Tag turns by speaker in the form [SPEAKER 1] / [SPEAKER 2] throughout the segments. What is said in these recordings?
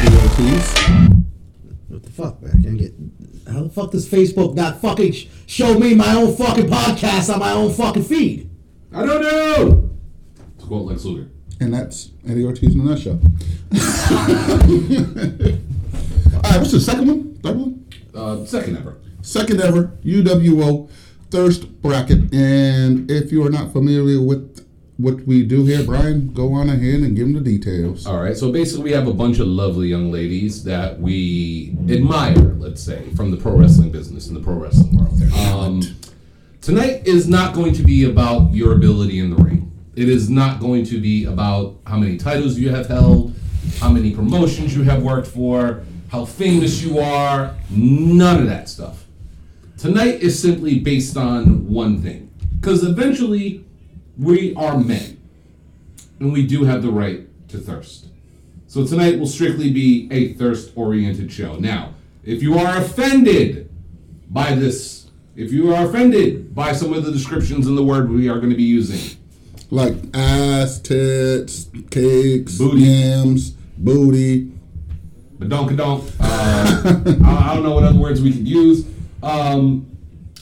[SPEAKER 1] please. What the fuck, man? I can't get. How the fuck does Facebook not fucking sh- show me my own fucking podcast on my own fucking feed?
[SPEAKER 2] I don't know.
[SPEAKER 3] To quote Lex Luger.
[SPEAKER 4] And that's Eddie Ortiz in a nutshell. All right, what's the second one? Third one?
[SPEAKER 3] Uh, second ever.
[SPEAKER 4] Second ever UWO Thirst Bracket. And if you are not familiar with what we do here, Brian, go on ahead and give them the details.
[SPEAKER 3] All right. So basically, we have a bunch of lovely young ladies that we admire, let's say, from the pro wrestling business and the pro wrestling world. Um, tonight is not going to be about your ability in the ring. It is not going to be about how many titles you have held, how many promotions you have worked for, how famous you are. None of that stuff. Tonight is simply based on one thing. Because eventually, we are men. And we do have the right to thirst. So tonight will strictly be a thirst oriented show. Now, if you are offended by this, if you are offended by some of the descriptions in the word we are going to be using,
[SPEAKER 4] Like ass, tits, cakes,
[SPEAKER 3] Booty.
[SPEAKER 4] yams, booty.
[SPEAKER 3] but don't condone, uh, I I don't know what other words we could use. Um,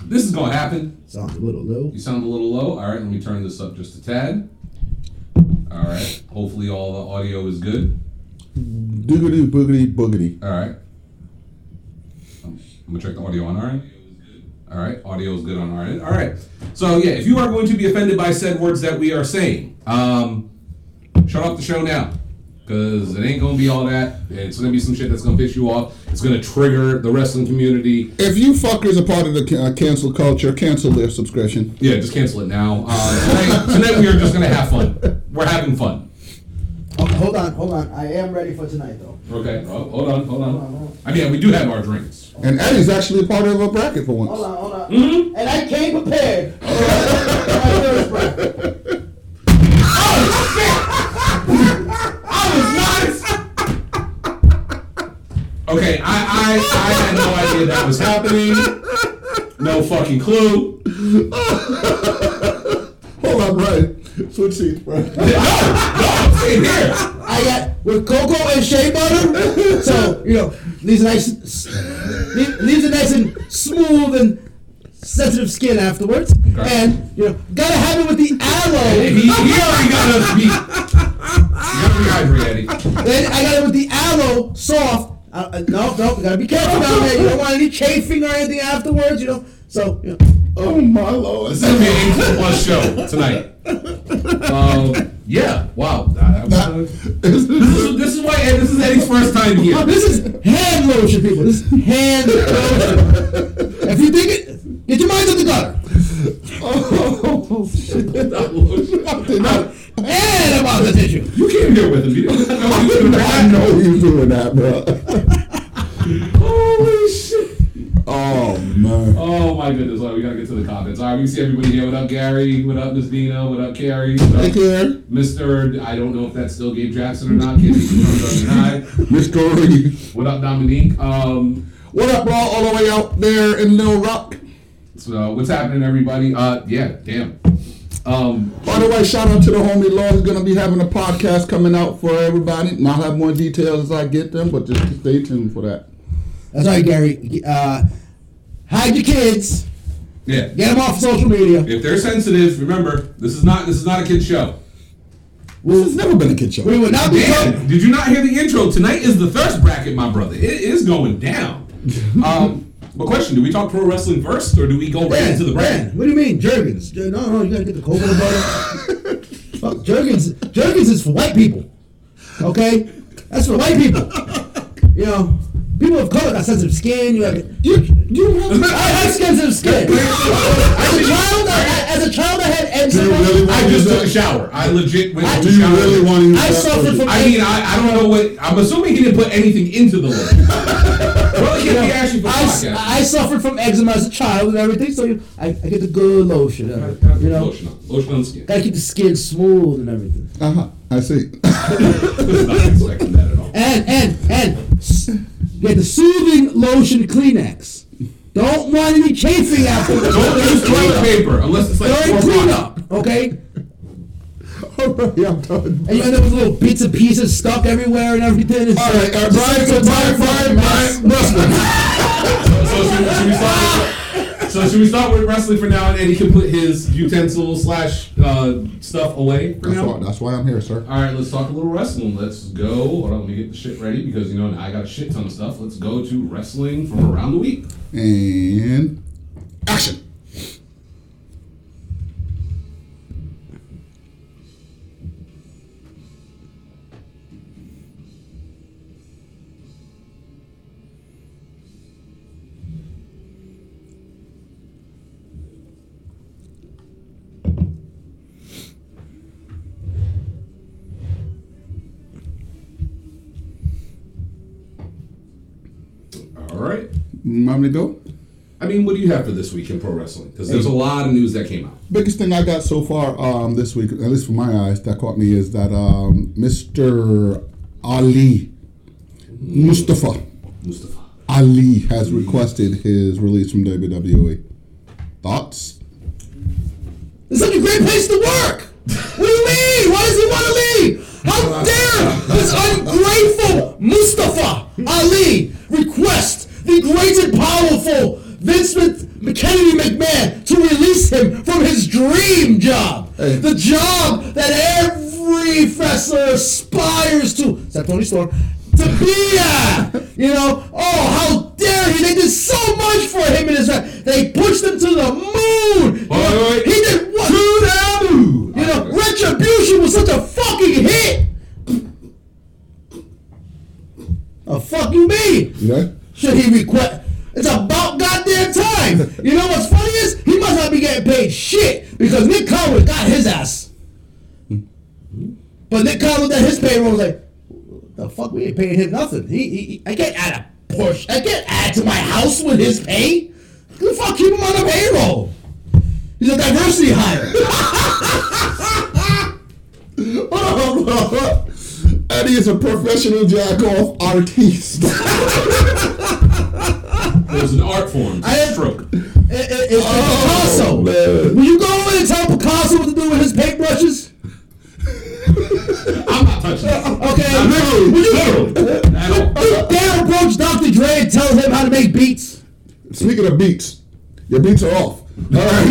[SPEAKER 3] this is going to happen.
[SPEAKER 1] Sounds a little low.
[SPEAKER 3] You sound a little low. All right, let me turn this up just a tad. All right. Hopefully, all the audio is good.
[SPEAKER 4] Doogity boogity boogity.
[SPEAKER 3] All right. I'm gonna check the audio on our end. All right, audio is good on our end. All right. So yeah, if you are going to be offended by said words that we are saying, um, shut off the show now, because it ain't gonna be all that. It's gonna be some shit that's gonna piss you off. It's gonna trigger the wrestling community.
[SPEAKER 4] If you fuckers are part of the ca- uh, cancel culture, cancel their subscription.
[SPEAKER 3] Yeah, just cancel it now. Uh, tonight, tonight we are just gonna have fun. We're having fun.
[SPEAKER 1] Oh, hold on, hold on. I am ready for tonight, though.
[SPEAKER 3] Okay. Oh, hold on, hold on. I mean, we do have our drinks.
[SPEAKER 4] And Eddie's actually a part of a bracket for once.
[SPEAKER 1] Hold on, Uh, hold on. And I came prepared. All right, all right, first round.
[SPEAKER 3] Okay, I, I, I had no idea that was happening. No fucking clue.
[SPEAKER 4] Hold on, Brian. Switch seats, Brian.
[SPEAKER 3] I'm sitting here.
[SPEAKER 1] I got with cocoa and shea butter. So you know, leaves a nice, leave- leaves a nice and smooth and sensitive skin afterwards. And you know, gotta have it with the
[SPEAKER 3] He, he
[SPEAKER 1] aloe.
[SPEAKER 3] already got us beat. You got me hydrated.
[SPEAKER 1] then I got it with the aloe soft. Uh, uh, no, no, we gotta be careful down there. You don't want any chafing or anything afterwards. You know, so you know.
[SPEAKER 4] Oh my lord.
[SPEAKER 3] It's gonna be an eight plus show tonight. Um, yeah. Wow. That- that was- this, is, this is why Ed, this is Eddie's first time
[SPEAKER 1] Oh,
[SPEAKER 3] here.
[SPEAKER 1] this is hand lotion, people. This is hand lotion. if you think it, get your minds out the gutter.
[SPEAKER 4] Oh, I did not.
[SPEAKER 1] And about the tissue.
[SPEAKER 3] You came here with him. You didn't know you were doing
[SPEAKER 4] I
[SPEAKER 3] that.
[SPEAKER 4] know he was doing that, bro.
[SPEAKER 3] Holy shit.
[SPEAKER 4] Oh man.
[SPEAKER 3] Oh my goodness. All right, we gotta get to the comments. All right, we see everybody here. What up, Gary? What up, Miss Dina? What up, Carrie? What
[SPEAKER 4] Take
[SPEAKER 3] up,
[SPEAKER 4] care,
[SPEAKER 3] Mr. I don't know if that's still Gabe Jackson or not. Kid, he's from Brooklyn High.
[SPEAKER 4] Miss Corey.
[SPEAKER 3] What up, Dominique? Um,
[SPEAKER 4] What up, bro? All the way out there in Little Rock.
[SPEAKER 3] so what's happening, everybody? Uh, yeah, damn. Um,
[SPEAKER 4] By the way, shout out to the homie Law. He's gonna be having a podcast coming out for everybody. And I'll have more details as I get them, but just stay tuned for that.
[SPEAKER 1] That's right, Gary. Uh, hide your kids.
[SPEAKER 3] yeah.
[SPEAKER 1] Get them off social media.
[SPEAKER 3] If they're sensitive, remember this is not this is not a kid show.
[SPEAKER 4] This has never been a kid show.
[SPEAKER 1] We will not be
[SPEAKER 3] Damn, did you not hear the intro? Tonight is the thirst bracket, my brother. It is going down. Um, but question: Do we talk pro wrestling first, or do we go right into the
[SPEAKER 1] brand.
[SPEAKER 3] bracket?
[SPEAKER 1] What do you mean, Jergens? Jer- No, no, you gotta get the cocoa butter. Fuck, Jergens. Jergens is for white people. Okay, that's for white people. You know, people of color got sensitive skin. You have.
[SPEAKER 4] You, you have
[SPEAKER 1] I have sensitive skin. as a child, I, I- as a child, I had eczema.
[SPEAKER 4] Do you really want-
[SPEAKER 3] I just took a shower. I legit went.
[SPEAKER 1] I-
[SPEAKER 3] to
[SPEAKER 4] Do you really want to use
[SPEAKER 1] I
[SPEAKER 4] that
[SPEAKER 1] suffered
[SPEAKER 4] subject?
[SPEAKER 1] from-
[SPEAKER 3] I mean, I, I don't know what. I'm assuming he didn't put anything into the list. well, he can't be asking for
[SPEAKER 1] I, s-
[SPEAKER 3] podcast.
[SPEAKER 1] I suffered from eczema as a child and everything, so you, I, I get the good lotion. uh, You know,
[SPEAKER 3] lotion, on- lotion on skin.
[SPEAKER 1] gotta keep the skin smooth and everything.
[SPEAKER 4] Uh-huh. I see.
[SPEAKER 3] Not expecting that at all.
[SPEAKER 1] And and and s- get the soothing lotion Kleenex. Don't want any chafing afterwards.
[SPEAKER 3] Don't use toilet paper unless it's like
[SPEAKER 1] During
[SPEAKER 3] four o'clock.
[SPEAKER 1] cleanup, okay?
[SPEAKER 4] All right, I'm done.
[SPEAKER 1] And you end up with little bits and pieces stuck everywhere and everything. It's
[SPEAKER 4] All right, all right, Brian, so Brian, Brian, Brian, wrestling.
[SPEAKER 3] So should, should we start with, so should we start with wrestling for now, and then he can put his utensils slash uh, stuff away for
[SPEAKER 4] That's
[SPEAKER 3] now.
[SPEAKER 4] why, that's why I'm here, sir.
[SPEAKER 3] All right, let's talk a little wrestling. Let's go. Hold on, let me get the shit ready because you know I got a shit ton of stuff. Let's go to wrestling from around the week.
[SPEAKER 4] And action.
[SPEAKER 3] All right.
[SPEAKER 4] Want me to go?
[SPEAKER 3] I mean, what do you have for this week in pro wrestling? Because there's a lot of news that came out.
[SPEAKER 4] Biggest thing I got so far um, this week, at least for my eyes, that caught me is that um, Mr. Ali Mustafa
[SPEAKER 3] Mustafa.
[SPEAKER 4] Ali has requested his release from WWE. Thoughts?
[SPEAKER 1] It's such a great place to work. What do you mean? Why does he want to leave? How dare this ungrateful Mustafa Ali request the great and powerful Vince Mc- Kennedy McMahon to release him from his dream job,
[SPEAKER 4] Hey.
[SPEAKER 1] the job that every wrestler aspires to, except Tony Storm, to be at. You know, oh, how dare he? They did so much for him in his life. They pushed him to the moon. You know,
[SPEAKER 3] Alright.
[SPEAKER 1] he did what? To the moon. You know, Retribution was such a fucking hit. A fuck you mean?
[SPEAKER 4] Yeah?
[SPEAKER 1] Should he request? It's about goddamn time. You know what's funny is he must not be getting paid shit because Nick Collins got his ass. But Nick Collins at his payroll was like, the fuck, we ain't paying him nothing. He, he, he- I can't add a push. I can't add to my house with his pay. The fuck, keep him on the payroll. He's a diversity hire.
[SPEAKER 4] Eddie is a professional jack off artiste.
[SPEAKER 3] There's an art form.
[SPEAKER 1] I am-
[SPEAKER 3] stroke.
[SPEAKER 1] It- it- it's Picasso.
[SPEAKER 4] man.
[SPEAKER 1] Will you go in and tell Picasso what to do with his paintbrushes?
[SPEAKER 3] I'm not touching it.
[SPEAKER 1] Okay.
[SPEAKER 4] Literally,
[SPEAKER 1] Will you-
[SPEAKER 4] literally.
[SPEAKER 3] At all.
[SPEAKER 1] You dare approach Dr. Dre and tell him how to make beats?
[SPEAKER 4] Speaking of beats, your beats are off. All right.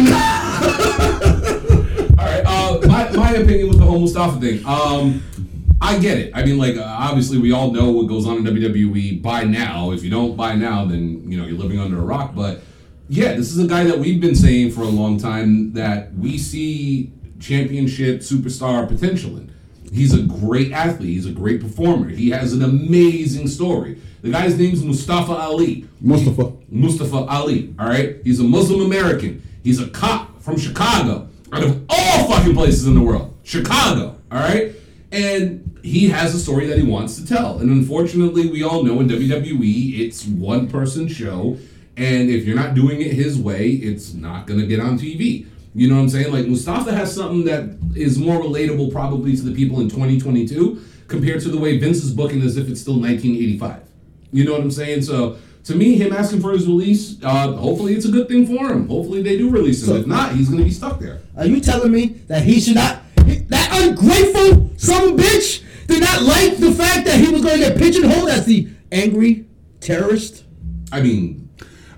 [SPEAKER 3] All right. Uh, my, my opinion with the whole Mustafa thing. Um, I get it. I mean, like, uh, obviously, we all know what goes on in WWE by now. If you don't by now, then you know you're living under a rock. But yeah, this is a guy that we've been saying for a long time that we see championship superstar potential in. He's a great athlete. He's a great performer. He has an amazing story. The guy's name's Mustafa Ali.
[SPEAKER 4] Mustafa.
[SPEAKER 3] Mustafa Ali, all right? He's a Muslim American. He's a cop from Chicago, out of all fucking places in the world. Chicago, all right? And he has a story that he wants to tell. And unfortunately, we all know in WWE, it's one person show. And if you're not doing it his way, it's not going to get on TV. You know what I'm saying? Like Mustafa has something that is more relatable probably to the people in 2022 compared to the way Vince is booking as if it's still 1985. You know what I'm saying? So to me, him asking for his release, uh, hopefully it's a good thing for him. Hopefully they do release him. if not, he's gonna be stuck there.
[SPEAKER 1] Are you telling me that he should not? That ungrateful son of a bitch did not like the fact that he was going to get pigeonholed as the angry terrorist?
[SPEAKER 3] I mean,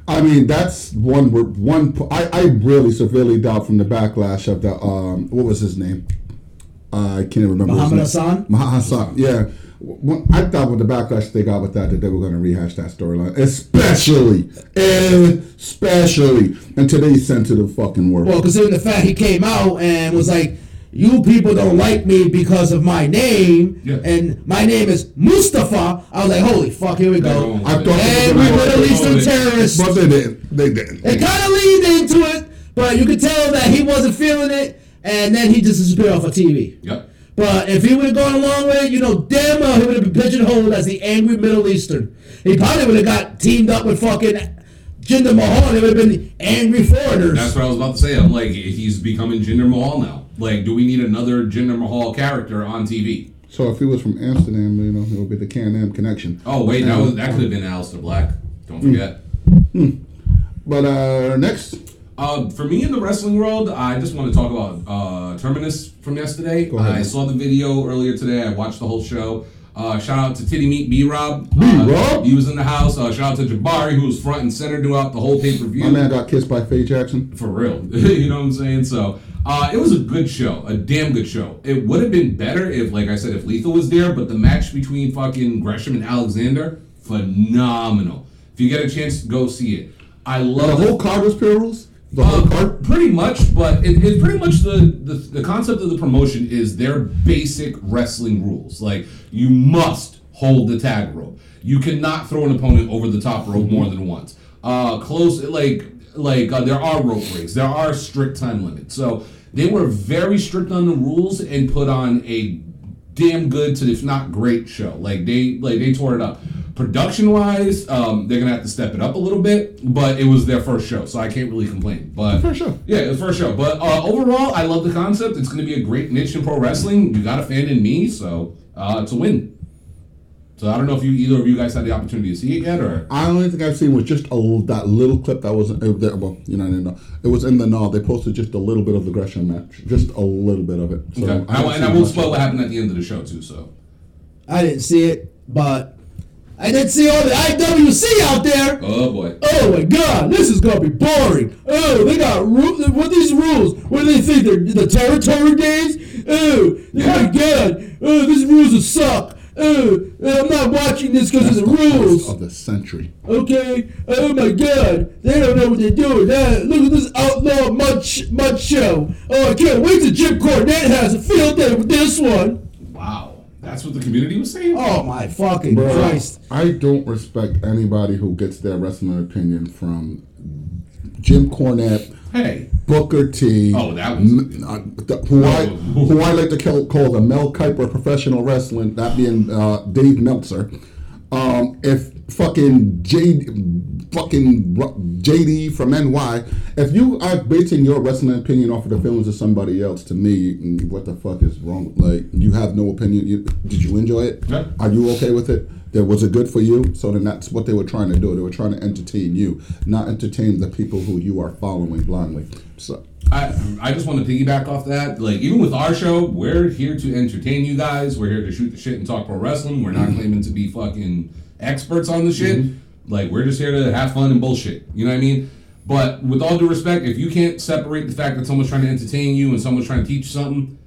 [SPEAKER 4] I mean, that's one word- one. p- I, I really severely doubt from the backlash of the um, what was his name? I can't remember.
[SPEAKER 1] Muhammad
[SPEAKER 4] his name.
[SPEAKER 1] Hassan?
[SPEAKER 4] Muhammad Hassan. Yeah, When- I thought with the backlash they got with that that they were going to rehash that storyline, especially, especially in today's sensitive fucking world.
[SPEAKER 1] Well, considering the fact he came out and was like, "You people don't like me because of my name,"
[SPEAKER 3] Yeah.
[SPEAKER 1] and my name is Mustafa. I was like, "Holy fuck, here we go."
[SPEAKER 3] going
[SPEAKER 4] Oh, I thought
[SPEAKER 1] And we would release some terrorists.
[SPEAKER 4] but they didn't. They didn't.
[SPEAKER 1] It kind of leads into it, but you could tell that he wasn't feeling it, and then he just disappeared off of TV.
[SPEAKER 3] yep.
[SPEAKER 1] But if he would have gone along with it, you know damn well he would have been pigeonholed as the angry Middle Eastern. He probably would have got teamed up with fucking Jinder Mahal. They would have been the angry foreigners.
[SPEAKER 3] That's what I was about to say. I'm like, he's becoming Jinder Mahal now. Like, do we need another Jinder Mahal character on TV?
[SPEAKER 4] So if he was from Amsterdam, you know, it would be the Can-Am connection.
[SPEAKER 3] Oh wait, that was that could have been Alistair Black. Don't forget.
[SPEAKER 4] But uh, next,
[SPEAKER 3] Uh, for me in the wrestling world, I just want to talk about uh, Terminus from yesterday.
[SPEAKER 4] Go ahead.
[SPEAKER 3] I saw the video earlier today. I watched the whole show. Uh, shout out to Titty Meat B Rob.
[SPEAKER 4] B-Rob?
[SPEAKER 3] he was in the house. Uh, shout out to Jabari, who was front and center throughout the whole pay per view.
[SPEAKER 4] My man got kissed by Faye Jackson.
[SPEAKER 3] For real. you know what I'm saying? So uh, it was a good show, a damn good show. It would have been better if, like I said, if Lethal was there, but the match between fucking Gresham and Alexander, phenomenal. If you get a chance, go see it. I
[SPEAKER 4] The
[SPEAKER 3] love
[SPEAKER 4] whole card was plurals. The
[SPEAKER 3] uh,
[SPEAKER 4] whole card.
[SPEAKER 3] pretty much, but it, it's pretty much the, the the concept of the promotion is their basic wrestling rules. Like you must hold the tag rope. You cannot throw an opponent over the top rope more than once. Uh, close like like uh, there are rope breaks. There are strict time limits. So they were very strict on the rules and put on a damn good to if not great show. Like they like they tore it up. Production wise, um, they're gonna have to step it up a little bit, but it was their first show, so I can't really complain. But
[SPEAKER 4] First show.
[SPEAKER 3] yeah, it was first show. But uh, overall, I love the concept. It's gonna be a great niche in pro wrestling. You got a fan in me, so uh, it's a win. So I don't know if you either of you guys had the opportunity to see it yet, or
[SPEAKER 4] I only think I've seen was just a, l- that little clip that was uh, that, well, you know, I didn't know. It was in the Null. They posted just a little bit of the Gresham match, just a little bit of it. So
[SPEAKER 3] okay. I,
[SPEAKER 4] haven't
[SPEAKER 3] and I
[SPEAKER 4] seen
[SPEAKER 3] won't
[SPEAKER 4] much.
[SPEAKER 3] spoil what happened at the end of the show too. So
[SPEAKER 1] I didn't see it, but I did see all the IWC out there.
[SPEAKER 3] oh boy,
[SPEAKER 1] Oh my God, this is gonna be boring. Oh, they got ru- what are these rules? What do they think they're the territory games? Oh, my God. Oh, these rules are suck. Oh, I'm not watching this because of the rules.
[SPEAKER 4] of the century.
[SPEAKER 1] Okay. Oh my God, they don't know what they're doing. Uh, look at this outlaw mud sh- mud show. Oh, I can't wait till Jim Cornette has a field day with this one.
[SPEAKER 3] wow, that's what the community was saying.
[SPEAKER 1] Oh my fucking
[SPEAKER 4] Bro,
[SPEAKER 1] Christ.
[SPEAKER 4] I don't respect anybody who gets their wrestling opinion from Jim Cornette,
[SPEAKER 3] Hey,
[SPEAKER 4] Booker T.
[SPEAKER 3] Oh, that was-
[SPEAKER 4] M- uh, the- who I who I like to call, call the Mel Kiper of professional wrestling, that being uh, Dave Meltzer. Um, if fucking J, fucking Ru- JD from NY, if you are basing your wrestling opinion off of the feelings of somebody else, to me, mm, what the fuck is wrong? Like, you have no opinion. You, did you enjoy it?
[SPEAKER 3] Yeah.
[SPEAKER 4] Are you okay with it? That was it good for you? So then that's what they were trying to do. They were trying to entertain you, not entertain the people who you are following blindly. So
[SPEAKER 3] I, I just want to piggyback off that. Like, even with our show, we're here to entertain you guys. We're here to shoot the shit and talk pro wrestling. We're not claiming to be fucking experts on the shit. Like, we're just here to have fun and bullshit. You know what I mean? But with all due respect, if you can't separate the fact that someone's trying to entertain you and someone's trying to teach you something,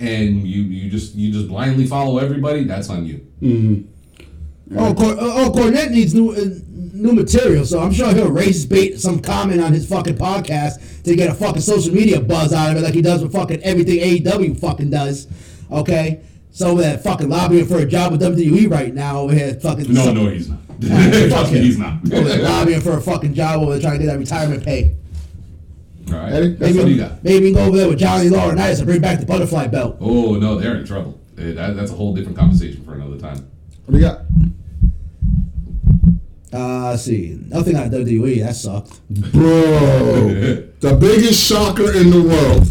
[SPEAKER 3] and you you just you just blindly follow everybody, that's on you.
[SPEAKER 1] Oh, Cor- oh, Cornette needs new uh, new material, so I'm sure he'll raise bait some comment on his fucking podcast to get a fucking social media buzz out of it, like he does with fucking everything AEW fucking does. Okay, so that fucking lobbying for a job with WWE right now over here, fucking
[SPEAKER 3] No, no, he's not.
[SPEAKER 1] Mm-hmm. Fuck
[SPEAKER 3] Trust me,
[SPEAKER 1] him.
[SPEAKER 3] he's not.
[SPEAKER 1] Over there lobbying for a fucking job over there trying to get that retirement pay.
[SPEAKER 3] All right,
[SPEAKER 4] Eddie,
[SPEAKER 3] that's what
[SPEAKER 4] maybe-
[SPEAKER 3] you got.
[SPEAKER 1] Maybe we can go over there with Johnny Laurinaitis and bring back the butterfly belt.
[SPEAKER 3] Oh no, they're in trouble. Eh, that- that's a whole different conversation for another time.
[SPEAKER 4] what do you got?
[SPEAKER 1] Uh, let's see, nothing on WWE. eh? That sucked.
[SPEAKER 4] Bro, the biggest shocker in the world.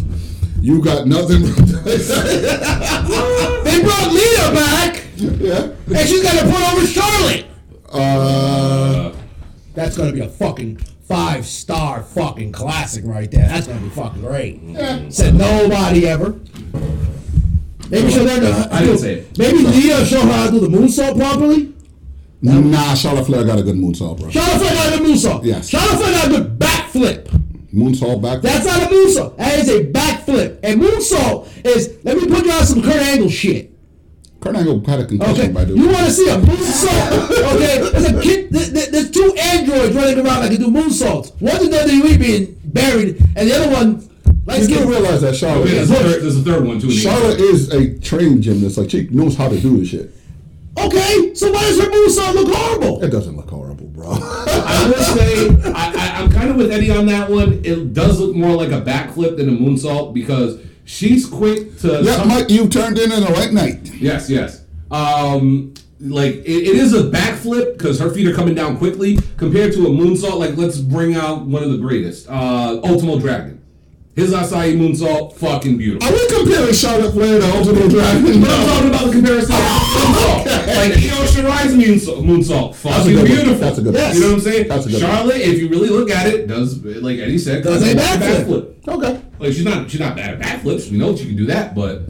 [SPEAKER 4] You got nothing.
[SPEAKER 1] They brought Lita back,
[SPEAKER 4] yeah.
[SPEAKER 1] and she's gonna put over Charlotte.
[SPEAKER 4] Uh,
[SPEAKER 3] Uh,
[SPEAKER 1] That's gonna be a fucking five star fucking classic right there. That's gonna be fucking great.
[SPEAKER 4] Yeah.
[SPEAKER 1] Said nobody ever. Maybe she'll learn to.
[SPEAKER 3] I didn't say it.
[SPEAKER 1] Maybe Leo show her how to do the moonsault properly.
[SPEAKER 4] nah, Charlotte Flair got a good moonsault, bro.
[SPEAKER 1] Charlotte Flair got a good moonsault.
[SPEAKER 4] Yes.
[SPEAKER 1] Charlotte Flair got a good backflip.
[SPEAKER 4] Moonsault back.
[SPEAKER 1] That's not a moonsault. That is a backflip. And moonsault is. Let me put you on some Kurt Angle shit.
[SPEAKER 4] Kurt Angle had a concussion,
[SPEAKER 1] Okay,
[SPEAKER 4] by the
[SPEAKER 1] you
[SPEAKER 4] way.
[SPEAKER 1] want to see a moonsault? Okay, there's a kid. th- th- There's two androids running around that can do moonsaults. One's in WWE E being buried, and the other one, like,
[SPEAKER 4] You don't realize that
[SPEAKER 3] I
[SPEAKER 4] Charlotte
[SPEAKER 3] mean, there's,
[SPEAKER 4] is.
[SPEAKER 3] a third, there's a third one too. in the-
[SPEAKER 4] Charlotte is a trained gymnast. Like, she knows how to do this shit.
[SPEAKER 1] okay, so why does her moonsault look
[SPEAKER 4] It
[SPEAKER 1] horrible?
[SPEAKER 4] doesn't look horrible, bro.
[SPEAKER 3] I will say I, I, I'm kind of with Eddie on that one. It does look more like a backflip than a moonsault because she's quick to.
[SPEAKER 4] yeah, Mike, you turned in on the right night.
[SPEAKER 3] Yes, yes. Um, like it, it is a backflip because her feet are coming down quickly compared to a moonsault. Like let's bring out one of the greatest, uh, Ultimo Dragon. His acai moonsault, fucking beautiful.
[SPEAKER 4] Are we comparing Charlotte Flair to Ultimate Dragon?
[SPEAKER 3] But I'm talking about the comparison. of moonsault. Like Io Shirai's moonsault, moonsault fucking
[SPEAKER 4] good one.
[SPEAKER 3] beautiful.
[SPEAKER 4] That's a good
[SPEAKER 1] one.
[SPEAKER 3] You know what I'm saying?
[SPEAKER 4] That's a good one.
[SPEAKER 3] Charlotte, if you really look at it, does like Eddie said,
[SPEAKER 1] Does a backflip.
[SPEAKER 4] Okay.
[SPEAKER 3] Like she's not she's not bad at backflips. We know she can do that, but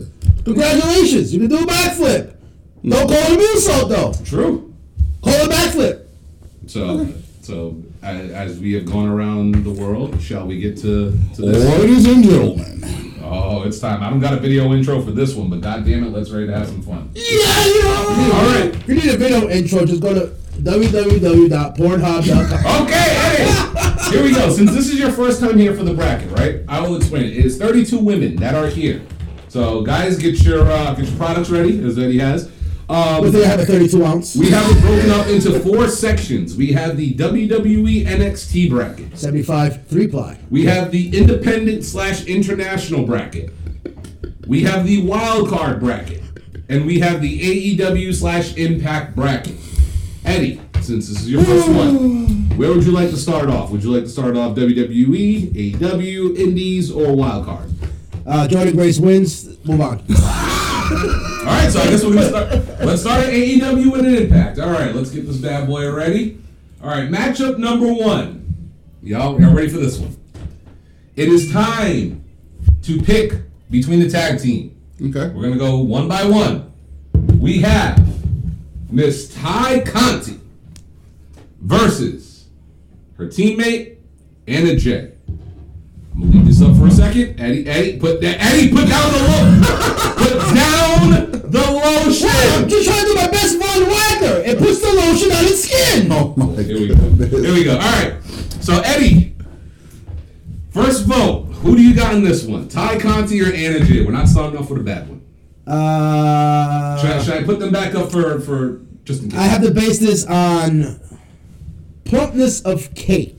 [SPEAKER 1] Congratulations, you can do a backflip. Don't call it a moonsault though.
[SPEAKER 3] true.
[SPEAKER 1] Call it a backflip.
[SPEAKER 3] So so a- as we have gone around the world, shall we get to, to this?
[SPEAKER 4] Ladies and gentlemen.
[SPEAKER 3] Oh, it's time. I don't got a video intro for this one, but goddamn it, let's ready to have some fun.
[SPEAKER 1] Yeah, yo!
[SPEAKER 3] All right.
[SPEAKER 1] If you need a video intro, just go to www.pornhub.com.
[SPEAKER 3] Okay, Eddie. Here we go. Since this is your first time here for the bracket, right? I will explain it. It is 32 women that are here. So guys, get your uh, get your products ready, as Eddie has.
[SPEAKER 1] But
[SPEAKER 3] Um,
[SPEAKER 1] they have a 32 ounce.
[SPEAKER 3] we have it broken up into four sections. We have the E WWE NXT bracket.
[SPEAKER 1] 75 three ply.
[SPEAKER 3] We have the independent slash international bracket. We have the wild card bracket, and we have the AEW slash Impact bracket. Eddie, since this is your first one, where would you like to start off? Would you like to start off E, WWE, AEW, Indies, or wild card?
[SPEAKER 1] Uh, Jordan Grace wins. Move on.
[SPEAKER 3] All right, so I guess we're gonna start. Let's start at AEW and Impact. All right, let's get this bad boy ready. All right, matchup number one. Y'all, y'all ready for this one? It is time to pick between the tag team.
[SPEAKER 4] Okay.
[SPEAKER 3] We're gonna go one by one. We have Miss Ty Conti versus her teammate Anna Jay. I'm gonna leave this up for a second. Eddie, Eddie, put that. Eddie, put down the lotion. put down the
[SPEAKER 1] I'm
[SPEAKER 3] lotion.
[SPEAKER 1] just trying to do my best Von Wagner and puts the lotion on his skin.
[SPEAKER 4] Oh my
[SPEAKER 3] Here we go. Here we go. All right. So Eddie, first vote. Who do you got in this one? Ty Conti or Anna Jay? We're not starting off with a bad one.
[SPEAKER 1] Uh,
[SPEAKER 3] Should, I- should I put them back up for for just in case?
[SPEAKER 1] I have to base this on plumpness of cake.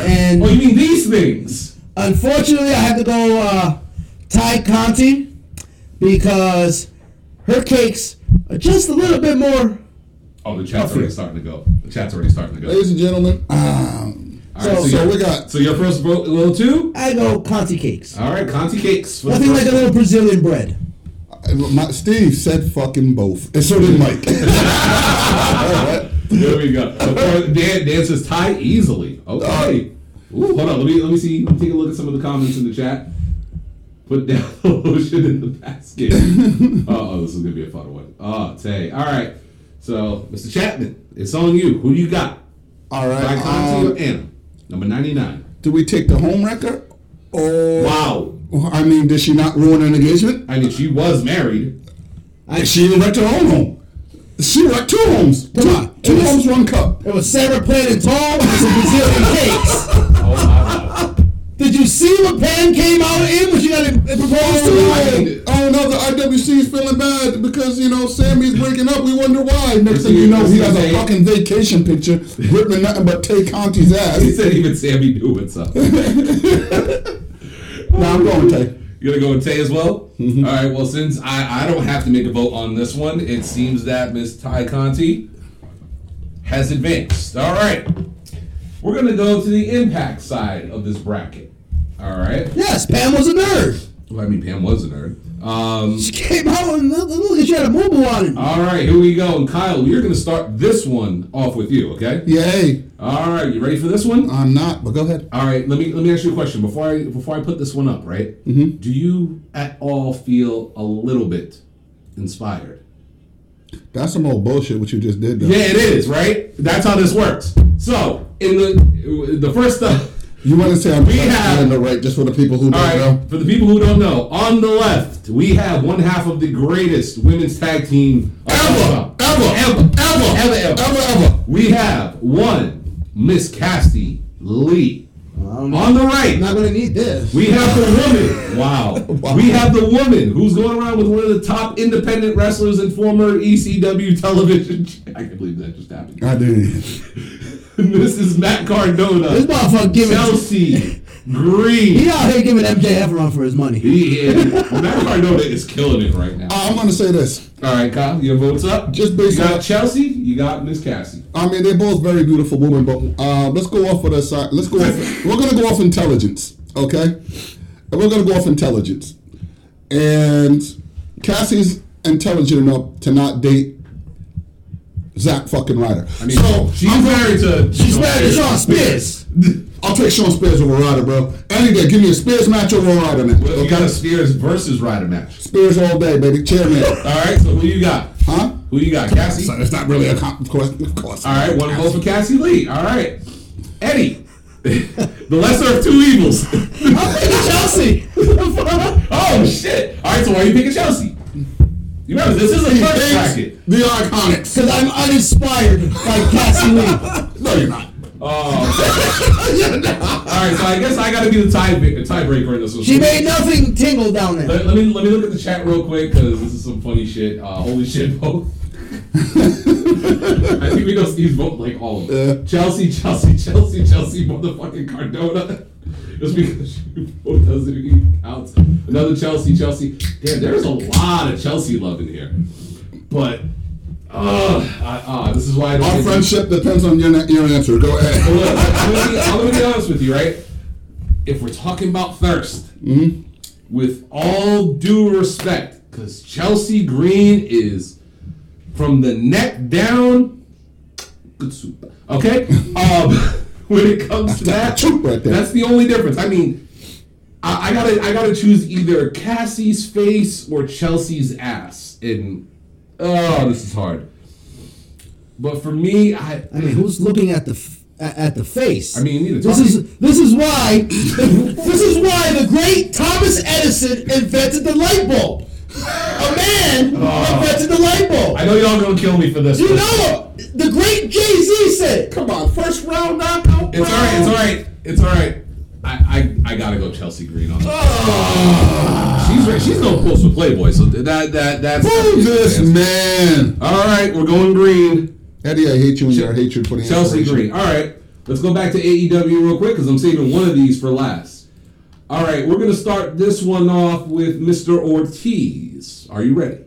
[SPEAKER 1] And
[SPEAKER 3] Oh, you mean these things?
[SPEAKER 1] unfortunately, I had to go uh, Ty Conti because her cakes are just a little bit more.
[SPEAKER 3] Oh, the chat's already starting to go. The chat's already starting to go.
[SPEAKER 4] Ladies and gentlemen, um,
[SPEAKER 3] All right, so,
[SPEAKER 1] So- so
[SPEAKER 3] your-
[SPEAKER 4] we got-
[SPEAKER 3] so your first vote, little two.
[SPEAKER 1] I go Conti cakes.
[SPEAKER 3] All right, Conti cakes. for the
[SPEAKER 1] Nothing
[SPEAKER 3] first
[SPEAKER 1] like a little Brazilian bread.
[SPEAKER 4] I- my, Steve said fucking both, and so did Mike. Alright.
[SPEAKER 3] There we go. Of course, Dan, Dan says tie easily. Okay. Ooh, hold on. Let me let me see. Let me take a look at some of the comments in the chat. Put down the lotion in the basket. oh, this is gonna be a fun one. Oh, Tay. All right. So, Mr. Chapman, it's on you. Who you got?
[SPEAKER 4] All
[SPEAKER 3] Ty
[SPEAKER 4] right.
[SPEAKER 3] Conti or
[SPEAKER 4] Um,
[SPEAKER 3] Anna? Number ninety-nine.
[SPEAKER 4] do we take the home record? Or
[SPEAKER 3] Wow.
[SPEAKER 4] I mean, did she not ruin an engagement?
[SPEAKER 3] I mean, she was married.
[SPEAKER 4] She didn't wrecked her own home. She wrecked two homes. Two,
[SPEAKER 1] on.
[SPEAKER 4] two homes, one cup.
[SPEAKER 1] It was Sarah Plain and Tall with some Brazilian cakes.
[SPEAKER 3] Oh, wow.
[SPEAKER 1] Did you see what Pan came out in when she got it it proposed to?
[SPEAKER 3] didn't.
[SPEAKER 4] Oh, oh no, the IWC is feeling bad because you know Sammy's breaking up. We wonder why. Next thing you know, he has a fucking vacation picture gripping nothing but Tay Conti's
[SPEAKER 3] He
[SPEAKER 4] ass.
[SPEAKER 3] said even Sammy knew what's up. You
[SPEAKER 4] Now I'm going Tay.
[SPEAKER 3] gonna go with Tay as well? All right. Well, since I, I don't have to make a vote on this one, it seems that Miss Ty Conti has advanced. All right. We're gonna go to the impact side of this bracket. All right.
[SPEAKER 1] Yes, Pam was a nerd.
[SPEAKER 3] Well, I mean, Pam was a nerd. Um,
[SPEAKER 1] She came out and look, look she had a moo on it.
[SPEAKER 3] all right. Here we go. And Kyle, we are gonna start this one off with you. Okay.
[SPEAKER 4] Yay!
[SPEAKER 3] All right. You ready for this one?
[SPEAKER 4] I'm not, but go ahead.
[SPEAKER 3] All right, let me let me ask you a question before I before I put this one up. Right? Mm-hmm. Do you at all feel a little bit inspired?
[SPEAKER 4] That's some old bullshit what you just did. Though.
[SPEAKER 3] Yeah, it is. Right? That's how this works. So in the the first stuff.
[SPEAKER 4] You want to say I'm
[SPEAKER 3] We have-
[SPEAKER 4] on the right just for the people who don't
[SPEAKER 3] All right,
[SPEAKER 4] know.
[SPEAKER 3] for the people who don't know, on the left we have one half of the greatest women's tag team of
[SPEAKER 4] Ever,
[SPEAKER 3] all time.
[SPEAKER 4] ever,
[SPEAKER 3] ever, ever, ever,
[SPEAKER 4] Ever, ever.
[SPEAKER 3] We have one Miss Cassie Lee.
[SPEAKER 1] I'm
[SPEAKER 3] On the right,
[SPEAKER 1] not gonna need this.
[SPEAKER 3] We have the woman. Wow. We have the woman who's going around with one of the top independent wrestlers and former ECW television. ch- I can't believe that just happened.
[SPEAKER 4] I did.
[SPEAKER 3] This is Matt
[SPEAKER 1] This
[SPEAKER 3] Cardona,
[SPEAKER 1] motherfucker giving
[SPEAKER 3] Chelsea
[SPEAKER 1] he
[SPEAKER 3] Green.
[SPEAKER 1] out here giving MJF a run for his money.
[SPEAKER 3] He is. Matt Cardona is killing it right
[SPEAKER 1] Uh,
[SPEAKER 3] now.
[SPEAKER 4] Uh, I'm gonna say this.
[SPEAKER 3] All right, Kyle, your votes up.
[SPEAKER 4] Just based
[SPEAKER 3] you got
[SPEAKER 4] on-
[SPEAKER 3] Chelsea. You got Miss Cassie.
[SPEAKER 4] I mean, they're both very beautiful women, but uh, let's go off of the side. Let's go. Off, we're gonna go off intelligence, okay? and we're gonna go off intelligence. And Cassie's intelligent enough to not date Zach fucking Ryder.
[SPEAKER 3] I mean, she's married to.
[SPEAKER 1] She's married to Sean Spears.
[SPEAKER 4] I'll take Sean Spears over Ryder, bro. Any day, give me a Spears match over a Ryder match.
[SPEAKER 3] Well, you got a Spears versus Ryder match.
[SPEAKER 4] Spears all day, baby. Chairman,
[SPEAKER 3] All right, so who you got?
[SPEAKER 4] huh?
[SPEAKER 3] Who you got, Cassie?
[SPEAKER 4] So it's not really a com- of course. Of course.
[SPEAKER 3] All right, one vote for Cassie Lee. All right, Eddie, the lesser of two evils.
[SPEAKER 1] I'm picking Chelsea.
[SPEAKER 3] oh shit! All right, so why are you picking Chelsea? You remember this is a
[SPEAKER 4] He
[SPEAKER 3] punch
[SPEAKER 4] thinks
[SPEAKER 3] bracket.
[SPEAKER 4] the Iconics.
[SPEAKER 1] Because I'm uninspired by Cassie Lee.
[SPEAKER 4] No, you're not. Oh.
[SPEAKER 3] All right, so I guess I got to be the tie tiebreaker in this one.
[SPEAKER 1] She made nothing tingle down there.
[SPEAKER 3] Let, let me let me look at the chat real quick because this is some funny shit. Uh, holy shit, both. I think we know Steve's vote like all of them.
[SPEAKER 4] Yeah.
[SPEAKER 3] Chelsea, Chelsea, Chelsea, Chelsea, motherfucking Cardona. Just because you vote doesn't even count. Another Chelsea, Chelsea. Damn, there's a lot of Chelsea love in here. But, uh, I, uh this is why I don't
[SPEAKER 4] Our
[SPEAKER 3] think-
[SPEAKER 4] friendship depends on your, na- your answer. Go ahead.
[SPEAKER 3] Look, I'm, gonna be, I'm gonna be honest with you, right? If we're talking about thirst,
[SPEAKER 4] Mm-hmm.
[SPEAKER 3] with all due respect, because Chelsea Green is from the neck down, good soup. Okay, um, when it comes to that,
[SPEAKER 4] That's the truth right there.
[SPEAKER 3] that's the only difference. I mean, I, I gotta, I gotta choose either Cassie's face or Chelsea's ass, and oh, this is hard. But for me, I,
[SPEAKER 1] I mean, who's looking at the f- at at the face?
[SPEAKER 3] I mean, neither
[SPEAKER 1] this
[SPEAKER 3] talking.
[SPEAKER 1] is this is why this is why the great Thomas Edison invented the light bulb. A man invented the light bulb.
[SPEAKER 3] Oh. I know y'all gonna kill me for this.
[SPEAKER 1] you
[SPEAKER 3] but-
[SPEAKER 1] know it. The great Jay Z said, it.
[SPEAKER 4] Come on, first round knockout.
[SPEAKER 3] It's all right. It's all right. It's all right. I, I, I gotta go Chelsea Green on that. she's right. She's no close with Playboy, so th- that that that's.
[SPEAKER 4] Who this man?
[SPEAKER 3] All right, we're going green.
[SPEAKER 4] Eddie, I hate you and your hatred for the
[SPEAKER 3] Chelsea
[SPEAKER 4] inspiration.
[SPEAKER 3] Green. All right, let's go back to AEW real quick because I'm saving one of these for last. All right, we're gonna start this one off with Mr. Ortiz. Are you ready?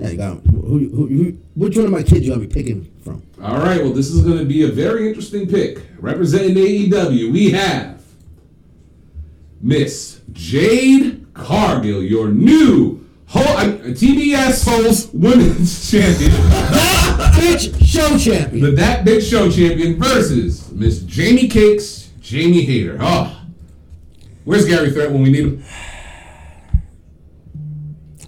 [SPEAKER 1] Hey, God, who, who, who, which one of my kids you gonna be picking from?
[SPEAKER 3] All right. Well, this is gonna be a very interesting pick. Representing AEW, we have Miss Jade Cargill, your new ho- uh, I- TBS Holes Women's Champion,
[SPEAKER 1] That bitch show champion.
[SPEAKER 3] the That Big Show Champion, versus Miss Jamie Cakes, Jamie Hayter. Oh, where's Gary Threat when we need him?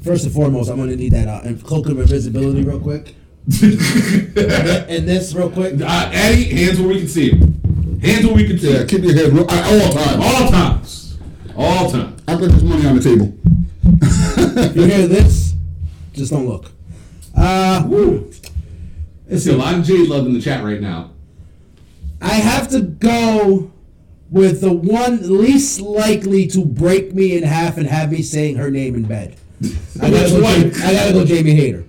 [SPEAKER 1] First and foremost, I'm gonna need that uh, and cloak of invisibility real quick, and this real quick.
[SPEAKER 3] Uh, Eddie, hands where we can see him. Hands where we can see
[SPEAKER 4] Yeah,
[SPEAKER 3] him.
[SPEAKER 4] keep your head real, at all times.
[SPEAKER 3] All times. All times.
[SPEAKER 4] I put this money on the table.
[SPEAKER 1] You hear this? Just don't look. Uh,
[SPEAKER 3] It's a lot of Jade love in the chat right now.
[SPEAKER 1] I have to go with the one least likely to break me in half and have me saying her name in bed. I gotta go.
[SPEAKER 3] Which
[SPEAKER 1] Ja- I gotta go. Jamie Hayter.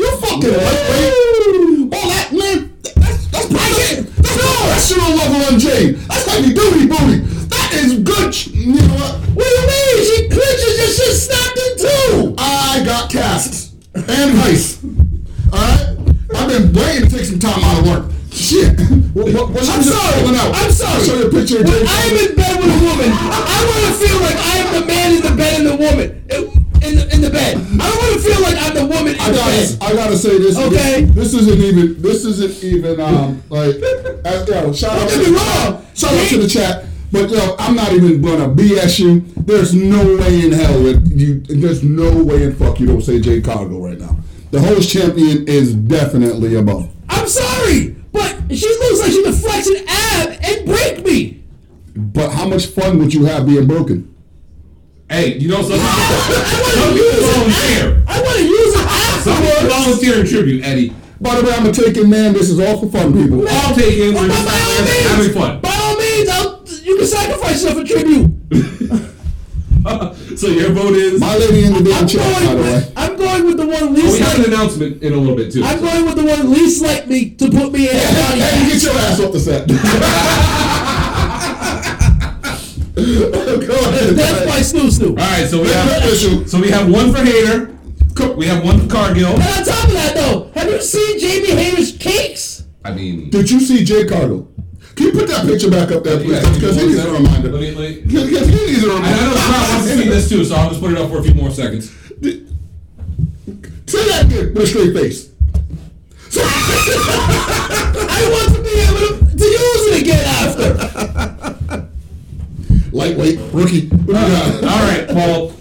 [SPEAKER 4] You fucking lightweight. All that, man. That's, that's private. That's no professional level on Jade. That's heavy duty booty. That is good. ch- You know what? What do you mean? She clinches and shit snapped in two. I got casts and heist. All right? I've been waiting to take some time out of work. Shit. What, what, what
[SPEAKER 1] I'm sorry. I'm sorry.
[SPEAKER 4] I'll show you a picture of
[SPEAKER 1] When
[SPEAKER 4] Jade.
[SPEAKER 1] I'm in bed with a woman, I want to feel like I am the man in the bed and the woman in the, in the bed. I don't want to feel like I'm the woman in
[SPEAKER 4] I
[SPEAKER 1] the
[SPEAKER 4] gotta,
[SPEAKER 1] bed.
[SPEAKER 4] I gotta say this.
[SPEAKER 1] Okay.
[SPEAKER 4] This, isn't even. This isn't even. Um, like, uh, yo, shout out
[SPEAKER 1] Don't
[SPEAKER 4] to
[SPEAKER 1] get
[SPEAKER 4] the
[SPEAKER 1] me wrong.
[SPEAKER 4] Shout out to the chat. But yo, I'm not even gonna BS you. There's no way in hell that you. There's no way in fuck you don't say Jay Cargo right now. The host champion is definitely above.
[SPEAKER 1] I'm sorry, but she looks like she can flex an ab and break me.
[SPEAKER 4] But how much fun would you have being broken?
[SPEAKER 3] Hey, you know something?
[SPEAKER 1] I
[SPEAKER 3] Some
[SPEAKER 1] want to
[SPEAKER 3] people
[SPEAKER 1] use
[SPEAKER 3] volunteer.
[SPEAKER 1] it. I want to use it
[SPEAKER 3] Some
[SPEAKER 1] afterwards.
[SPEAKER 3] people volunteer in tribute, Eddie.
[SPEAKER 4] By the way, I'm a taking man. This is all for fun, people.
[SPEAKER 3] I'll take it. We're
[SPEAKER 1] By
[SPEAKER 3] just out there
[SPEAKER 1] all
[SPEAKER 3] having
[SPEAKER 1] means,
[SPEAKER 3] fun.
[SPEAKER 1] by all means, I'll, you can sacrifice yourself for tribute.
[SPEAKER 3] so your vote is.
[SPEAKER 4] My lady in the damn
[SPEAKER 1] I'm
[SPEAKER 4] chat, by
[SPEAKER 1] going,
[SPEAKER 4] the way.
[SPEAKER 1] with, I'm going with the one
[SPEAKER 3] we
[SPEAKER 1] least
[SPEAKER 3] have an
[SPEAKER 1] likely.
[SPEAKER 3] announcement in a little bit too.
[SPEAKER 1] I'm going with the one least likely to put me in a body.
[SPEAKER 4] Hey, you get your ass off the set. Go ahead.
[SPEAKER 1] That's my snoo snoo.
[SPEAKER 3] All right, so we
[SPEAKER 4] Official.
[SPEAKER 3] have so we have one for Hater. We have one for Cargill.
[SPEAKER 1] And on top of that, though, have you seen Jamie Hayter's cakes?
[SPEAKER 3] I mean,
[SPEAKER 4] Did you see Jay Cargill? Can you put that picture back up there, please?
[SPEAKER 3] Yeah,
[SPEAKER 4] Because he
[SPEAKER 3] one
[SPEAKER 4] needs a
[SPEAKER 3] second.
[SPEAKER 4] reminder.
[SPEAKER 3] Let me- let me-
[SPEAKER 4] Because he needs a reminder.
[SPEAKER 3] I know Scott wants to see this too, so I'll just put it up for a few more seconds.
[SPEAKER 4] Say that again with a straight face. So,
[SPEAKER 1] I want to be able to, to use it again after.
[SPEAKER 4] lightweight rookie. What do you got?
[SPEAKER 3] Uh, All right, Paul.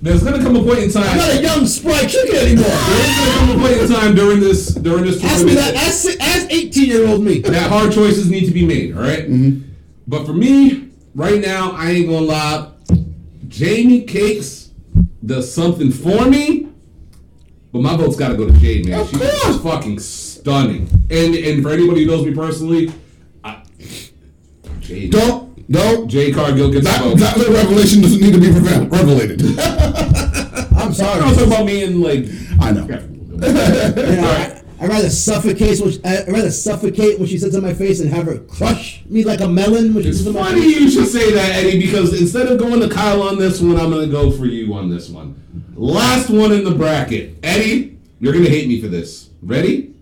[SPEAKER 3] There's gonna come a point in
[SPEAKER 1] I'm not
[SPEAKER 3] time.
[SPEAKER 1] a young sprite chicken anymore.
[SPEAKER 3] There's gonna come a point in time during this during this
[SPEAKER 1] Ask me that.
[SPEAKER 3] tournament
[SPEAKER 1] Ask, ask 18 year old me.
[SPEAKER 3] that hard choices need to be made. All right?
[SPEAKER 4] Mm-hmm.
[SPEAKER 3] But for me, right now, I ain't gonna lie. Jamie Cakes does something for me, but my vote's gotta go to Jade, man.
[SPEAKER 4] Of
[SPEAKER 3] She's
[SPEAKER 4] course.
[SPEAKER 3] fucking stunning. And and for anybody who knows me personally, I, Jade,
[SPEAKER 4] Don't, don't.
[SPEAKER 3] Jade Cargill gets the
[SPEAKER 4] That,
[SPEAKER 3] vote.
[SPEAKER 4] that little revelation doesn't need to be revel- revelated.
[SPEAKER 1] I'm sorry.
[SPEAKER 3] I'm talking about me and like.
[SPEAKER 4] I know.
[SPEAKER 1] You know, I, I'd rather suffocate. What she, I'd rather suffocate what she says in my face and have her crush me like a melon. When she
[SPEAKER 3] It's
[SPEAKER 1] says in my
[SPEAKER 3] funny
[SPEAKER 1] face.
[SPEAKER 3] you should say that, Eddie, because instead of going to Kyle on this one, I'm going to go for you on this one. Last one in the bracket. Eddie, you're going to hate me for this. Ready?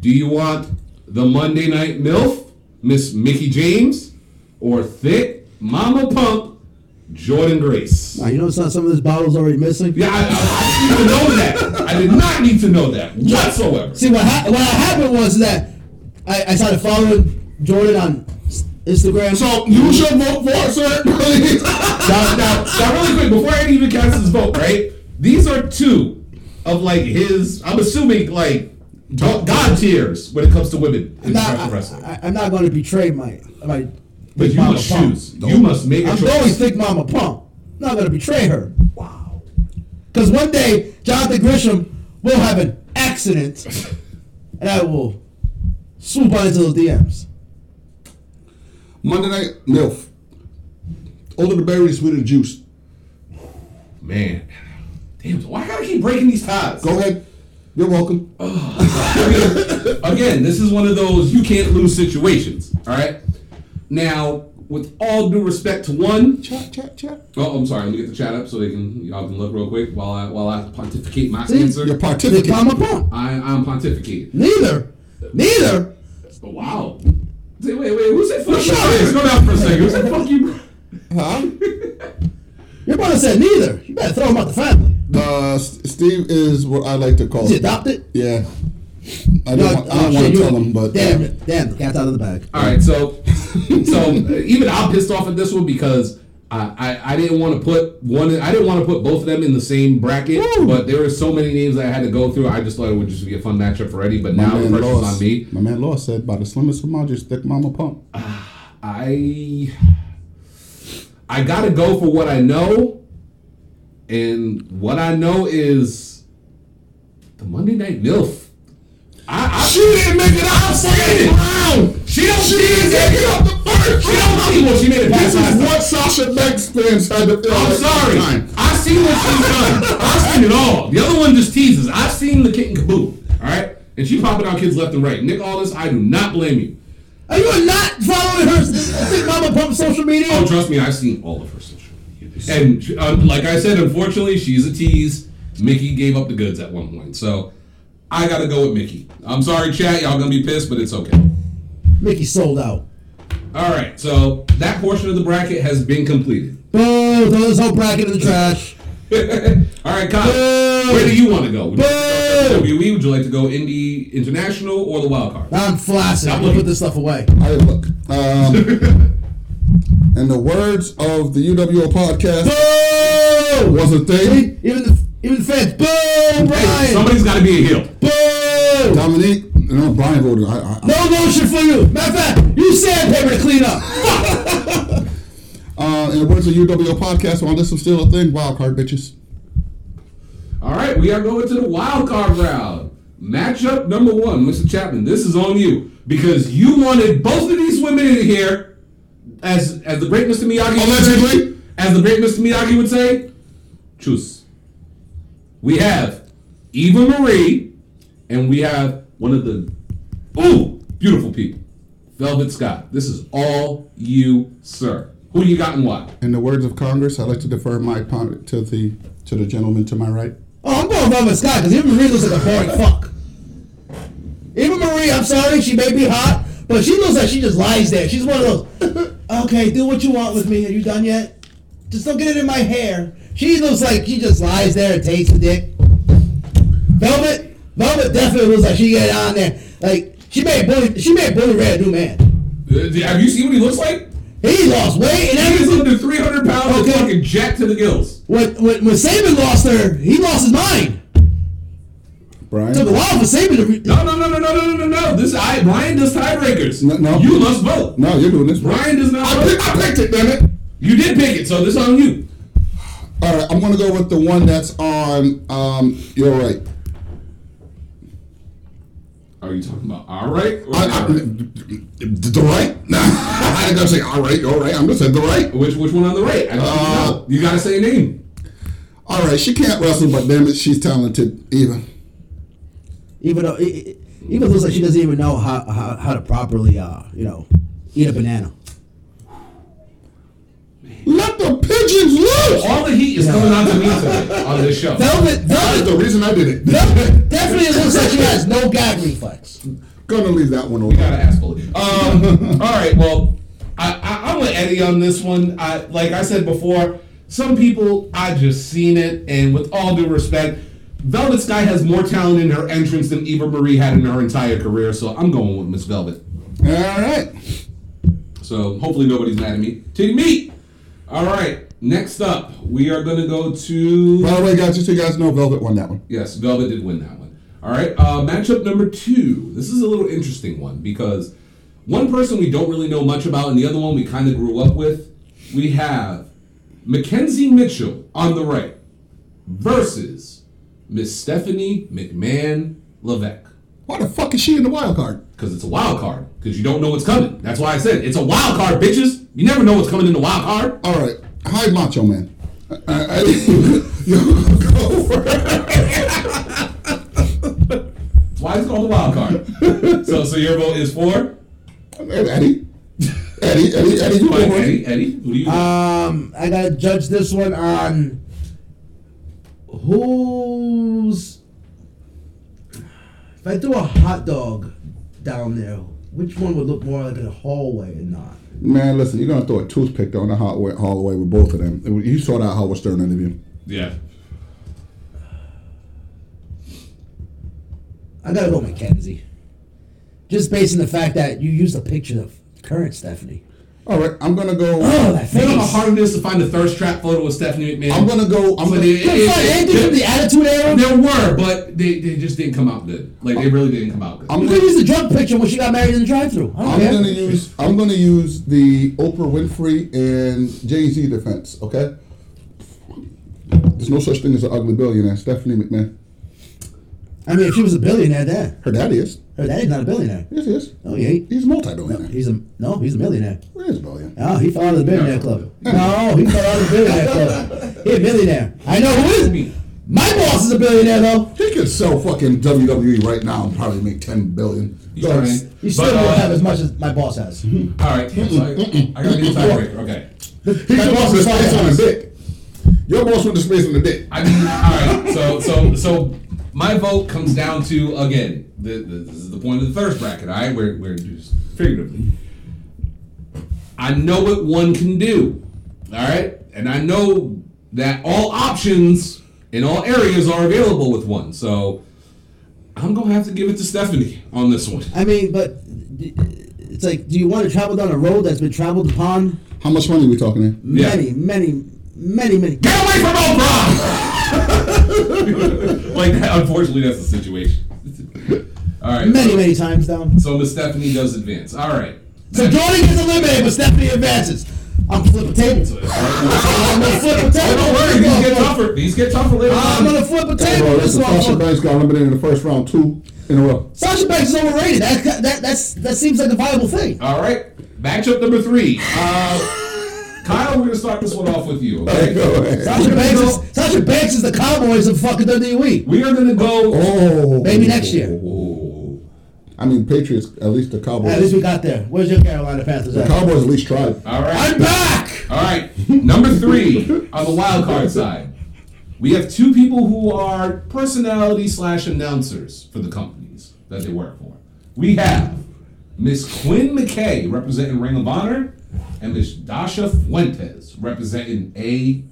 [SPEAKER 3] Do you want the Monday Night MILF, Miss Mickey James, or thick Mama Pump, Jordan Grace?
[SPEAKER 1] Nah, Ah, you know some some of this bottle's already missing.
[SPEAKER 3] Yeah, I, I, I didn't even know that. I did not need to know that whatsoever.
[SPEAKER 1] See what ha- what happened was that I, I started following Jordan on s- Instagram.
[SPEAKER 4] So you should vote for it, sir. Please.
[SPEAKER 3] now, now, now, really quick, before Eddie even casts his vote, right? These are two of like his. I'm assuming like go- god tiers when it comes to women in
[SPEAKER 1] I'm not,
[SPEAKER 3] professional wrestling.
[SPEAKER 1] I, am not going to betray my my.
[SPEAKER 3] but you
[SPEAKER 1] Mama
[SPEAKER 3] must
[SPEAKER 1] Pump.
[SPEAKER 3] choose. You must make a
[SPEAKER 1] I'm
[SPEAKER 3] choice.
[SPEAKER 1] always think Mama Pump. Not gonna betray her. Wow. Because one day Jonathan Grisham will have an accident, and I will swoop on into those DMs.
[SPEAKER 4] Monday night milf. Older the berry, the sweeter the juice.
[SPEAKER 3] Man, damn! Why gotta keep breaking these ties?
[SPEAKER 4] Go ahead. You're welcome.
[SPEAKER 3] I mean, again, this is one of those you can't lose situations. All right. Now, with all due respect to one,
[SPEAKER 4] Chat, chat, chat.
[SPEAKER 3] oh, I'm sorry. Let me get the chat up so they can y'all can look real quick while I while I pontificate my
[SPEAKER 1] See?
[SPEAKER 4] You're
[SPEAKER 3] answer.
[SPEAKER 1] Think
[SPEAKER 4] pontificating.
[SPEAKER 1] Mama Pump.
[SPEAKER 3] I, I'm pontificating.
[SPEAKER 1] Neither. Neither.
[SPEAKER 3] Wow. Wait, wait, wait. Who said fuck you?
[SPEAKER 1] up?
[SPEAKER 3] Let's go down for a second. Who said fuck you?
[SPEAKER 4] Huh?
[SPEAKER 1] Your brother said neither. You better throw him out the family.
[SPEAKER 4] Uh, S- Steve is what I like to call.
[SPEAKER 1] Is he adopted? Oh,
[SPEAKER 4] Yeah. I don't, want, I don't want to tell him, but uh,
[SPEAKER 1] damn it, damn the cat's out of the bag.
[SPEAKER 3] All right, so so uh, even I'm pissed off at this one because I, I, I didn't want to put one. I didn't want to put both of them in the same bracket,
[SPEAKER 1] Woo.
[SPEAKER 3] but there were so many names I had to go through. I just thought it would just be a fun matchup for Eddie, but
[SPEAKER 4] My
[SPEAKER 3] now the
[SPEAKER 4] man
[SPEAKER 3] pressure's
[SPEAKER 4] Law.
[SPEAKER 3] on me.
[SPEAKER 4] My man Law said, "By the slimmest of margins, thick mama pump."
[SPEAKER 3] I I gotta go for what I know, and what I know is the Monday Night Milf. I, I, she didn't make it out second round. She don't. She didn't make it out the first. She don't see what she made it past
[SPEAKER 4] This
[SPEAKER 3] last
[SPEAKER 4] is
[SPEAKER 3] time.
[SPEAKER 4] what Sasha Banks fans had to feel.
[SPEAKER 3] I'm
[SPEAKER 4] like
[SPEAKER 3] sorry.
[SPEAKER 4] all the time.
[SPEAKER 3] I've seen what she's done. I've seen it all. The other one just teases. I've seen the kit and caboodle. All right, and she popping out kids left and right. Nick Aldis, I do not blame you.
[SPEAKER 1] Are you not following her? Think Mama Pump social media?
[SPEAKER 3] Oh, trust me, I've seen all of her social media. And um, like I said, unfortunately, she's a tease. Mickey gave up the goods at one point, so I gotta go with Mickey. I'm sorry, chat. Y'all gonna be pissed, but it's okay.
[SPEAKER 1] Mickey sold out.
[SPEAKER 3] All right, so that portion of the bracket has been completed.
[SPEAKER 1] Boo! Throw this whole bracket in the trash.
[SPEAKER 3] All right, Kyle,
[SPEAKER 1] Boo!
[SPEAKER 3] where do you want to go? Would you like to go
[SPEAKER 1] Boo!
[SPEAKER 3] WWE? Would you like to go indie international or the wild card?
[SPEAKER 1] I'm flaccid. I'm gonna put this stuff away.
[SPEAKER 4] All right, look. Um, in the words of the UWO podcast,
[SPEAKER 1] Boo!
[SPEAKER 4] was a thing.
[SPEAKER 1] See? Even the even the fans. Boo,
[SPEAKER 3] Hey,
[SPEAKER 1] Brian.
[SPEAKER 3] somebody's got to be a heel.
[SPEAKER 1] Boo.
[SPEAKER 4] Dominique, no, Brian voted. I, I,
[SPEAKER 1] No motion for you. Matter of fact, you sandpaper to clean up. Fuck.
[SPEAKER 4] Uh, in the words of UWO podcast, while this is still a thing, wild card bitches.
[SPEAKER 3] All right, we are going to the wild card round. Matchup number one, Mr. Chapman. This is on you because you wanted both of these women in here, as as the great Mr. Miyagi would say-
[SPEAKER 4] Allegedly.
[SPEAKER 3] as the great Mr. Miyagi would say, choose. We have Eva Marie, and we have one of the ooh beautiful people, Velvet Scott. This is all you, sir. Who you got and why?
[SPEAKER 4] In the words of Congress, I'd like to defer my pon- to the to the gentleman to my right.
[SPEAKER 1] Oh, I'm going Velvet Scott because Eva Marie looks like a boring fuck. Eva Marie, I'm sorry, she may be hot, But she looks like she just lies there. She's one of those. Okay, do what you want with me. Are you done yet? Just don't get it in my hair. She looks like she just lies there and takes the dick. Velvet, Velvet definitely looks like she get on there. Like she made bully, she made bully red a new man.
[SPEAKER 3] Uh, Have you seen what he looks like?
[SPEAKER 1] He lost weight and
[SPEAKER 3] He is
[SPEAKER 1] everything.
[SPEAKER 3] under 300 pounds
[SPEAKER 1] Okay.
[SPEAKER 3] and fucking jacked to the gills.
[SPEAKER 1] When, when, when Saban lost her, he lost his mind.
[SPEAKER 4] Brian.
[SPEAKER 1] took a while for Saban to. Re-
[SPEAKER 3] No, no, no, no, no, no, no, no, no. This I Brian does tiebreakers.
[SPEAKER 4] No, no.
[SPEAKER 3] You must vote.
[SPEAKER 4] No, you're doing this.
[SPEAKER 3] Brian does not
[SPEAKER 4] I
[SPEAKER 3] vote.
[SPEAKER 4] picked, I picked it, damn it.
[SPEAKER 3] You did pick it, so this on you.
[SPEAKER 4] All right, I'm gonna go with the one that's on. Um, you're right.
[SPEAKER 3] Are you talking about all right? Or
[SPEAKER 4] I, I,
[SPEAKER 3] not right?
[SPEAKER 4] the right? Nah, I ain't gonna say all right, all right. I'm gonna say the right.
[SPEAKER 3] Which which one on the right? I don't
[SPEAKER 4] Uh,
[SPEAKER 3] know. You gotta say a name.
[SPEAKER 4] All right, she can't wrestle, but damn it, she's talented. Even.
[SPEAKER 1] even though it, it- even looks like she doesn't even know how, how, how to properly uh you know eat a banana.
[SPEAKER 4] Let the pigeons loose.
[SPEAKER 3] All the heat is coming on to me today on this show.
[SPEAKER 1] Velvet,
[SPEAKER 4] That's the
[SPEAKER 1] Velvet,
[SPEAKER 4] reason I did it.
[SPEAKER 1] Velvet definitely looks like she has no gag reflex.
[SPEAKER 4] Gonna leave that one
[SPEAKER 3] You gotta
[SPEAKER 4] over.
[SPEAKER 3] ask Bully. Um, all right, well, I, I, I'm with Eddie on this one. I, like I said before, some people, I just seen it, and with all due respect, Velvet Sky has more talent in her entrance than Eva Marie had in her entire career, so I'm going with Miss Velvet.
[SPEAKER 4] All right.
[SPEAKER 3] So hopefully nobody's mad at me. Titty meat! All right, next up, we are gonna go to.
[SPEAKER 4] By the way, guys, just so you guys know, Velvet won that one.
[SPEAKER 3] Yes, Velvet did win that one. All right, uh, matchup number two. This is a little interesting one because one person we don't really know much about, and the other one we kind of grew up with. We have Mackenzie Mitchell on the right versus Miss Stephanie McMahon Levesque.
[SPEAKER 4] Why the fuck is she in the wild card?
[SPEAKER 3] Because it's a wild card. Because you don't know what's coming. That's why I said it's a wild card, bitches. You never know what's coming in the wild card.
[SPEAKER 4] All right, hi, Macho Man. Uh, I, I, I, go for
[SPEAKER 3] That's why it's called a wild card. so, so your vote is for
[SPEAKER 4] it. Eddie. Eddie, Eddie, Eddie, you go
[SPEAKER 3] Fine,
[SPEAKER 4] first.
[SPEAKER 3] Eddie. Eddie, who do you?
[SPEAKER 1] Um, I gotta judge this one on who's. If I threw a hot dog down there, which one would look more like a hallway or not?
[SPEAKER 4] Man, listen, you're gonna throw a toothpick down the hallway, hallway with both of them. It was- You saw that Howard Stern interview.
[SPEAKER 3] yeah.
[SPEAKER 1] I gotta go Mackenzie. Just based on the fact that you used a picture of current Stephanie.
[SPEAKER 4] All right, I'm gonna go.
[SPEAKER 1] Oh, that face.
[SPEAKER 3] You know how hard it is to find a thirst trap photo of Stephanie McMahon.
[SPEAKER 4] I'm gonna go. I'm
[SPEAKER 3] But
[SPEAKER 4] gonna.
[SPEAKER 3] it-
[SPEAKER 1] Couldn't find anything from the Attitude Era.
[SPEAKER 3] there were, but they, they just didn't come out good. Like they really didn't come out good.
[SPEAKER 4] I'm
[SPEAKER 1] You
[SPEAKER 4] gonna,
[SPEAKER 1] could use the drug picture when she got married in the drive-thru. I don't
[SPEAKER 4] I'm
[SPEAKER 1] care.
[SPEAKER 4] gonna use. I'm gonna use the Oprah Winfrey and Jay Z defense. Okay. There's no such thing as an ugly billionaire. Stephanie McMahon.
[SPEAKER 1] I mean, if she was a billionaire, then
[SPEAKER 4] Her daddy is.
[SPEAKER 1] her daddy's not a billionaire.
[SPEAKER 4] Yes, he is.
[SPEAKER 1] No, he ain't.
[SPEAKER 4] He's a multi-billionaire.
[SPEAKER 1] He's a no. He's a millionaire.
[SPEAKER 4] He is a billionaire.
[SPEAKER 1] No, he fell out of the billionaire club. No, he fell out of the billionaire club. He a millionaire. I know who is. My boss is a billionaire though.
[SPEAKER 4] He could sell fucking WWE right now and probably make ten billion.
[SPEAKER 3] He's trying.
[SPEAKER 1] He still
[SPEAKER 3] But,
[SPEAKER 1] won't
[SPEAKER 3] uh, Mm-hmm.
[SPEAKER 1] have as much as my boss has. My
[SPEAKER 3] All right, damn, so I, I gotta get a tiebreaker. Okay.
[SPEAKER 4] He just wants to
[SPEAKER 1] is
[SPEAKER 4] space on
[SPEAKER 1] fine.
[SPEAKER 4] the dick. Your boss went to space on the dick.
[SPEAKER 3] I mean, all right. So so so my vote comes down to again. The, the, this is the point of the thirst bracket. All right, we're we're just figuratively. I know what one can do. All right, and I know that all options in all areas are available with one. So I'm gonna have to give it to Stephanie on this one.
[SPEAKER 1] I mean, but d- it's like, do you want to travel down a road that's been traveled upon
[SPEAKER 4] How much money we talking here?
[SPEAKER 3] Yeah.
[SPEAKER 1] many, many, many, many?
[SPEAKER 3] Get away from Oprah! like, unfortunately, that's the situation. All right.
[SPEAKER 1] Many, many times down.
[SPEAKER 3] So Miss Stephanie does advance. All right.
[SPEAKER 1] So Jordan gets eliminated, but Stephanie advances. I'm flipping tables. I'm gonna flip a table.
[SPEAKER 3] Don't worry, these get tougher. These get tougher later
[SPEAKER 1] I'm
[SPEAKER 3] on.
[SPEAKER 1] gonna flip a
[SPEAKER 4] Hey,
[SPEAKER 1] table.
[SPEAKER 4] bro,
[SPEAKER 1] this
[SPEAKER 4] listen, Sasha
[SPEAKER 1] motherfucker.
[SPEAKER 4] Banks got eliminated in the first round two in a row.
[SPEAKER 1] Sasha Banks is overrated. That, that that's that seems like a viable thing.
[SPEAKER 3] All right. Matchup number three. Uh, Kyle, we're gonna start this one off with you. Okay.
[SPEAKER 1] Sasha Banks is Sasha Banks is the Cowboys of fucking WWE.
[SPEAKER 3] We are gonna go.
[SPEAKER 4] Oh,
[SPEAKER 1] Maybe next year.
[SPEAKER 3] Oh.
[SPEAKER 4] I mean, Patriots. At least the Cowboys.
[SPEAKER 1] At least we got there. Where's your Carolina Panthers
[SPEAKER 4] the
[SPEAKER 1] at?
[SPEAKER 4] Cowboys at least tried.
[SPEAKER 3] All right.
[SPEAKER 1] I'm back.
[SPEAKER 3] All right, number three on the wild card side, we have two people who are personality slash announcers for the companies that they work for. We have Miss Quinn McKay representing Ring of Honor, and Miss Dasha Fuentes representing E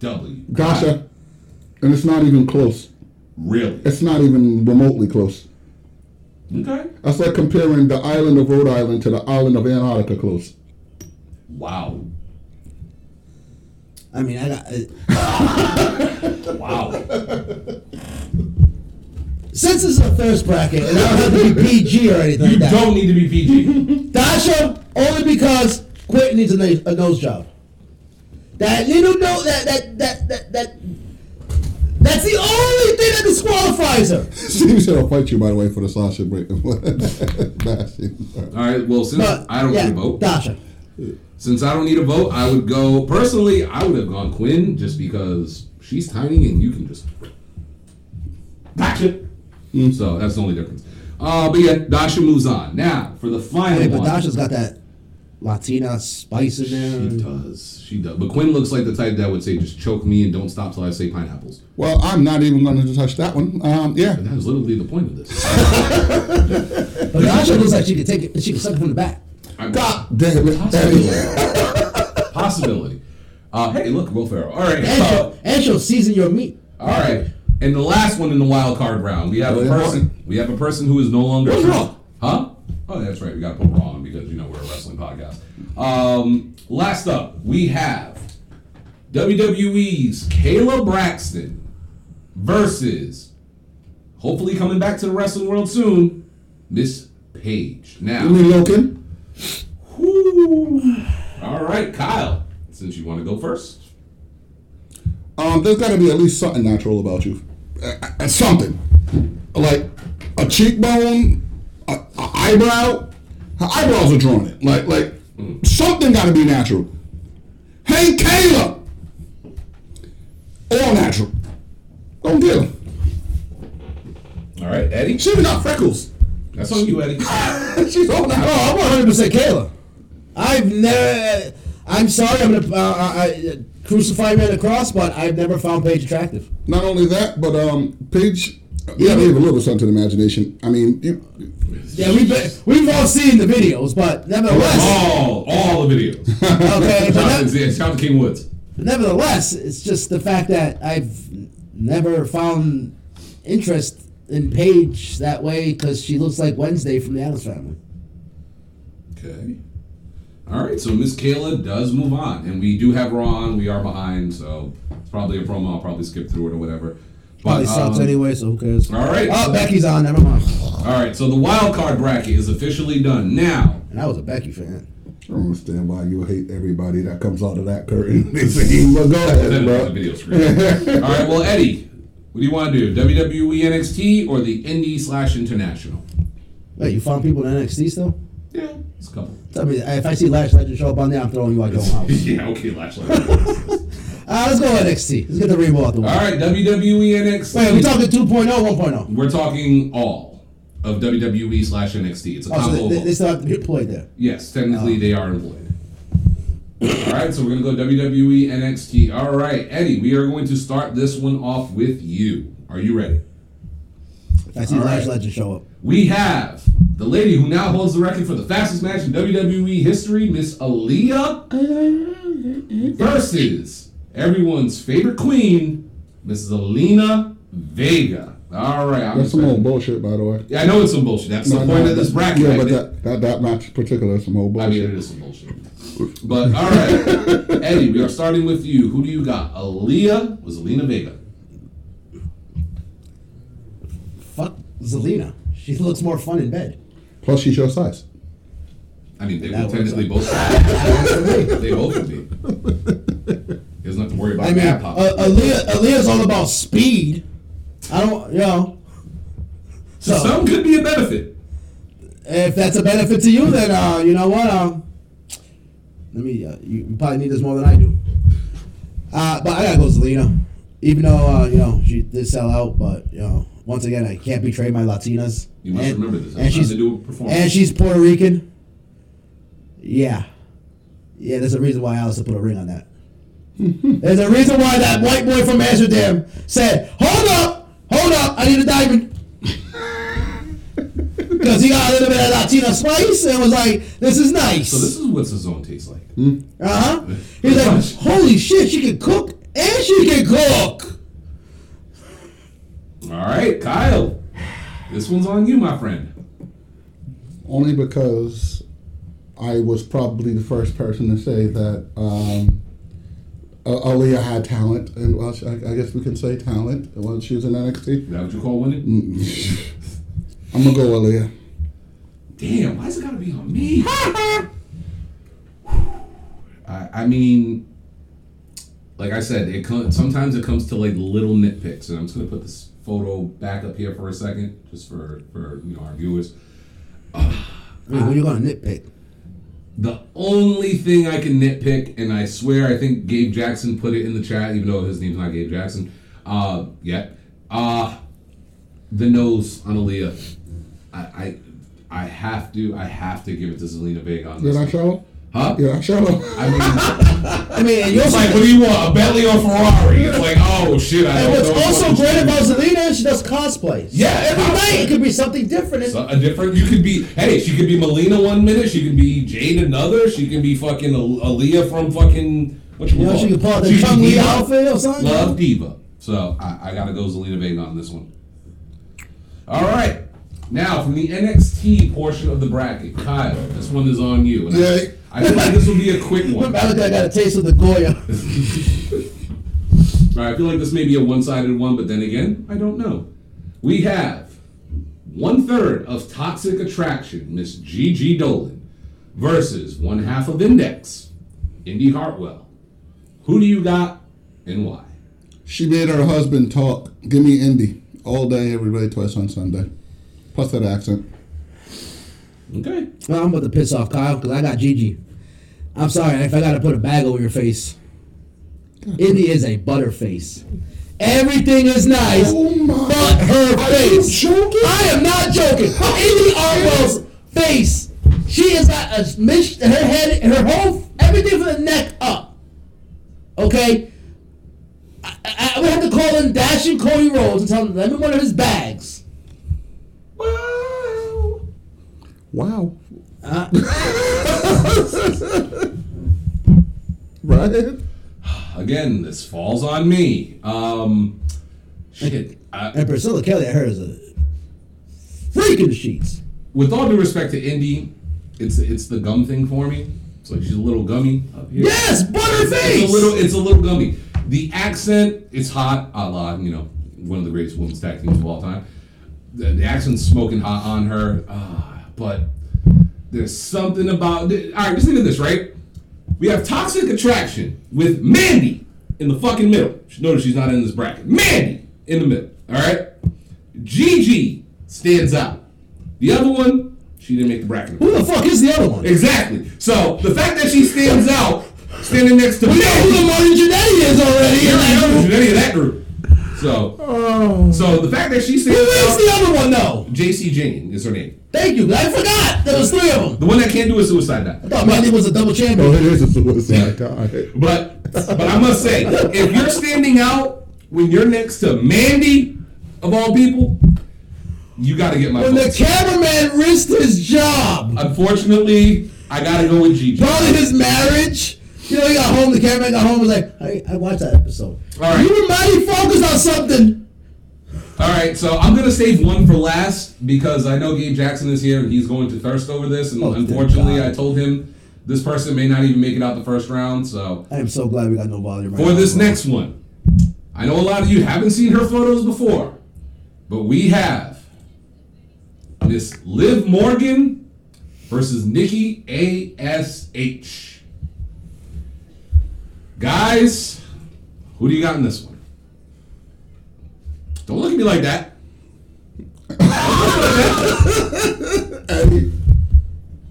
[SPEAKER 3] AEW.
[SPEAKER 4] Dasha, and it's not even close.
[SPEAKER 3] Really?
[SPEAKER 4] It's not even remotely close.
[SPEAKER 3] Okay.
[SPEAKER 4] That's like comparing the island of Rhode Island to the island of Antarctica close.
[SPEAKER 3] Wow.
[SPEAKER 1] I mean, I got. Uh,
[SPEAKER 3] Wow.
[SPEAKER 1] since this is a first bracket, and I don't have to be PG or anything
[SPEAKER 3] You
[SPEAKER 1] like that.
[SPEAKER 3] don't need to be PG.
[SPEAKER 1] Dasha, only because Quentin needs a, nose, a nose job. That little note, that that that that that. That's the only thing that disqualifies her.
[SPEAKER 4] Steve said I'll fight you by the way for the Sasha break. Bashing.
[SPEAKER 3] All right. Well, since
[SPEAKER 1] But
[SPEAKER 3] I don't
[SPEAKER 1] yeah,
[SPEAKER 3] need a vote,
[SPEAKER 1] Dasha.
[SPEAKER 3] since I don't need a vote, I would go personally. I would have gone Quinn just because she's tiny and you can just gotcha.
[SPEAKER 1] Hmm.
[SPEAKER 3] So that's the only difference. Uh, but yeah, Dasha moves on. Now for the final
[SPEAKER 1] Hey,
[SPEAKER 3] one.
[SPEAKER 1] but Dasha's got that Latina spice in there.
[SPEAKER 3] She does. She does. But Quinn looks like the type that would say, "Just choke me and don't stop till I say pineapples."
[SPEAKER 4] well, I'm not even going to touch that one. Um, yeah,
[SPEAKER 3] That is literally the point of this.
[SPEAKER 1] But Dasha looks like she could take it. She could suck it from the back.
[SPEAKER 3] I-
[SPEAKER 4] God damn it.
[SPEAKER 3] possibility. Uh, hey, look, Will Ferrell. All right.
[SPEAKER 1] And
[SPEAKER 3] uh,
[SPEAKER 1] she'll, and she'll season your meat.
[SPEAKER 3] all right. And the last one in the wild card round, we have a
[SPEAKER 4] Oh, yeah.
[SPEAKER 3] person. We have a person who is no longer.
[SPEAKER 4] What's wrong?
[SPEAKER 3] Huh? Oh, that's right. We got to put wrong because you know we're a wrestling podcast. Um, last up, we have WWE's Kayla Braxton versus, hopefully coming back to the wrestling world soon, Miss Paige. Now,
[SPEAKER 4] You mean Loken?
[SPEAKER 3] Whew. All right, Kyle. Since you want to go first,
[SPEAKER 4] Um, there's got to be at least something natural about you. Uh, uh, something. Like a cheekbone, a, a eyebrow. Her eyebrows are drawn in. Like, like something got to be natural. Hey, Kayla! All natural. Don't get them.
[SPEAKER 3] all right, Eddie.
[SPEAKER 4] She even got freckles.
[SPEAKER 3] That's on you, Eddie.
[SPEAKER 4] She's all natural.
[SPEAKER 1] Oh, I'm 100 percent Kayla. I've never. I'm sorry. I'm gonna uh, I, I, crucify me on the cross, but I've never found Paige attractive.
[SPEAKER 4] Not only that, but um, Paige, you gotta leave a little something to the imagination. I mean, you,
[SPEAKER 1] Yeah, we've been, we've all seen the videos, but nevertheless,
[SPEAKER 3] all, all the videos.
[SPEAKER 1] okay. But
[SPEAKER 3] Jonathan,
[SPEAKER 1] ne-
[SPEAKER 3] Z- Jonathan King Woods.
[SPEAKER 1] nevertheless, it's just the fact that I've never found interest in Paige that way because she looks like Wednesday from the Addams Family.
[SPEAKER 3] Okay. All right, so Miss Kayla does move on, and we do have her on. We are behind, so it's probably a promo. I'll probably skip through it or whatever.
[SPEAKER 1] Probably
[SPEAKER 3] But
[SPEAKER 1] sucks
[SPEAKER 3] um,
[SPEAKER 1] anyway, so who cares?
[SPEAKER 3] all right,
[SPEAKER 1] Oh,
[SPEAKER 3] so-
[SPEAKER 1] Becky's on. Never mind.
[SPEAKER 3] all right. So the wild card bracket is officially done. Now,
[SPEAKER 1] And I was a Becky fan.
[SPEAKER 4] I don't understand why you hate everybody that comes out of that curtain. they say, well, go ahead,
[SPEAKER 3] Then
[SPEAKER 4] bro.
[SPEAKER 3] the video screen. all right, well, Eddie, what do you want to do? E WWE NXT or the Indie slash International?
[SPEAKER 1] Wait, you found people in NXT still?
[SPEAKER 3] Yeah, it's a couple.
[SPEAKER 1] Tell me, if I see Lash Legend show up on there, I'm throwing you out your own house.
[SPEAKER 3] yeah, okay, Lash Legend.
[SPEAKER 1] Uh, let's go NXT. Let's get the reworld. out the way.
[SPEAKER 3] All right, E WWE NXT.
[SPEAKER 1] Wait, we talking oh, 2.0, 1.0?
[SPEAKER 3] We're talking all of WWE slash NXT. It's a
[SPEAKER 1] Oh,
[SPEAKER 3] combo.
[SPEAKER 1] so
[SPEAKER 3] of
[SPEAKER 1] they,
[SPEAKER 3] both.
[SPEAKER 1] they still have to be employed there.
[SPEAKER 3] yes,
[SPEAKER 4] Oh.
[SPEAKER 3] technically they are employed. all right, so we're gonna go E, WWE NXT. All right, Eddie, we are going to start this one off with you. Are you ready?
[SPEAKER 1] If I see
[SPEAKER 3] All
[SPEAKER 1] Lash
[SPEAKER 3] right.
[SPEAKER 1] Legend show up.
[SPEAKER 3] We have the lady who now holds the record for the fastest match in WWE history, Miss Aaliyah, versus everyone's favorite queen, Mrs. Alina Vega. All right, I'm
[SPEAKER 4] That's some old
[SPEAKER 3] expecting-
[SPEAKER 4] bullshit, by the way.
[SPEAKER 3] Yeah, I know it's some bullshit. That's the
[SPEAKER 4] No,
[SPEAKER 3] point
[SPEAKER 4] no,
[SPEAKER 3] of this
[SPEAKER 4] that-
[SPEAKER 3] bracket.
[SPEAKER 4] Yeah,
[SPEAKER 3] I
[SPEAKER 4] but
[SPEAKER 3] think.
[SPEAKER 4] that, that, that match in particular is some old
[SPEAKER 3] I mean,
[SPEAKER 4] bullshit.
[SPEAKER 3] it is some bullshit. But all right, Eddie, we are starting with you. Who do you got? Aaliyah was Alina Vega.
[SPEAKER 1] Fuck Zelina. She looks more fun in bed.
[SPEAKER 4] Plus, she's your size.
[SPEAKER 3] I mean, they
[SPEAKER 1] That
[SPEAKER 3] were technically both. they both would be. He doesn't have to worry about
[SPEAKER 1] I mean,
[SPEAKER 3] ab pop.
[SPEAKER 1] uh, Aaliyah, Aaliyah's all about speed. I don't, you know. So,
[SPEAKER 3] Some could be a benefit.
[SPEAKER 1] if that's a benefit to you, then uh, you know what? Um, let me. Uh, you you probably need this more than I do. Uh, but I gotta go Zelina, even though uh, you know she did sell out. But you know, once again, I can't betray my Latinas.
[SPEAKER 3] You must
[SPEAKER 1] And-
[SPEAKER 3] remember this. It
[SPEAKER 1] And
[SPEAKER 3] has
[SPEAKER 1] she's
[SPEAKER 3] to do with performance.
[SPEAKER 1] and she's Puerto Rican. Yeah, yeah. There's a reason why Allison put a ring on that. there's a reason why that white boy from Amsterdam said, "Hold up, hold up, I need a diamond." because he got a little bit of Latina spice and was like, "This is nice."
[SPEAKER 3] So this is what Sazone tastes like.
[SPEAKER 1] Uh huh. He's like, holy shit, she can cook and she can cook.
[SPEAKER 3] All right, Kyle. This one's on you, my friend.
[SPEAKER 4] Only because I was probably the first person to say that um, A- Aaliyah had talent, and well, she- I I guess we can say talent when she was in NXT.
[SPEAKER 3] Is that what you call
[SPEAKER 1] Mm,
[SPEAKER 3] winning?
[SPEAKER 4] I'm gonna go Aaliyah.
[SPEAKER 3] Damn, why's it gotta be on me? I, I mean, like I said, it com- sometimes it comes to like little nitpicks, and I'm just gonna put this photo back up here for a second, just for for you know our viewers.
[SPEAKER 1] Wait, what are you gonna nitpick?
[SPEAKER 3] The only thing I can nitpick, and I swear I think Gabe Jackson put it in the chat, even though his name's not Gabe Jackson uh, yet. Uh, the nose on Aaliyah. I, I I have to I have to give it to Zelina Vega on
[SPEAKER 4] You're
[SPEAKER 3] this.
[SPEAKER 4] not shallow?
[SPEAKER 3] Huh?
[SPEAKER 4] You're not shallow?
[SPEAKER 3] I mean,
[SPEAKER 1] I mean, and you
[SPEAKER 3] it's
[SPEAKER 1] also,
[SPEAKER 3] like, what do you want, a Bentley or Ferrari? It's like, oh shit, I
[SPEAKER 1] and
[SPEAKER 3] don't
[SPEAKER 1] what's
[SPEAKER 3] know.
[SPEAKER 1] also great about Zelina, she does cosplays.
[SPEAKER 3] Yeah,
[SPEAKER 1] every
[SPEAKER 3] cosplay.
[SPEAKER 1] night it could be something different.
[SPEAKER 3] So, a different. You could be. Hey, she could be Melina one minute. She could be Jade another. She could be fucking Al- Aaliyah from fucking. What you
[SPEAKER 1] you know,
[SPEAKER 3] call
[SPEAKER 1] she
[SPEAKER 3] it?
[SPEAKER 1] could pull out the
[SPEAKER 3] She's
[SPEAKER 1] Chung Lee
[SPEAKER 3] Diva.
[SPEAKER 1] outfit or something.
[SPEAKER 3] Love diva. So I, I gotta go Zelina Vega on this one. All right. Now from the NXT portion of the bracket, Kyle, this one is on you. And I-
[SPEAKER 4] Yay.
[SPEAKER 3] I, feel like this will be a quick one.
[SPEAKER 1] I look like I got a taste of the Goya.
[SPEAKER 3] All right, I feel like this may be a one-sided one, but then again, I don't know. We have one third of Toxic Attraction, Miss Gigi Dolan, versus one half of Index, Indy Hartwell. Who do you got, and why?
[SPEAKER 4] She made her husband talk. Give me Indy all day, every day, twice on Sunday. Plus that accent.
[SPEAKER 3] Okay.
[SPEAKER 1] Well, I'm about to piss off Kyle because I got Gigi. I'm sorry if I got to put a bag over your face. Indy is a butterface. Everything is nice,
[SPEAKER 4] Oh my-
[SPEAKER 1] but her
[SPEAKER 4] Are you
[SPEAKER 1] face.
[SPEAKER 4] joking?
[SPEAKER 1] I am not joking. Indy Hartwell's face. She is got a mish. Her head, her whole, everything from the neck up. Okay. I, I, I would have to call in Dash and Cody Rhodes and tell them let me one of his bags.
[SPEAKER 3] Wow.
[SPEAKER 4] Wow. Uh. right?
[SPEAKER 3] Again, this falls on me. Um, shit. I,
[SPEAKER 1] And Priscilla Kelly, I heard, is a freaking sheets.
[SPEAKER 3] with all due respect to Indy, it's it's the gum thing for me. It's like she's a little gummy up here.
[SPEAKER 1] Yes,
[SPEAKER 3] It's
[SPEAKER 1] butterface.
[SPEAKER 3] a little, it's a little gummy. The accent is hot, a la you know, one of the greatest women's tag teams of all time. The, the accent's smoking hot on her, uh, but there's something about. All right, just think of this, right? We have toxic attraction with Mandy in the fucking middle. Notice she's not in this bracket. Mandy in the middle. All right, Gigi stands out. The other one, she didn't make the bracket.
[SPEAKER 1] Who the fuck is the other one?
[SPEAKER 3] Exactly. So the fact that she stands out, standing next to
[SPEAKER 1] We know who the Martin Jannetty is already.
[SPEAKER 3] you're not
[SPEAKER 1] and
[SPEAKER 3] eligible
[SPEAKER 1] like,
[SPEAKER 3] for any of that group. So, so the fact that she
[SPEAKER 1] Who is
[SPEAKER 3] stands
[SPEAKER 1] the
[SPEAKER 3] out,
[SPEAKER 1] other one though?
[SPEAKER 3] JC Jane is her name.
[SPEAKER 1] Thank you. I forgot there was three of them.
[SPEAKER 3] The one that can't do a suicide dive.
[SPEAKER 1] I thought Mandy was a double
[SPEAKER 4] Oh,
[SPEAKER 1] champion.
[SPEAKER 4] it is a suicide dive.
[SPEAKER 3] But, but I must say, if you're standing out when you're next to Mandy, of all people, you got to get my
[SPEAKER 1] When the
[SPEAKER 3] vote.
[SPEAKER 1] cameraman risked his job,
[SPEAKER 3] Unfortunately, I got to go with Gigi. All
[SPEAKER 1] probably his marriage. You know, he got home. The cameraman got home. Was like, I, I watched that episode.
[SPEAKER 3] All right.
[SPEAKER 1] You were mighty focused on something.
[SPEAKER 3] right, so I'm gonna save one for last because I know Gabe Jackson is here and he's going to thirst over this, and
[SPEAKER 1] Oh, dear
[SPEAKER 3] unfortunately,
[SPEAKER 1] God.
[SPEAKER 3] I told him this person may not even make it out the first round. So
[SPEAKER 1] I am so glad we got no volume right
[SPEAKER 3] For
[SPEAKER 1] now,
[SPEAKER 3] this
[SPEAKER 1] bro.
[SPEAKER 3] next one, I know a lot of you haven't seen her photos before, but we have Miss Liv Morgan versus Nikki ASH. Guys, who do you got in this one? Don't look at me like that.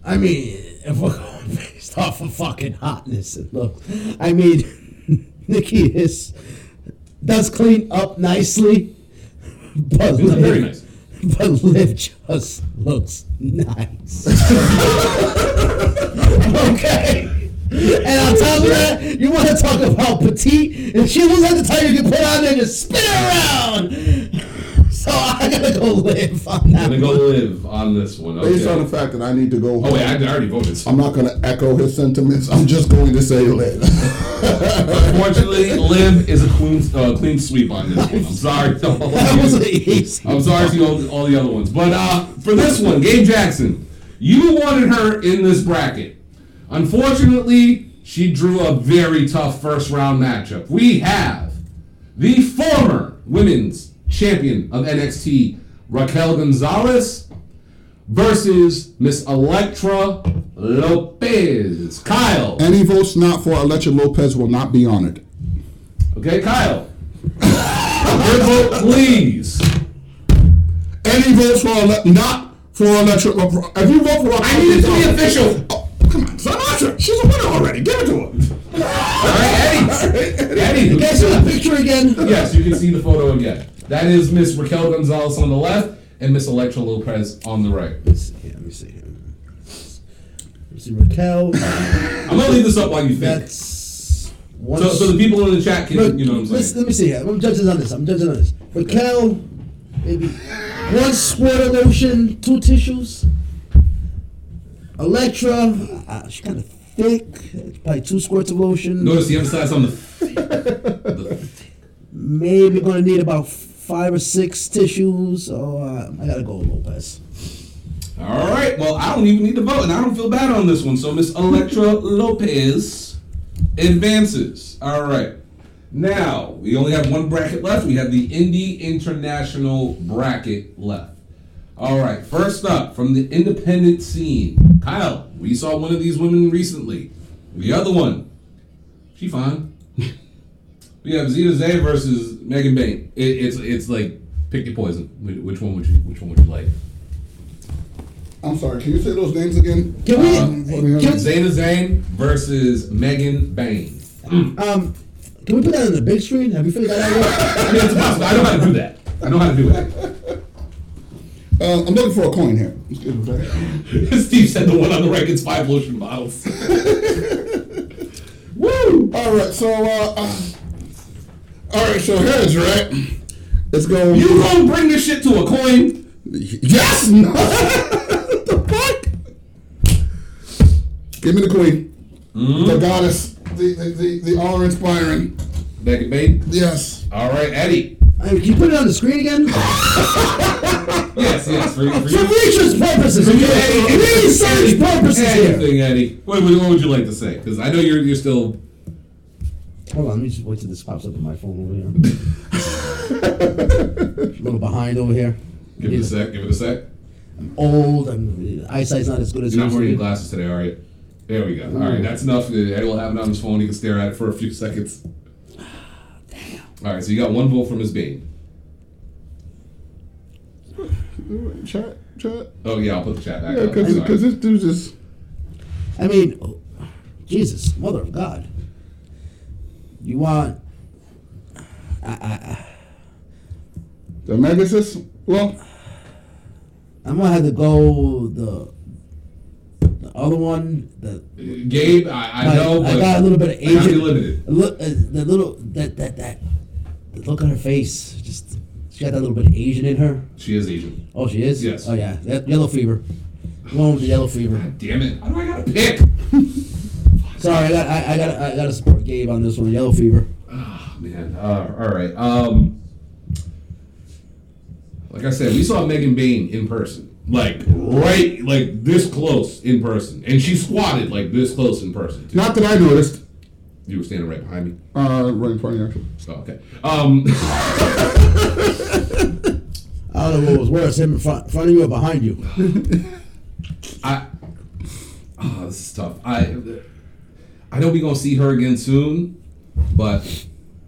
[SPEAKER 1] I mean, if we're going based off of fucking hotness and look, I mean, Nikki is does clean up nicely, but
[SPEAKER 3] It's
[SPEAKER 1] Liv,
[SPEAKER 3] very nice.
[SPEAKER 1] but Liv just looks nice. okay. And on top of that, you want to talk about petite, and she looks like the type you can put on there and just spin her around. so I gotta go live on that.
[SPEAKER 3] I'm gonna go live on this one. Okay.
[SPEAKER 4] Based on the fact that I need to go home,
[SPEAKER 3] oh wait, I I already voted.
[SPEAKER 4] I'm not going to echo his sentiments. I'm just going to say live.
[SPEAKER 3] Unfortunately, Liv is a clean, uh, clean sweep on this one. I'm sorry to all
[SPEAKER 1] That was
[SPEAKER 3] of you.
[SPEAKER 1] easy.
[SPEAKER 3] I'm sorry to all, all the other ones. But uh, for this one, Gabe Jackson, you wanted her in this bracket. Unfortunately, she drew a very tough first round matchup. We have the former women's champion of NXT, Raquel Gonzalez, versus Miss Electra Lopez. Kyle.
[SPEAKER 4] Any votes not for Electra Lopez will not be honored.
[SPEAKER 3] Okay, Kyle. Your vote, please.
[SPEAKER 4] Any votes for ele- not for Electra? If you vote for Electra,
[SPEAKER 3] I need it to be official.
[SPEAKER 4] Oh, come on, it's Electra. She's a winner already. Give it to her.
[SPEAKER 3] All right, Eddie. Eddie.
[SPEAKER 1] Can I see the picture again?
[SPEAKER 3] Yes, you can see the photo again. That is Miss Raquel Gonzalez on the left and Miss Electra Lopez on the right.
[SPEAKER 1] Let's see here. Let me see here. Let me see Raquel.
[SPEAKER 3] I'm gonna leave this up while you think.
[SPEAKER 1] That's one.
[SPEAKER 3] So, so the people in the chat can, you know what I'm
[SPEAKER 1] Let's-
[SPEAKER 3] saying.
[SPEAKER 1] Let me see here. I'm judging on this. I'm judging on this. Raquel, maybe one squirt of lotion, two tissues. Electra, uh, she's kind of thick. Probably two squirts of lotion.
[SPEAKER 3] Notice he emphasized on the. the
[SPEAKER 1] Maybe gonna need about five or six tissues. So uh, I gotta go with Lopez.
[SPEAKER 3] all right. Well, I don't even need to vote, and I don't feel bad on this one. So Miss Electra Lopez advances. All right. Now we only have one bracket left. We have the Indie International bracket left. All right. First up from the independent scene, Kyle. We saw one of these women recently. The other one, she fine. we have Zeta Zay versus Megan Bain. It, it's it's like pick your poison. Wh- Which one would you Which one would you like?
[SPEAKER 4] I'm sorry. Can you say those names again?
[SPEAKER 1] Can we?
[SPEAKER 4] Um,
[SPEAKER 1] can,
[SPEAKER 3] Zeta Zane versus Megan Bain.
[SPEAKER 1] um, can we put that on the big screen? Have you figured that out? yet?
[SPEAKER 3] I mean, it's impossible. I know how to do that. I know how to do it.
[SPEAKER 4] Uh, I'm looking for a coin here. Let's get it back.
[SPEAKER 3] Steve said the one on the right gets five lotion bottles. Woo!
[SPEAKER 4] All right. So, uh, uh, all right. So here's right. Let's go.
[SPEAKER 3] You gonna bring this shit to a coin?
[SPEAKER 4] Yes. No. what the fuck? Give me the queen, the goddess, the the the, the all inspiring.
[SPEAKER 3] Megan Bain.
[SPEAKER 4] Yes.
[SPEAKER 3] All right, Eddie.
[SPEAKER 1] I mean, can you put it on the screen again?
[SPEAKER 3] Yes, yes. For, for
[SPEAKER 1] For
[SPEAKER 3] you.
[SPEAKER 1] research purposes,
[SPEAKER 3] Yeah,
[SPEAKER 1] okay?
[SPEAKER 3] Eddie,
[SPEAKER 1] research
[SPEAKER 3] Eddie,
[SPEAKER 1] purposes here.
[SPEAKER 3] Anything, Eddie. What, what, what would you like to say? Because I know you're you're still.
[SPEAKER 1] Hold on, let me just wait till this pops up on my phone over here. a little behind over here.
[SPEAKER 3] Give it a sec. Give it a sec.
[SPEAKER 1] Old and eyesight's not as good as it
[SPEAKER 3] You're not
[SPEAKER 1] used to
[SPEAKER 3] wearing your
[SPEAKER 1] be.
[SPEAKER 3] glasses today, are you? There we go. All right, that's enough. Uh, Eddie will have it on his phone. He can stare at it for a few seconds. Damn. All right, so you got one vote from his Bane.
[SPEAKER 4] Chat. Chat.
[SPEAKER 3] Oh yeah, I'll put the chat back
[SPEAKER 4] Yeah,
[SPEAKER 3] up.
[SPEAKER 4] because
[SPEAKER 3] Sorry.
[SPEAKER 4] this dude's just.
[SPEAKER 1] I mean, oh, Jesus, mother of God. You want
[SPEAKER 4] The Megasis? Well,
[SPEAKER 1] I'm gonna have to go the the other one. The
[SPEAKER 3] Gabe, I, I know, but
[SPEAKER 1] I got a little bit of
[SPEAKER 3] Time
[SPEAKER 1] Asian.
[SPEAKER 3] limited.
[SPEAKER 1] Look, uh, the little that that that the look on her face. Just she got that little bit of Asian in her.
[SPEAKER 3] she is Asian.
[SPEAKER 1] Oh, she is.
[SPEAKER 3] Yes.
[SPEAKER 1] Oh yeah, that yellow fever. Going with the yellow fever.
[SPEAKER 3] Damn it! How do I gotta pick? Oh,
[SPEAKER 1] Sorry, I got I, I got I got to support Gabe on this one. Yellow fever.
[SPEAKER 3] Oh, man, uh, all right. Um, like I said, we saw Megan Bain in person, like right, like this close in person, and she squatted like this close in person. Too.
[SPEAKER 4] not that I noticed.
[SPEAKER 3] You were standing right behind me.
[SPEAKER 4] Uh, right in front of you, actually.
[SPEAKER 3] Oh, okay. Um,
[SPEAKER 1] I don't know what was worse, him in front, front of you or behind you.
[SPEAKER 3] I. Oh, this is tough. I. I know we gonna see her again soon, but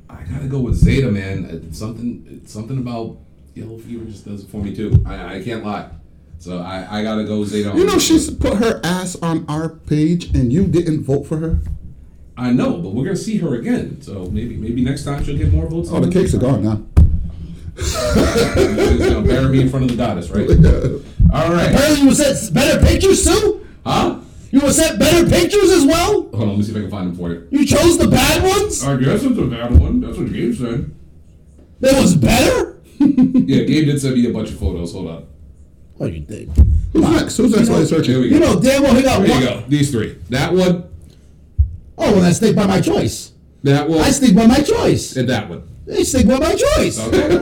[SPEAKER 3] I gotta go with Zeta, man. Uh, Something, something about yellow fever just does it for me too. I, I can't lie. So I, I gotta go Zeta. on
[SPEAKER 4] You know,
[SPEAKER 3] this
[SPEAKER 4] she's
[SPEAKER 3] one.
[SPEAKER 4] put her ass on our page and you didn't vote for her?
[SPEAKER 3] I know, but we're gonna see her again. So maybe, maybe next time she'll get more votes.
[SPEAKER 4] Oh, the cakes are gone now.
[SPEAKER 3] She's gonna bury me in front of the goddess, right? All right,
[SPEAKER 1] Apparently, you sent better pictures too.
[SPEAKER 3] huh?
[SPEAKER 1] You were sent better pictures as well.
[SPEAKER 3] Hold on, let me see if I can find them for you.
[SPEAKER 1] You chose the bad ones.
[SPEAKER 3] I guess it's a bad one. That's what Gabe said.
[SPEAKER 1] That was better.
[SPEAKER 3] Yeah, Gabe did send me a bunch of photos. Hold on.
[SPEAKER 1] What do you think?
[SPEAKER 4] Who's next? Who's next? While you're
[SPEAKER 3] Here we
[SPEAKER 4] searching.
[SPEAKER 3] go.
[SPEAKER 1] You know damn well he got
[SPEAKER 3] There
[SPEAKER 1] one.
[SPEAKER 3] you go. These three. That one.
[SPEAKER 1] Oh, well, that's think by my choice.
[SPEAKER 3] That one.
[SPEAKER 1] I stick by my choice.
[SPEAKER 3] and that one.
[SPEAKER 1] They stick by my choice.
[SPEAKER 3] Okay.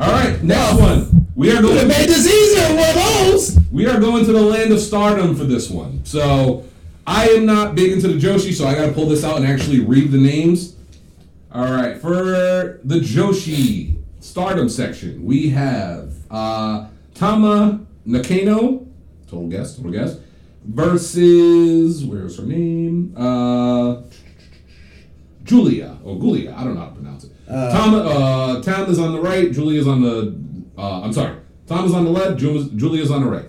[SPEAKER 3] All right. Next one. We are
[SPEAKER 1] It
[SPEAKER 3] going.
[SPEAKER 1] made this easier with one of those.
[SPEAKER 3] We are going to the land of stardom for this one. So I am not big into the Joshi, so I got to pull this out and actually read the names. All right, for the Joshi stardom section, we have uh, Tama Nakano, total guess, total guess, versus where's her name? Uh, Julia or Gulia. I don't know how to pronounce it. Tom, uh, Tom is on the right. Julia's on the. Uh, I'm sorry. Tom is on the left. Ju- Julia's on the right.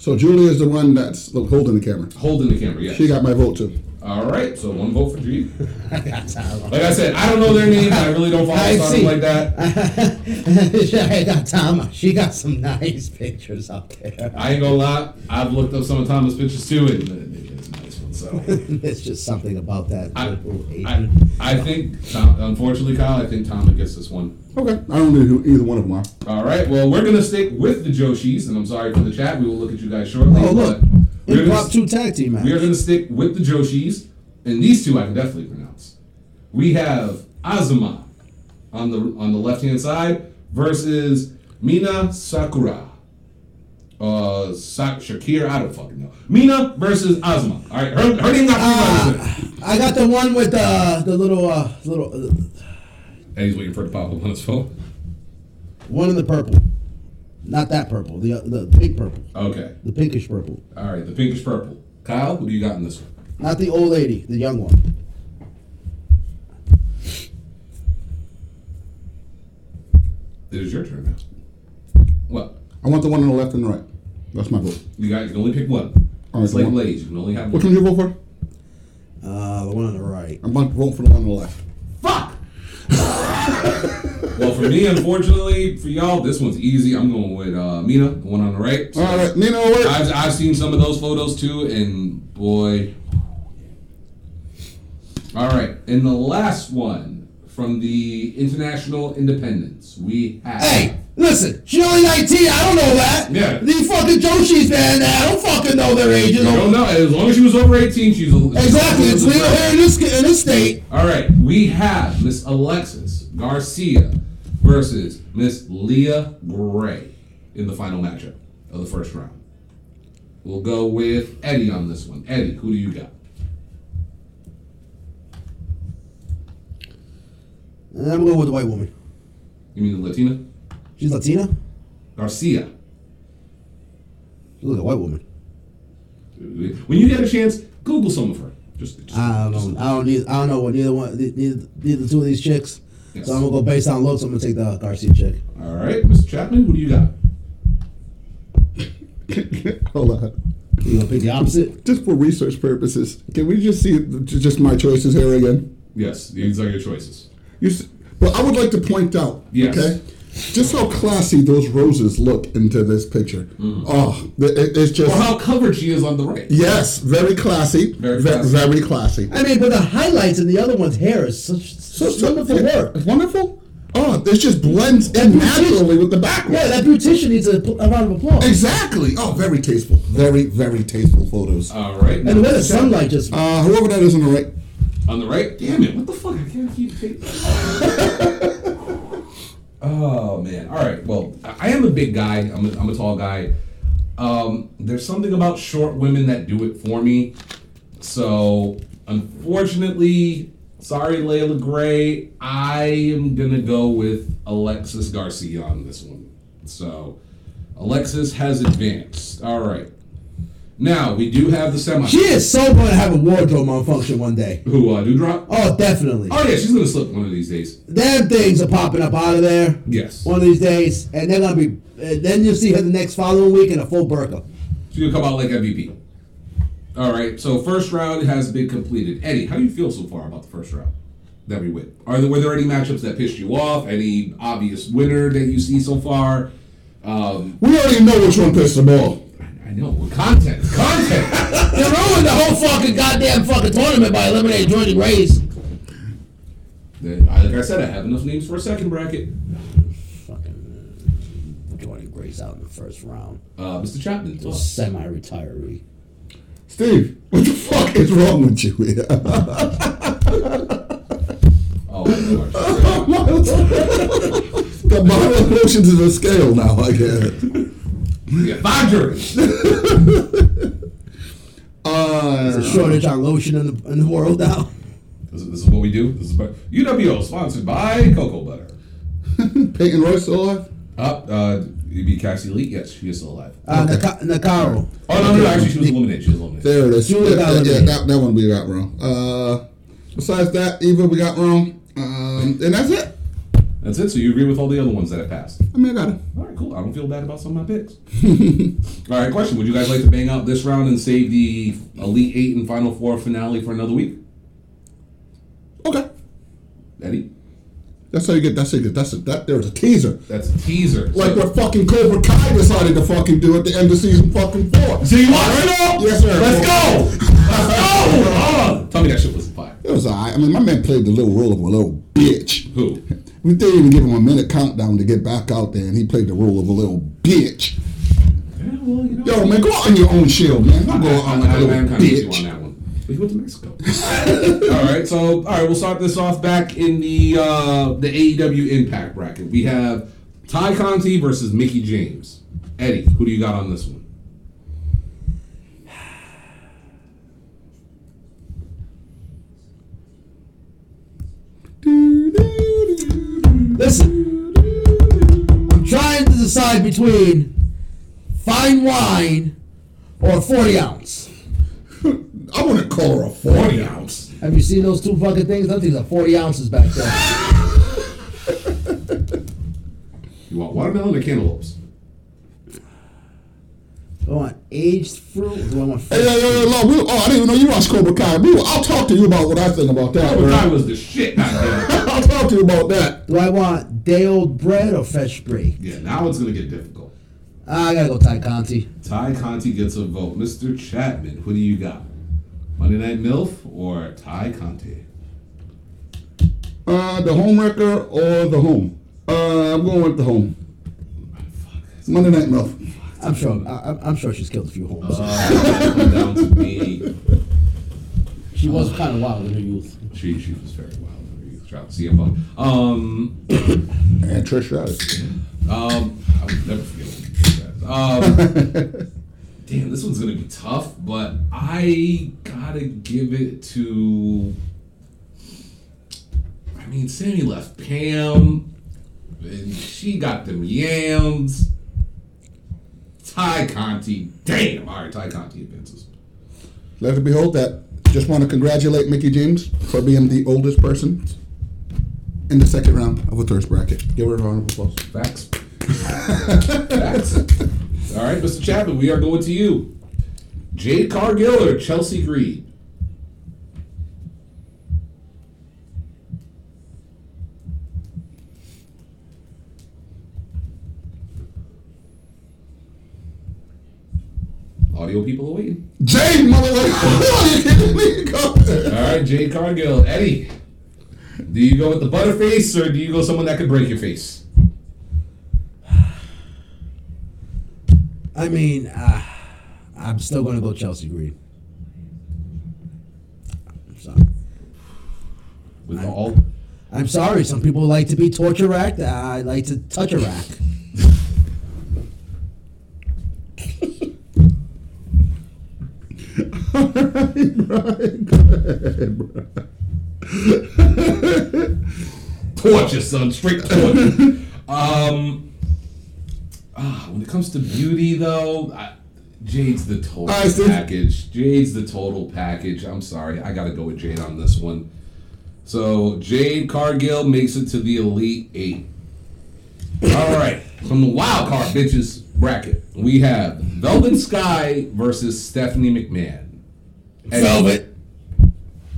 [SPEAKER 4] So Julia is the one that's holding the camera.
[SPEAKER 3] Holding the camera. Yes.
[SPEAKER 4] She got my vote too.
[SPEAKER 3] All right. So one vote for G. like I said, I don't know their names. I really don't follow
[SPEAKER 1] I
[SPEAKER 3] something
[SPEAKER 1] see.
[SPEAKER 3] like that.
[SPEAKER 1] I got Tama. She got some nice pictures up there.
[SPEAKER 3] I ain't gonna lie. I've looked up some of Thomas' pictures too, and it is a nice one. So.
[SPEAKER 1] There's just something about that
[SPEAKER 3] I,
[SPEAKER 1] little
[SPEAKER 3] I,
[SPEAKER 1] Asian.
[SPEAKER 3] I think, Tom, unfortunately, Kyle, I think Tom gets this one.
[SPEAKER 4] Okay. I don't know who either one of them are.
[SPEAKER 3] All right. Well, we're gonna stick with the Joshis, and I'm sorry for the chat. We will look at you guys shortly.
[SPEAKER 1] Oh, look.
[SPEAKER 3] but We're gonna,
[SPEAKER 1] Impromptu tag team
[SPEAKER 3] we are
[SPEAKER 1] match.
[SPEAKER 3] gonna stick with the Joshis, and these two I can definitely pronounce. We have Azuma on the on the left hand side versus Mina Sakura. Uh, Sa- Shakir, I don't fucking know. Mina versus Azuma. All right, her, her name got
[SPEAKER 1] Ah.
[SPEAKER 3] three letters in it.
[SPEAKER 1] I got the one with the the little uh little uh,
[SPEAKER 3] And he's waiting for it to pop up on his phone.
[SPEAKER 1] one in the purple, not that purple, the uh, the pink purple,
[SPEAKER 3] Okay.
[SPEAKER 1] the pinkish purple,
[SPEAKER 3] All right, the pinkish purple. Kyle, who do you got in this one?
[SPEAKER 1] not the old lady, the young one.
[SPEAKER 3] It is your turn now. What?
[SPEAKER 4] I want the one on the left and the right. That's my vote.
[SPEAKER 3] You got you can only pick one.
[SPEAKER 4] All right,
[SPEAKER 3] it's like
[SPEAKER 4] one.
[SPEAKER 3] Blaze, you can only have
[SPEAKER 4] Which
[SPEAKER 3] one.
[SPEAKER 4] one did you vote for?
[SPEAKER 1] Uh, the one on the right.
[SPEAKER 4] I'm going to vote for the one on the left.
[SPEAKER 3] Fuck! well, for me, unfortunately, for y'all, this one's easy. I'm going with uh, Mina, the one on the right.
[SPEAKER 4] All right, Nino, wait.
[SPEAKER 3] I've, I've seen some of those photos too, and boy. All right, and the last one from the International Independence, we have.
[SPEAKER 1] Hey, listen, she only 19. I don't know that.
[SPEAKER 3] Yeah.
[SPEAKER 1] These fucking Joshis, man, I don't fucking know their ages.
[SPEAKER 3] I don't know. As long as she was over 18, she's a,
[SPEAKER 1] Exactly, it's legal here in this in this state.
[SPEAKER 3] All right, we have Miss Alexis Garcia versus Miss Leah Gray in the final matchup of the first round. We'll go with Eddie on this one. Eddie, who do you got?
[SPEAKER 1] And I'm going with the white woman.
[SPEAKER 3] You mean the Latina?
[SPEAKER 1] She's Latina.
[SPEAKER 3] Garcia.
[SPEAKER 1] She looks like a white woman.
[SPEAKER 3] When you get a chance, Google some of her. Just, just-
[SPEAKER 1] I don't. I don't. Need, I don't know what neither one, neither, neither two of these chicks.
[SPEAKER 3] Yes.
[SPEAKER 1] So I'm gonna go based on looks. I'm gonna take the Garcia chick.
[SPEAKER 3] all right, Mr. Chapman, who do you got?
[SPEAKER 4] Hold on.
[SPEAKER 1] You gonna pick the opposite?
[SPEAKER 4] Just for research purposes, can we just see th- just my choices here again?
[SPEAKER 3] Yes, these are your choices.
[SPEAKER 4] You, s- but I would like to point out,
[SPEAKER 3] Yes.
[SPEAKER 4] okay, just how classy those roses look into this picture. Oh, th- it, it's just
[SPEAKER 3] Or how covered she is on the right.
[SPEAKER 4] yes, very classy,
[SPEAKER 3] Very
[SPEAKER 4] ve-
[SPEAKER 3] classy.
[SPEAKER 4] very classy.
[SPEAKER 1] I mean, but the highlights in the other one's hair is such, such wonderful
[SPEAKER 4] yeah,
[SPEAKER 1] work.
[SPEAKER 4] Wonderful. Oh, this just blends in naturally with the background.
[SPEAKER 1] Yeah, that beautician needs a, pl- a round of applause.
[SPEAKER 4] exactly. Oh, very tasteful. Very, very tasteful photos.
[SPEAKER 3] All right.
[SPEAKER 1] And the way
[SPEAKER 3] now-
[SPEAKER 1] the sunlight just.
[SPEAKER 4] Uh, whoever that is on the right.
[SPEAKER 3] On the right? Damn it, what the fuck? I can't keep taking Oh man. Alright, well, I I am a big guy. I'm a, I'm a tall guy. Um, there's something about short women that do it for me. So unfortunately, sorry Layla Gray, I am gonna go with Alexis Garcia on this one. So Alexis has advanced. Alright. Now we do have the semi
[SPEAKER 1] she is so going to have a wardrobe malfunction one day.
[SPEAKER 3] who uh, do drop.
[SPEAKER 1] Oh, definitely.
[SPEAKER 3] Oh yeah, she's gonna slip one of these days.
[SPEAKER 1] Them things are popping up out of there.
[SPEAKER 3] Yes.
[SPEAKER 1] One of these days, and they're gonna be. And then you'll see her the next following week in a full burqa.
[SPEAKER 3] She's gonna come out like MVP. All right. So first round has been completed. Eddie, how do you feel so far about the first round that we win? Are there were there any matchups that pissed you off? Any obvious winner that you see so far? Um,
[SPEAKER 4] We already know which one pissed them off.
[SPEAKER 3] I know well, content, content.
[SPEAKER 1] They ruined the whole fucking goddamn fucking tournament by eliminating Jordan Grace.
[SPEAKER 3] Then, I- like I said, I have enough names for a second bracket.
[SPEAKER 1] retirees uh, out in the first round.
[SPEAKER 3] Uh, Mr. Chapman,
[SPEAKER 1] A semi-retiree.
[SPEAKER 4] Steve, what the fuck is wrong with you?
[SPEAKER 3] oh, of course.
[SPEAKER 4] the body of emotions is a scale now, I guess.
[SPEAKER 3] We got five juries.
[SPEAKER 1] There's a
[SPEAKER 4] Uh,
[SPEAKER 1] shortage on lotion in the, in the world now.
[SPEAKER 3] This is, this is what we do. This is by, UWO sponsored by Cocoa Butter.
[SPEAKER 4] Peyton Royce still alive?
[SPEAKER 3] Up, uh, you'd be Cassie Lee. Yes, she is still alive.
[SPEAKER 1] Uh, Naka- Nakaro.
[SPEAKER 3] Oh no, no, no, actually, she was eliminated. She was eliminated.
[SPEAKER 4] There it is.
[SPEAKER 1] You
[SPEAKER 4] Yeah,
[SPEAKER 1] would've got
[SPEAKER 4] yeah, yeah,
[SPEAKER 1] eliminated.
[SPEAKER 4] that, that one we got wrong. Uh, besides that, Eva, we got wrong. Um, and that's it.
[SPEAKER 3] That's it. So you agree with all the other ones that have passed.
[SPEAKER 4] I mean, I got it.
[SPEAKER 3] All right, cool. I don't feel bad about some of my picks. all right, question: Would you guys like to bang out this round and save the Elite Eight and Final Four finale for another week?
[SPEAKER 4] Okay.
[SPEAKER 3] Eddie,
[SPEAKER 4] That's how you get. That's how you get. That's a, that. There was a teaser.
[SPEAKER 3] that's a teaser.
[SPEAKER 4] Like
[SPEAKER 3] so,
[SPEAKER 4] what fucking Cobra Kai decided to fucking do at the end of season fucking four.
[SPEAKER 3] so you want it?
[SPEAKER 4] Yes, sir.
[SPEAKER 3] Let's go. Let's go. Hold on. Tell me that shit wasn't fire.
[SPEAKER 4] It was alright. I mean, my man played the little role of a little bitch.
[SPEAKER 3] Who?
[SPEAKER 4] We didn't even give him a minute countdown to get back out there, and he played the role of a little bitch.
[SPEAKER 3] Yeah, well, you know.
[SPEAKER 4] Yo, man, go out on your own shield, man. Don't go out
[SPEAKER 3] I,
[SPEAKER 4] on like a
[SPEAKER 3] I, I,
[SPEAKER 4] little
[SPEAKER 3] am kind of you on
[SPEAKER 4] bitch.
[SPEAKER 3] that one. But you went to Mexico. all right, so all right, we'll start this off back in the uh, the AEW Impact bracket. We have Ty Conti versus Mickey James. Eddie, who do you got on this one?
[SPEAKER 1] Listen, I'm trying to decide between fine wine or 40 ounce.
[SPEAKER 4] I wouldn't call her a four.
[SPEAKER 3] Forty ounce.
[SPEAKER 1] Have you seen those two fucking things? Those things are 40 ounces back there.
[SPEAKER 3] You want watermelon or cantaloupes?
[SPEAKER 1] Do I want aged fruit or do I want
[SPEAKER 4] Hey,
[SPEAKER 1] fresh?
[SPEAKER 4] yo, yo, yo, Lord, we, oh, I didn't even know you watched Cobra Kai. We, I'll talk to you about what I think about that.
[SPEAKER 3] Cobra Kai
[SPEAKER 4] bro.
[SPEAKER 3] Oh, was the shit back then.
[SPEAKER 4] I'll talk to you about that.
[SPEAKER 1] Do I want day old bread or fresh brie? Ah,
[SPEAKER 3] yeah, now it's gonna get difficult.
[SPEAKER 1] I gotta go Thai Conti.
[SPEAKER 3] Ty Conti gets a vote. Mr. Chapman, who do you got? Monday Night MILF or Ty Conti?
[SPEAKER 4] Uh, the home wrecker or the home? Uh, I'm going with the home. It's Monday Night Muff.
[SPEAKER 1] I'm sure. I, I'm- I'm sure she's killed a few homes.
[SPEAKER 3] Uh, come down to me.
[SPEAKER 1] she was kind of wild in her youth.
[SPEAKER 3] She she was very wild. Shout out to CFO. Um,
[SPEAKER 4] And Trish Stratus.
[SPEAKER 3] um, I would never forget what you said. Um, damn, this one's gonna be tough, but I gotta give it to. I mean, Sammy left Pam, and she got them yams. Ty Conti, damn! All right, Ty Conti advances.
[SPEAKER 4] Let it behold that. Just want to congratulate Mickey James for being the oldest person in the second round of a thirst bracket. Give her a round of applause.
[SPEAKER 3] Facts. Facts. All right, Mr. Chapman, we are going to you. Jade Cargill or Chelsea Green? Audio people are waiting.
[SPEAKER 4] Jade,
[SPEAKER 3] All
[SPEAKER 4] motherfucker!
[SPEAKER 3] right, Jade Cargill. Eddie, do you go with the butterface or do you go someone that could break your face?
[SPEAKER 1] I mean, uh, I'm still gonna go Chelsea Green. I'm sorry.
[SPEAKER 3] With all
[SPEAKER 1] I'm sorry. Some people like to be torture racked. I like to touch a rack.
[SPEAKER 3] torture, son. Straight torture. um, ah, when it comes to beauty, though, I, Jade's the total
[SPEAKER 4] All right, Steve.
[SPEAKER 3] package. Jade's the total package. I'm sorry, I got to go with Jade on this one. So Jade Cargill makes it to the Elite Eight. All right, from the wild card bitches bracket, we have Velvet Sky versus Stephanie McMahon. Velvet.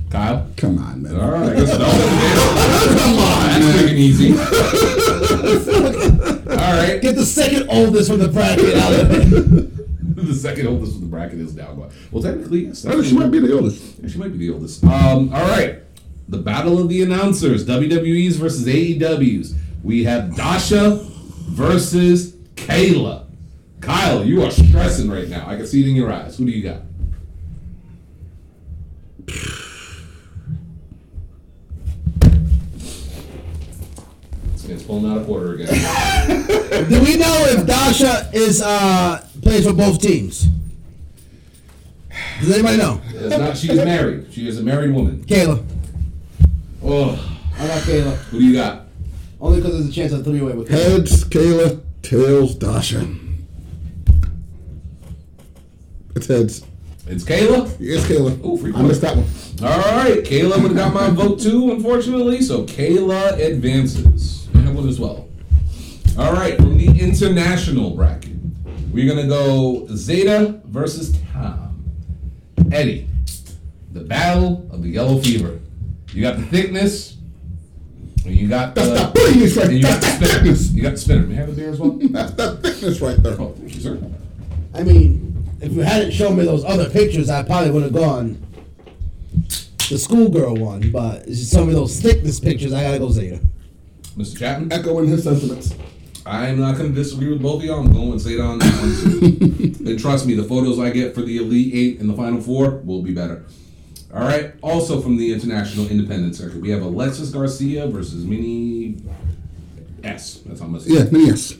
[SPEAKER 3] Kyle.
[SPEAKER 4] Come on, man.
[SPEAKER 3] All right, I guess that was it. Come on, that's quick and easy. All right,
[SPEAKER 1] Get the second oldest from the bracket out of it.
[SPEAKER 3] the second oldest of the bracket is now gone. Well, technically, yes,
[SPEAKER 4] I think Oh, she might be the oldest.
[SPEAKER 3] She might be the oldest. Um, all right, the battle of the announcers: E WWE's versus AEW's. We have Dasha versus Kayla. Kyle, you are stressing right now. I can see it in your eyes. Who do you got? This man's pulling out a quarter again.
[SPEAKER 1] Do we know if Dasha is uh plays for both teams? Does anybody know?
[SPEAKER 3] It's not, she is married. She is a married woman.
[SPEAKER 1] Kayla.
[SPEAKER 3] Oh,
[SPEAKER 2] I got Kayla.
[SPEAKER 3] who do you got?
[SPEAKER 2] Only because there's a chance I threw you away with Kayla.
[SPEAKER 4] Heads, Kayla. Tails, Dasha. It's heads.
[SPEAKER 3] It's Kayla.
[SPEAKER 4] It's Kayla.
[SPEAKER 3] Ooh, free
[SPEAKER 4] I missed that one.
[SPEAKER 3] All right, Kayla would have got my vote too, unfortunately. So Kayla advances. I have one as well. All right, from the international bracket, we're gonna go Zeta versus Tom. Eddie, the battle of the yellow fever. You got the thickness. And you got the,
[SPEAKER 4] That's the thickness right
[SPEAKER 3] and you
[SPEAKER 4] there.
[SPEAKER 3] got the
[SPEAKER 4] That's the
[SPEAKER 3] spinner.
[SPEAKER 4] thickness.
[SPEAKER 3] You got the spinner. May I have a beer as well?
[SPEAKER 4] That's that thickness right there.
[SPEAKER 3] Oh, thank you, sir.
[SPEAKER 2] I mean,
[SPEAKER 1] If you hadn't shown me those other pictures, I probably would have gone the schoolgirl one. But it's just some of those thickness pictures. I gotta go Zeta.
[SPEAKER 3] Mr. Chapman,
[SPEAKER 4] Echoing his sentiments.
[SPEAKER 3] I'm not going to disagree with both of y'all. I'm going with Zeta on that one too. and trust me, the photos I get for the Elite Eight and the Final Four will be better. All right. Also from the International Independent Circuit, we have Alexis Garcia versus Mini S. That's how much.
[SPEAKER 4] Yeah, then yes.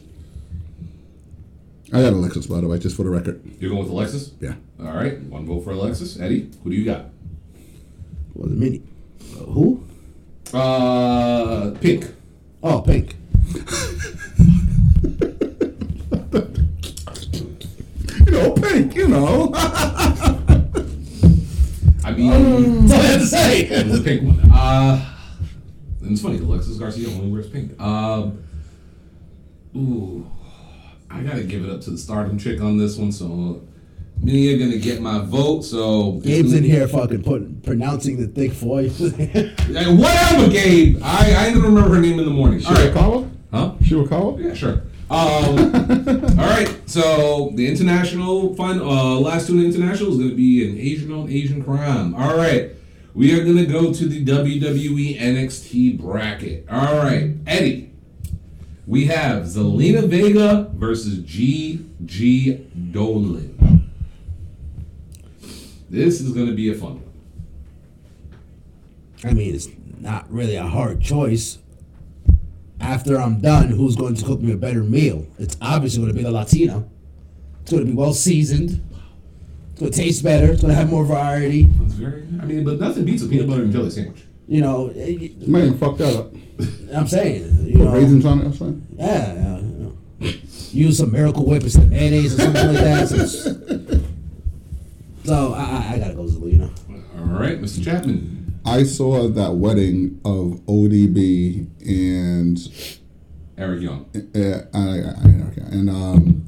[SPEAKER 4] I got Alexis, by the way, just for the record.
[SPEAKER 3] You're going with Alexis.
[SPEAKER 4] Yeah.
[SPEAKER 3] All right. One vote for Alexis. Eddie, who do you got?
[SPEAKER 1] Was it mini? Uh, who?
[SPEAKER 3] Uh, pink.
[SPEAKER 1] Oh, pink.
[SPEAKER 4] You know, pink, you know.
[SPEAKER 3] I mean,
[SPEAKER 1] That's all I have to say.
[SPEAKER 3] the pink one. Uh, and it's funny, Alexis Garcia only wears pink. Um, ooh, I gotta give it up to the stardom chick on this one. So, me are gonna get my vote. So,
[SPEAKER 1] Gabe's in here fucking put, pronouncing the thick voice.
[SPEAKER 3] Hey, whatever, Gabe. I I ain't gonna remember her name in the morning. All right,
[SPEAKER 4] Shirakawa?
[SPEAKER 3] huh?
[SPEAKER 4] Shirakawa?
[SPEAKER 3] Yeah, sure. Um, all right, so the international fun uh, last two in the international is going to be an Asian on Asian crime. All right, we are going to go to the E WWE NXT bracket. All right, Eddie, we have Zelina Vega versus GG Dolan. This is going to be a fun one.
[SPEAKER 1] I mean, it's not really a hard choice. After I'm done, who's going to cook me a better meal? It's obviously going to be the Latina. It's going to be well seasoned. It's going to taste better. It's going to have more variety.
[SPEAKER 3] It's very, I mean, but nothing beats a peanut butter and jelly sandwich.
[SPEAKER 1] You know, eh, eh,
[SPEAKER 4] Man, fuck that up.
[SPEAKER 1] I'm saying, you know,
[SPEAKER 4] Raisins on it, I'm saying.
[SPEAKER 1] yeah, yeah, you know. use some Miracle Whip and some mayonnaise or something like that. So, so I, I- I gotta go Zelina.
[SPEAKER 3] All right, Mr. Chapman.
[SPEAKER 4] I saw that wedding of ODB and
[SPEAKER 3] Eric Young.
[SPEAKER 4] uh, I, I, okay, and um,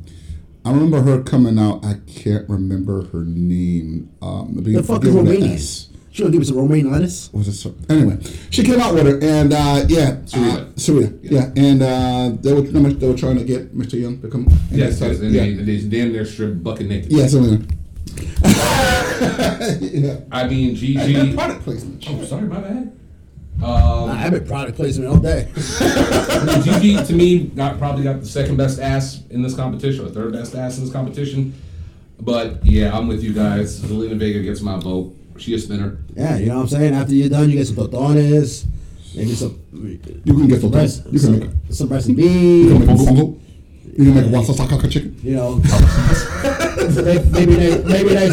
[SPEAKER 4] I remember her coming out. I can't remember her name. Um,
[SPEAKER 1] The
[SPEAKER 4] beginning-
[SPEAKER 1] fucking
[SPEAKER 4] beginning with an
[SPEAKER 1] Romanians.
[SPEAKER 4] S.
[SPEAKER 1] She'll give me some romaine lettuce.
[SPEAKER 4] was it Sar- anyway? She came out with her, and uh, yeah,
[SPEAKER 3] Sarita.
[SPEAKER 4] uh, Sarita, yeah. and uh, they were they were trying to get Mr. Young to come. and
[SPEAKER 3] Yes,
[SPEAKER 4] they
[SPEAKER 3] yes,
[SPEAKER 4] started-
[SPEAKER 3] and
[SPEAKER 4] yeah,
[SPEAKER 3] they, they damn near stripped bucket naked.
[SPEAKER 4] yeah, Selena. yeah,
[SPEAKER 3] I mean,
[SPEAKER 4] and
[SPEAKER 3] GG.
[SPEAKER 4] product placement.
[SPEAKER 3] Oh, sorry, my bad. Um,
[SPEAKER 1] I've been product placement all day.
[SPEAKER 3] GG to me got probably got the second best ass in this competition, or third best ass in this competition. But yeah, I'm with you guys. Zelina Vega gets my vote. She a spinner.
[SPEAKER 1] Yeah, you know what I'm saying? After you're done, you get some totones, maybe some.
[SPEAKER 4] You can get the
[SPEAKER 1] Rice,
[SPEAKER 4] You can
[SPEAKER 1] some,
[SPEAKER 4] make
[SPEAKER 1] some rice and
[SPEAKER 4] you can make
[SPEAKER 1] beans,
[SPEAKER 4] fungal. You can make wasasakaka chicken.
[SPEAKER 1] you know. maybe maybe they maybe they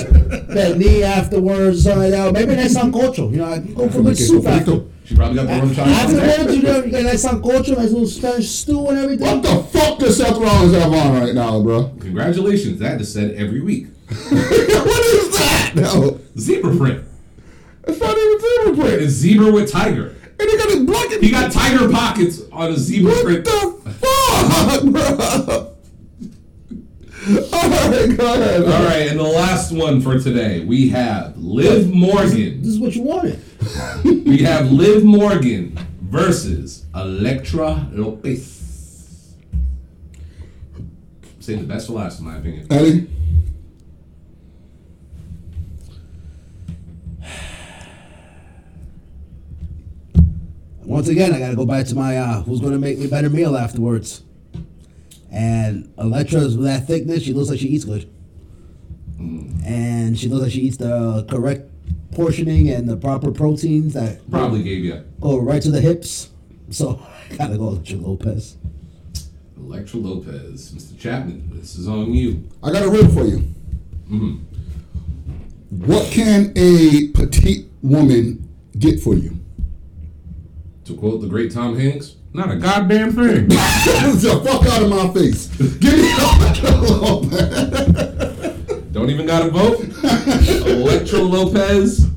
[SPEAKER 1] that knee afterwards, or something like that. Maybe they sancocho, you know. I can go for a good soup after.
[SPEAKER 3] She probably got the rum shot.
[SPEAKER 1] Afterwards, you know, you get that sancocho, nice little Spanish stew and everything.
[SPEAKER 4] What the fuck does Seth Rollins have on right now, bro?
[SPEAKER 3] Congratulations, that is said every week.
[SPEAKER 4] what is that? No,
[SPEAKER 3] Zebra print.
[SPEAKER 4] it's not even zebra print.
[SPEAKER 3] It's zebra with tiger.
[SPEAKER 4] And he got his blanket.
[SPEAKER 3] He got tiger pockets on a zebra
[SPEAKER 4] What
[SPEAKER 3] print.
[SPEAKER 4] the fuck, bro? Oh my god!
[SPEAKER 3] All right, and the last one for today, we have Liv Morgan.
[SPEAKER 1] This is what you wanted.
[SPEAKER 3] We have Liv Morgan versus Electra Lopez. Say the best for last, in my opinion.
[SPEAKER 4] Eddie,
[SPEAKER 1] Once again, I gotta go back to my uh, who's gonna make me better meal afterwards.
[SPEAKER 2] And Electra's that thickness, she looks like she eats good.
[SPEAKER 4] Mm.
[SPEAKER 2] And she looks like she eats the correct portioning and the proper proteins that
[SPEAKER 3] Probably gave you
[SPEAKER 2] go right to the hips. So I gotta go Electra Lopez.
[SPEAKER 3] Electra Lopez, Mr. Chapman. This is on you.
[SPEAKER 4] I got a riddle for you. What can a petite woman get for you?
[SPEAKER 3] To quote the great Tom Hanks, not a goddamn thing.
[SPEAKER 4] Get the fuck out of my face. Give me
[SPEAKER 3] Don't even got to vote. Electro Lopez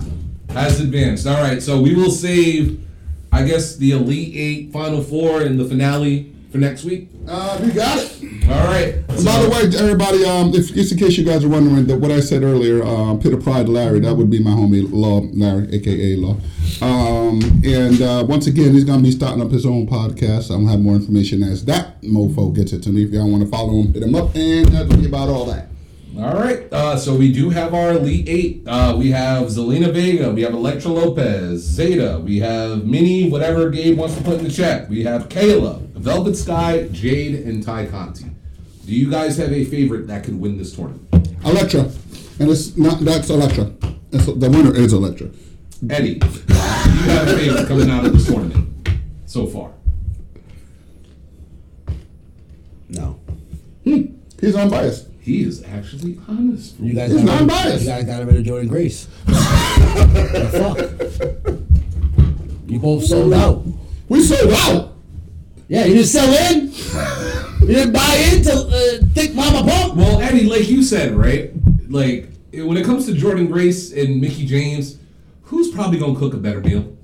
[SPEAKER 3] has advanced. All right, so we will save, I guess, the Elite Eight, Final Four, and the finale for next week.
[SPEAKER 4] Uh, we got it.
[SPEAKER 3] All right.
[SPEAKER 4] By the way, to everybody, um, if just in case you guys are wondering that what I said earlier, um, Pit of Pride Larry, that would be my homie Law Larry, aka Law. Um, and uh, once again, he's gonna be starting up his own podcast. I'm gonna have more information as that mofo gets it to me. If y'all want to follow him, hit him up, and that's gonna be about all that.
[SPEAKER 3] All right. Uh, so we do have our Elite Eight. Uh, we have Zelina Vega. We have Electra Lopez. Zeta. We have Minnie, whatever Gabe wants to put in the chat. We have Kayla, Velvet Sky, Jade, and Ty Conti. Do you guys have a favorite that could win this tournament?
[SPEAKER 4] Electra, and it's not that's Electra. That's, the winner is Electra.
[SPEAKER 3] Eddie, do you have a favorite coming out of this tournament so far?
[SPEAKER 2] No.
[SPEAKER 4] He's unbiased.
[SPEAKER 3] He is actually honest.
[SPEAKER 2] You guys,
[SPEAKER 4] It's
[SPEAKER 2] got
[SPEAKER 4] not
[SPEAKER 2] rid,
[SPEAKER 4] biased.
[SPEAKER 2] you guys got rid of Jordan Grace. the fuck? You both sold out.
[SPEAKER 4] We sold out.
[SPEAKER 2] Yeah, you didn't sell in. You didn't buy into uh, Thick Mama Pump.
[SPEAKER 3] Well, Eddie, like you said, right? Like it- when it comes to Jordan Grace and Mickey James, who's probably gonna cook a better meal?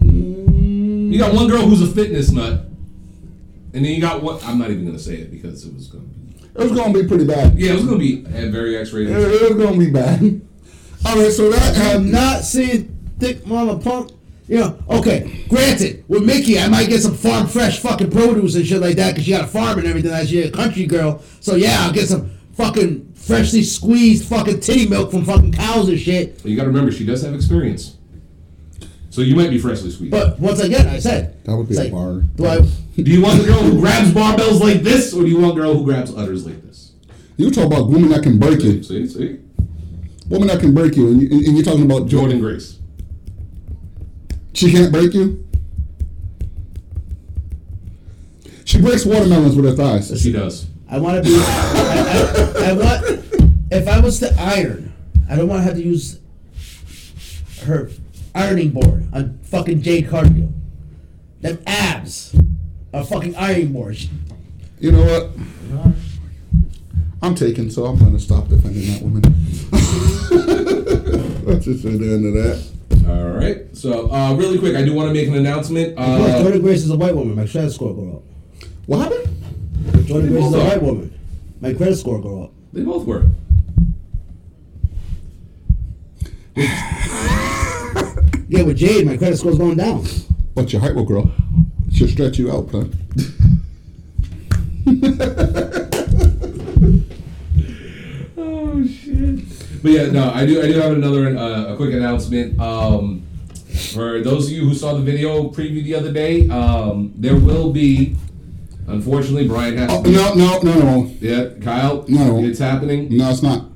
[SPEAKER 3] You got one girl who's a fitness nut, and then you got one. I'm not even gonna say it because it was gonna be.
[SPEAKER 4] It was gonna be pretty bad.
[SPEAKER 3] Yeah, it was gonna be at very
[SPEAKER 4] It,
[SPEAKER 3] X-rated.
[SPEAKER 4] it was gonna be bad. All right, so that had
[SPEAKER 1] I'm not seeing Thick Mama Punk. You know, okay, granted, with Mickey, I might get some farm fresh fucking produce and shit like that because she got a farm and everything that she a country girl. So yeah, I'll get some fucking freshly squeezed fucking titty milk from fucking cows and shit.
[SPEAKER 3] But you gotta remember, she does have experience, so you might be freshly squeezed.
[SPEAKER 1] But once again, I said,
[SPEAKER 4] That would be
[SPEAKER 1] it's
[SPEAKER 4] a
[SPEAKER 1] like,
[SPEAKER 4] bar.
[SPEAKER 1] Do I,
[SPEAKER 3] do you want a girl who grabs barbells like this, or do you want a girl who grabs udders like this?
[SPEAKER 4] You talk about women that can break you.
[SPEAKER 3] See, see,
[SPEAKER 4] Women that can break you, and, you, and you're talking about Jordan.
[SPEAKER 3] Jordan Grace.
[SPEAKER 4] She can't break you. She breaks watermelons with her thighs.
[SPEAKER 3] She does.
[SPEAKER 1] I want to be. I, I, I want. If I was to iron, I don't want to have to use her ironing board on fucking Jade Cargill. Them abs are fucking ironing board. She-
[SPEAKER 4] You know what? I'm taken, so I'm gonna stop defending that woman. Let's just say the end of that.
[SPEAKER 3] All right. So, uh, really quick, I do want to make an announcement.
[SPEAKER 1] Look,
[SPEAKER 3] Uh,
[SPEAKER 1] Jordan Grace is a white woman. My credit score go
[SPEAKER 4] What happened?
[SPEAKER 1] up. Jordan Grace is a
[SPEAKER 3] both are.
[SPEAKER 1] white woman. My credit score go up.
[SPEAKER 3] they both were.
[SPEAKER 1] Yeah, with Jade, my credit score's going down.
[SPEAKER 4] But your height will grow. She'll stretch you out, son.
[SPEAKER 3] Oh shit. But yeah, no, I do. I do have another uh, a quick announcement. Um, for those of you who saw the video preview the other day, um, there will be. Unfortunately, Brian has.
[SPEAKER 4] Oh,
[SPEAKER 3] to be-
[SPEAKER 4] no, no, no, no,
[SPEAKER 3] Yeah, Kyle.
[SPEAKER 4] No.
[SPEAKER 3] It's happening.
[SPEAKER 4] no, it's not.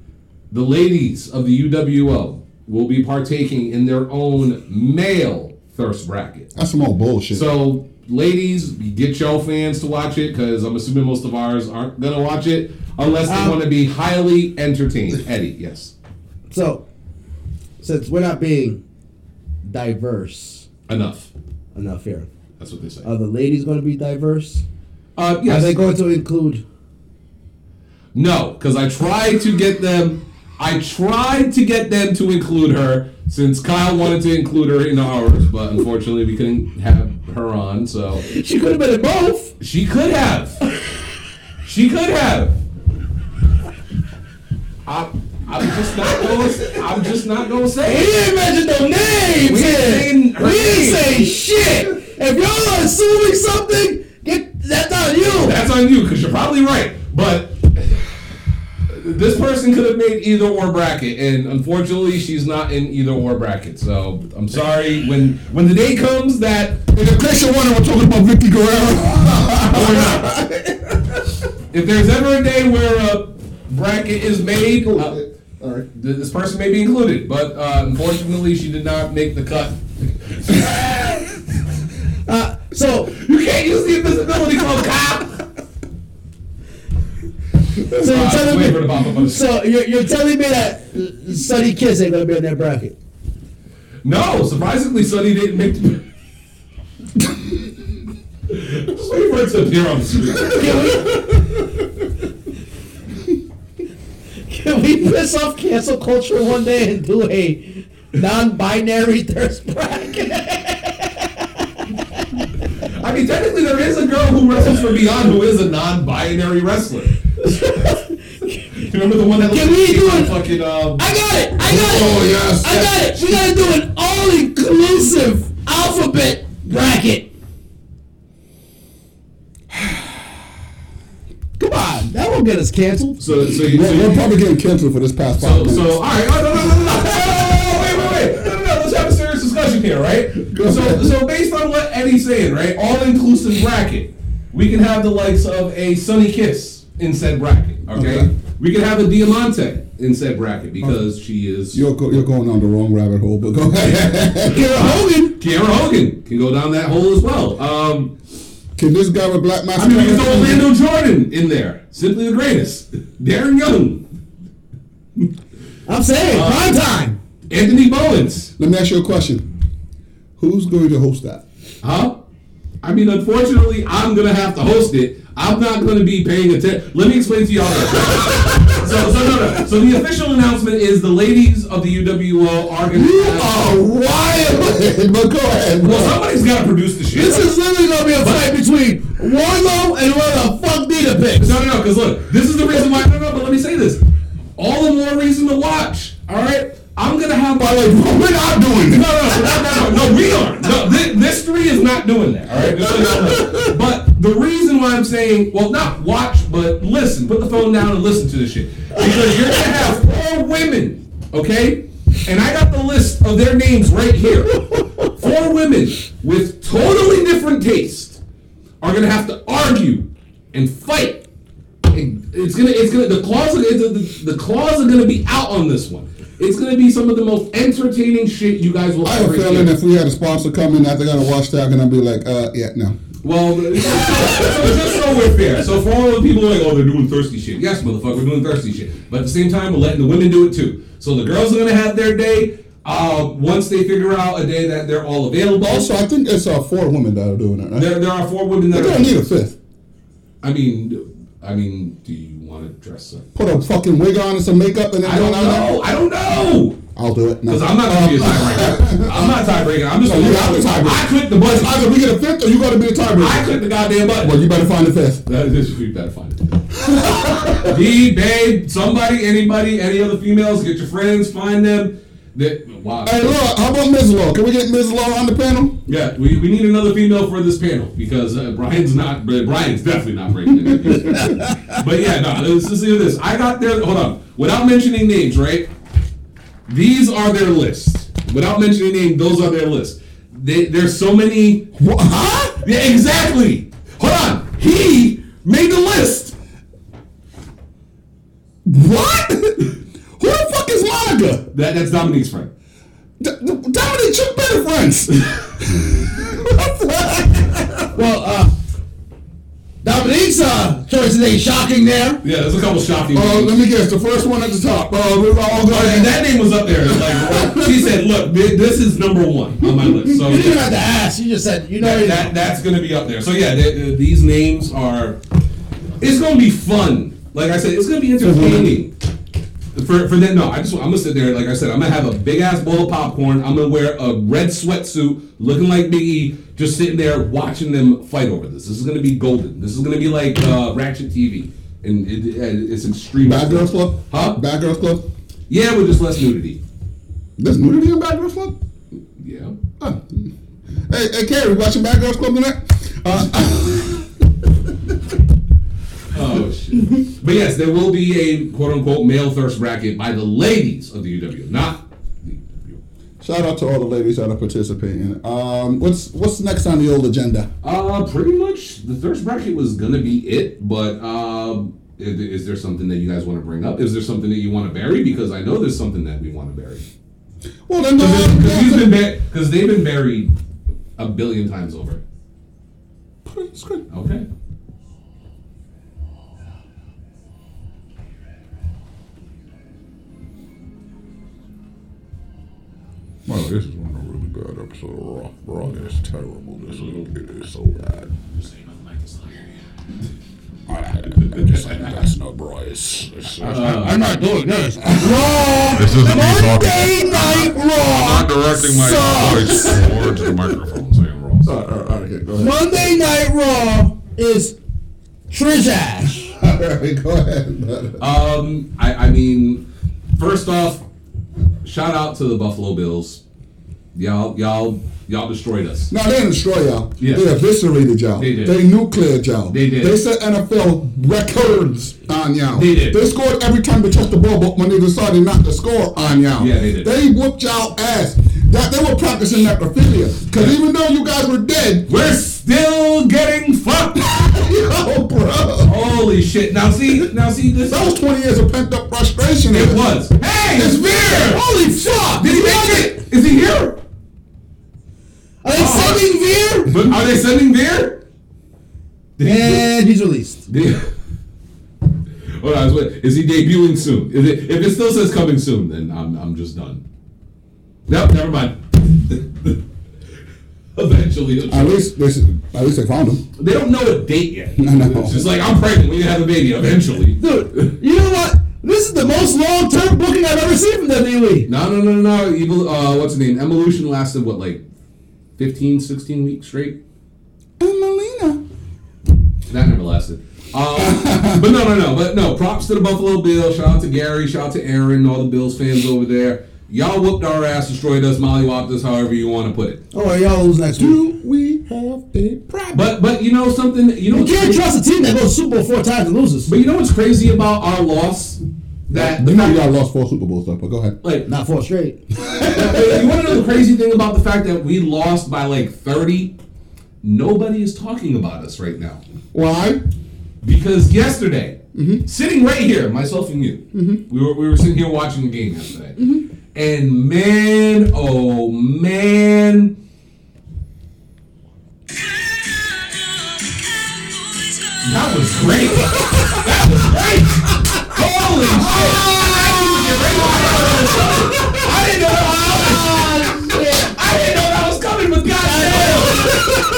[SPEAKER 3] The ladies of the UWO will be partaking in their own male thirst bracket.
[SPEAKER 4] That's some old bullshit.
[SPEAKER 3] So, ladies, get your fans to watch it because I'm assuming most of ours aren't gonna watch it unless
[SPEAKER 1] Um,
[SPEAKER 3] they want to be highly entertained. Eddie, yes,
[SPEAKER 1] So, since we're not being diverse
[SPEAKER 3] enough.
[SPEAKER 1] enough here,
[SPEAKER 3] That's what they say.
[SPEAKER 1] are the ladies going to be diverse?
[SPEAKER 3] Uh,
[SPEAKER 1] Uh, Are
[SPEAKER 3] yes.
[SPEAKER 1] they going to include?
[SPEAKER 3] no, because I tried to get them. I tried to get them to include her since Kyle wanted to include her in ours, but unfortunately we couldn't have her on. So
[SPEAKER 1] She could have been in both.
[SPEAKER 3] she could have. She could have. I, I'm just not going. I'm just not going to say.
[SPEAKER 1] He
[SPEAKER 3] it.
[SPEAKER 1] didn't mention no names
[SPEAKER 3] We
[SPEAKER 1] here.
[SPEAKER 3] didn't-
[SPEAKER 1] we didn't say shit. If y'all are assuming something, get that's on you.
[SPEAKER 3] That's on you because you're probably right. But this person could have made either or bracket, and unfortunately, she's not in either or bracket. So I'm sorry. When when the day comes that
[SPEAKER 4] in case you're wondering, we're talking about Vicky Guerrero.
[SPEAKER 3] we're not. If there's ever a day where a bracket is made, uh, th-
[SPEAKER 4] All right.
[SPEAKER 3] this person may be included, but uh, unfortunately, she did not make the cut.
[SPEAKER 1] So,
[SPEAKER 3] You can't use the invisibility cloak, cop.
[SPEAKER 1] so you're telling me.
[SPEAKER 3] Flavored about Uh, the bunch.
[SPEAKER 1] So you're, you're telling me that Sunny Kiss ain't gonna be in that bracket?
[SPEAKER 3] No, surprisingly, Sonny didn't make the. Just wait for it to appear on the screen.
[SPEAKER 1] Can we piss off cancel culture one day and do a non-binary thirst bracket?
[SPEAKER 3] I mean, technically, there is a girl who wrestles for Beyond who is a non-binary wrestler. you remember the one that
[SPEAKER 1] Can
[SPEAKER 3] looked
[SPEAKER 1] we
[SPEAKER 3] like
[SPEAKER 1] do
[SPEAKER 3] she was
[SPEAKER 1] it?
[SPEAKER 3] fucking? Um,
[SPEAKER 1] I got it! I got it!
[SPEAKER 4] Oh, yes,
[SPEAKER 1] I got it! We gotta do an all-inclusive alphabet bracket. Come on, that won't get us canceled.
[SPEAKER 3] so, so, you, so,
[SPEAKER 4] We're, we're
[SPEAKER 3] you,
[SPEAKER 4] probably getting canceled for this past five
[SPEAKER 3] so,
[SPEAKER 4] minutes.
[SPEAKER 3] so, all right. Oh, no, no, no, no, no, no, no, no, wait, wait, wait. No, no, no. Let's have a serious discussion here, right? So, so based on what Eddie's saying, right, all-inclusive bracket, we can have the likes of a Sunny Kiss in said bracket. Okay.
[SPEAKER 4] Okay.
[SPEAKER 3] We can have a Diamante in said bracket because she is.
[SPEAKER 4] You're, go, you're going down the wrong rabbit hole, but go ahead.
[SPEAKER 1] Kira Hogan!
[SPEAKER 3] Kiara Hogan can go down that hole as well. Um,
[SPEAKER 4] Can this guy with black mask?
[SPEAKER 3] I mean, we can throw Orlando Jordan in there. Simply the greatest. Darren Young.
[SPEAKER 1] I'm saying,
[SPEAKER 3] Uh,
[SPEAKER 1] prime time!
[SPEAKER 3] Anthony Bowens.
[SPEAKER 4] Let me ask you a question. Who's going to host that?
[SPEAKER 3] Huh? I mean, unfortunately, I'm going to have to host it. I'm not going to be paying attention. Let me explain to y'all that. so, so, no, no. So, the official announcement is the ladies of the UWO are going to have.
[SPEAKER 4] wild, but go ahead.
[SPEAKER 3] Well, somebody's got to produce the shit.
[SPEAKER 1] This is literally gonna be a fight between Warlow and whoever the fuck Nita picks.
[SPEAKER 3] No, no, no, because look, this is the reason why. No, no, but let me say this. All the more reason to watch, all right? I'm going to have my like,
[SPEAKER 4] we're not doing
[SPEAKER 3] No, no, no, no, no, no, we aren't. No, this, this three is not doing that, all right? This three is not. But the reason why I'm saying, well, not watch, but listen, put the phone down and listen to this shit. Because you're going to have four women, okay? And I got the list of their names right here. Four women with totally different tastes are going to have to argue and fight. And it's gonna, it's gonna, the claws, are, the, the, the claws are gonna be out on this one. It's gonna be some of the most entertaining shit you guys will
[SPEAKER 4] I have
[SPEAKER 3] ever
[SPEAKER 4] a feeling
[SPEAKER 3] hear.
[SPEAKER 4] if we had a sponsor come in after I gotta watch that, and I'd be like, uh, yeah, no.
[SPEAKER 3] Well, so, so just so we're fair. So for all the people who are like, oh, they're doing thirsty shit. Yes, motherfucker, we're doing thirsty shit. But at the same time, we're letting the women do it too. So the girls are gonna have their day. Uh, once they figure out a day that they're all available.
[SPEAKER 4] Also, I think it's uh, four women that are doing it. Right?
[SPEAKER 3] there, there are four women
[SPEAKER 4] They
[SPEAKER 3] that
[SPEAKER 4] don't need a
[SPEAKER 3] are.
[SPEAKER 4] fifth.
[SPEAKER 3] I mean, I mean, do you want to dress up?
[SPEAKER 4] Put a fucking wig on and some makeup, and then
[SPEAKER 3] I don't
[SPEAKER 4] go down there.
[SPEAKER 3] know. I don't know.
[SPEAKER 4] I'll do it. No.
[SPEAKER 3] Because I'm not going to be a tiebreaker. I'm not a tiebreaker. I'm just
[SPEAKER 4] No,
[SPEAKER 3] going
[SPEAKER 4] you're not the
[SPEAKER 3] to
[SPEAKER 4] tiebreaker.
[SPEAKER 3] I clicked the button.
[SPEAKER 4] Either we get a fifth, or you gotta be the
[SPEAKER 3] I
[SPEAKER 4] tiebreaker.
[SPEAKER 3] clicked the goddamn button.
[SPEAKER 4] Well, you better find a fifth.
[SPEAKER 3] That is, we better find it. D, babe, somebody, anybody, any other females, get your friends, find them. That, wow.
[SPEAKER 4] Hey, Laura, how about Ms. Law? Can we get Ms. Law on the panel?
[SPEAKER 3] Yeah, we, we need another female for this panel because uh, Brian's not Brian's definitely not breaking it. but yeah, no, let's just do this. I got their hold on without mentioning names, right? These are their list. Without mentioning names, those are their list. They, there's so many.
[SPEAKER 4] Wha- Huh?
[SPEAKER 3] Yeah, exactly. Hold on, he made the list.
[SPEAKER 4] What? Who the fuck is Monica?
[SPEAKER 3] That that's Dominique's friend.
[SPEAKER 4] D- D- Dominic Chuck better friends. Uh,
[SPEAKER 1] Well, uh, Dominique's uh, choice is ain't shocking there.
[SPEAKER 3] Yeah, there's a couple shocking.
[SPEAKER 4] uh,
[SPEAKER 3] names.
[SPEAKER 4] let me guess. The first one at the top. Uh, we're all
[SPEAKER 3] Oh, yeah,
[SPEAKER 4] going.
[SPEAKER 3] that name was up there. Like she said, look, thi- this is number one on my list. So
[SPEAKER 1] You didn't even
[SPEAKER 3] yeah,
[SPEAKER 1] have to ask. You just said, you know,
[SPEAKER 3] that, that- that's gonna be up there. So yeah, th- th- these names are. It's gonna be fun. Like I said, it's gonna be entertaining. For for that, no, I just I'm gonna sit there. Like I said, I'm gonna have a big ass bowl of popcorn. I'm gonna wear a red sweatsuit, looking like Big E, just sitting there watching them fight over this. This is gonna be golden. This is gonna be like uh, Ratchet TV, and it, it, it's extreme.
[SPEAKER 4] Bad Girls Club?
[SPEAKER 3] Huh?
[SPEAKER 4] Bad Girls Club?
[SPEAKER 3] Yeah, with just less nudity.
[SPEAKER 4] There's nudity in Bad Girls Club?
[SPEAKER 3] Yeah.
[SPEAKER 4] Huh. Hey, hey, Carrie, watching Bad Girls Club tonight? Uh,
[SPEAKER 3] Oh shit! But yes, there will be a quote unquote male thirst bracket by the ladies of the UW, not the UW.
[SPEAKER 4] Shout out to all the ladies that are participating. Um, what's what's next on the old agenda?
[SPEAKER 3] Uh, pretty much the thirst bracket was gonna be it, but um, i- is, there something that you guys want to bring up? Is there something that you want to bury? Because I know there's something that we want to bury.
[SPEAKER 4] Well, then,
[SPEAKER 3] Because he's
[SPEAKER 4] uh,
[SPEAKER 3] been because they've been buried a billion times over.
[SPEAKER 4] put it in the script.
[SPEAKER 3] Okay.
[SPEAKER 4] Well, this is one of really bad episode of Raw. Raw is terrible. This is it is so bad. I, I, I just like that's not Raw. It's, it's, uh, it's
[SPEAKER 2] I'm not doing this.
[SPEAKER 5] This isn't me
[SPEAKER 2] Monday
[SPEAKER 5] talking.
[SPEAKER 2] Night Raw.
[SPEAKER 5] I'm directing my voice forward to the microphone saying Ross.
[SPEAKER 4] all right, all right, Uh, okay, go ahead.
[SPEAKER 2] Monday Night Raw is Trish Ash.
[SPEAKER 4] All right, go ahead.
[SPEAKER 3] Um, I, I mean, first off, shout out to the Buffalo Bills. Y'all, y'all, y'all destroyed us.
[SPEAKER 4] Now they didn't destroy y'all.
[SPEAKER 3] Yeah.
[SPEAKER 4] They eviscerated y'all.
[SPEAKER 3] They did.
[SPEAKER 4] They nucleared y'all.
[SPEAKER 3] They did.
[SPEAKER 4] They set NFL records on y'all.
[SPEAKER 3] They did.
[SPEAKER 4] They scored every time they touched the ball, but when they decided not to score on y'all.
[SPEAKER 3] Yeah, they did.
[SPEAKER 4] They whooped y'all ass. That they were practicing necrophilia. Cause even though you guys were dead,
[SPEAKER 3] We're still getting fucked.
[SPEAKER 4] yo, bro,
[SPEAKER 3] Holy shit! Now see, now see this.
[SPEAKER 4] that was 20 years of pent up frustration.
[SPEAKER 3] It was. Hey,
[SPEAKER 4] It's Veer!
[SPEAKER 3] Holy fuck! Did he make it? Is he here?
[SPEAKER 2] Are they sending Veer?
[SPEAKER 3] But are they sending Veer? Did he-
[SPEAKER 2] And he's released.
[SPEAKER 3] did- Hold on, I was wait- is he debuting soon? Is it, if it still says coming soon, then I'm, I'm just done. Nope, never mind. Eventually, it'll
[SPEAKER 4] At least they at least they found him.
[SPEAKER 3] They don't know a date yet.
[SPEAKER 4] I know.
[SPEAKER 3] It's just like I'm pregnant. We gonna have a baby eventually.
[SPEAKER 2] Dude, you know what? This is the most long-term booking I've ever seen from WWE.
[SPEAKER 1] E.
[SPEAKER 3] No, no, no, no, no. Evil. Uh, what's the name? Evolution lasted what, like, 15, 16 weeks straight?
[SPEAKER 4] And Melina.
[SPEAKER 3] That never lasted. Um, but no, no, no. But no. Props to the Buffalo Bills. Shout out to Gary. Shout out to Aaron. All the Bills fans over there. Y'all whooped our ass, destroyed us, mollywopped us, however you want to put it.
[SPEAKER 2] Oh, y'all lose next week.
[SPEAKER 4] Do we have a problem?
[SPEAKER 3] But but you know something. You
[SPEAKER 2] You
[SPEAKER 3] know what's
[SPEAKER 2] can't
[SPEAKER 3] cra-
[SPEAKER 2] trust a team that goes Super Bowl four times and loses.
[SPEAKER 3] But you know what's crazy about our loss? That
[SPEAKER 4] You know y'all lost four Super Bowls though, but go ahead.
[SPEAKER 3] like
[SPEAKER 2] Not four straight.
[SPEAKER 3] you want to know the crazy thing about the fact that we lost by like 30? Nobody is talking about us right now.
[SPEAKER 4] Why?
[SPEAKER 3] Because yesterday, sitting right here, myself and you, we, were, we were sitting here watching the game yesterday. And man, oh man, that was great. that was great. Holy shit. I didn't get ready. I didn't know that was coming, but goddamn!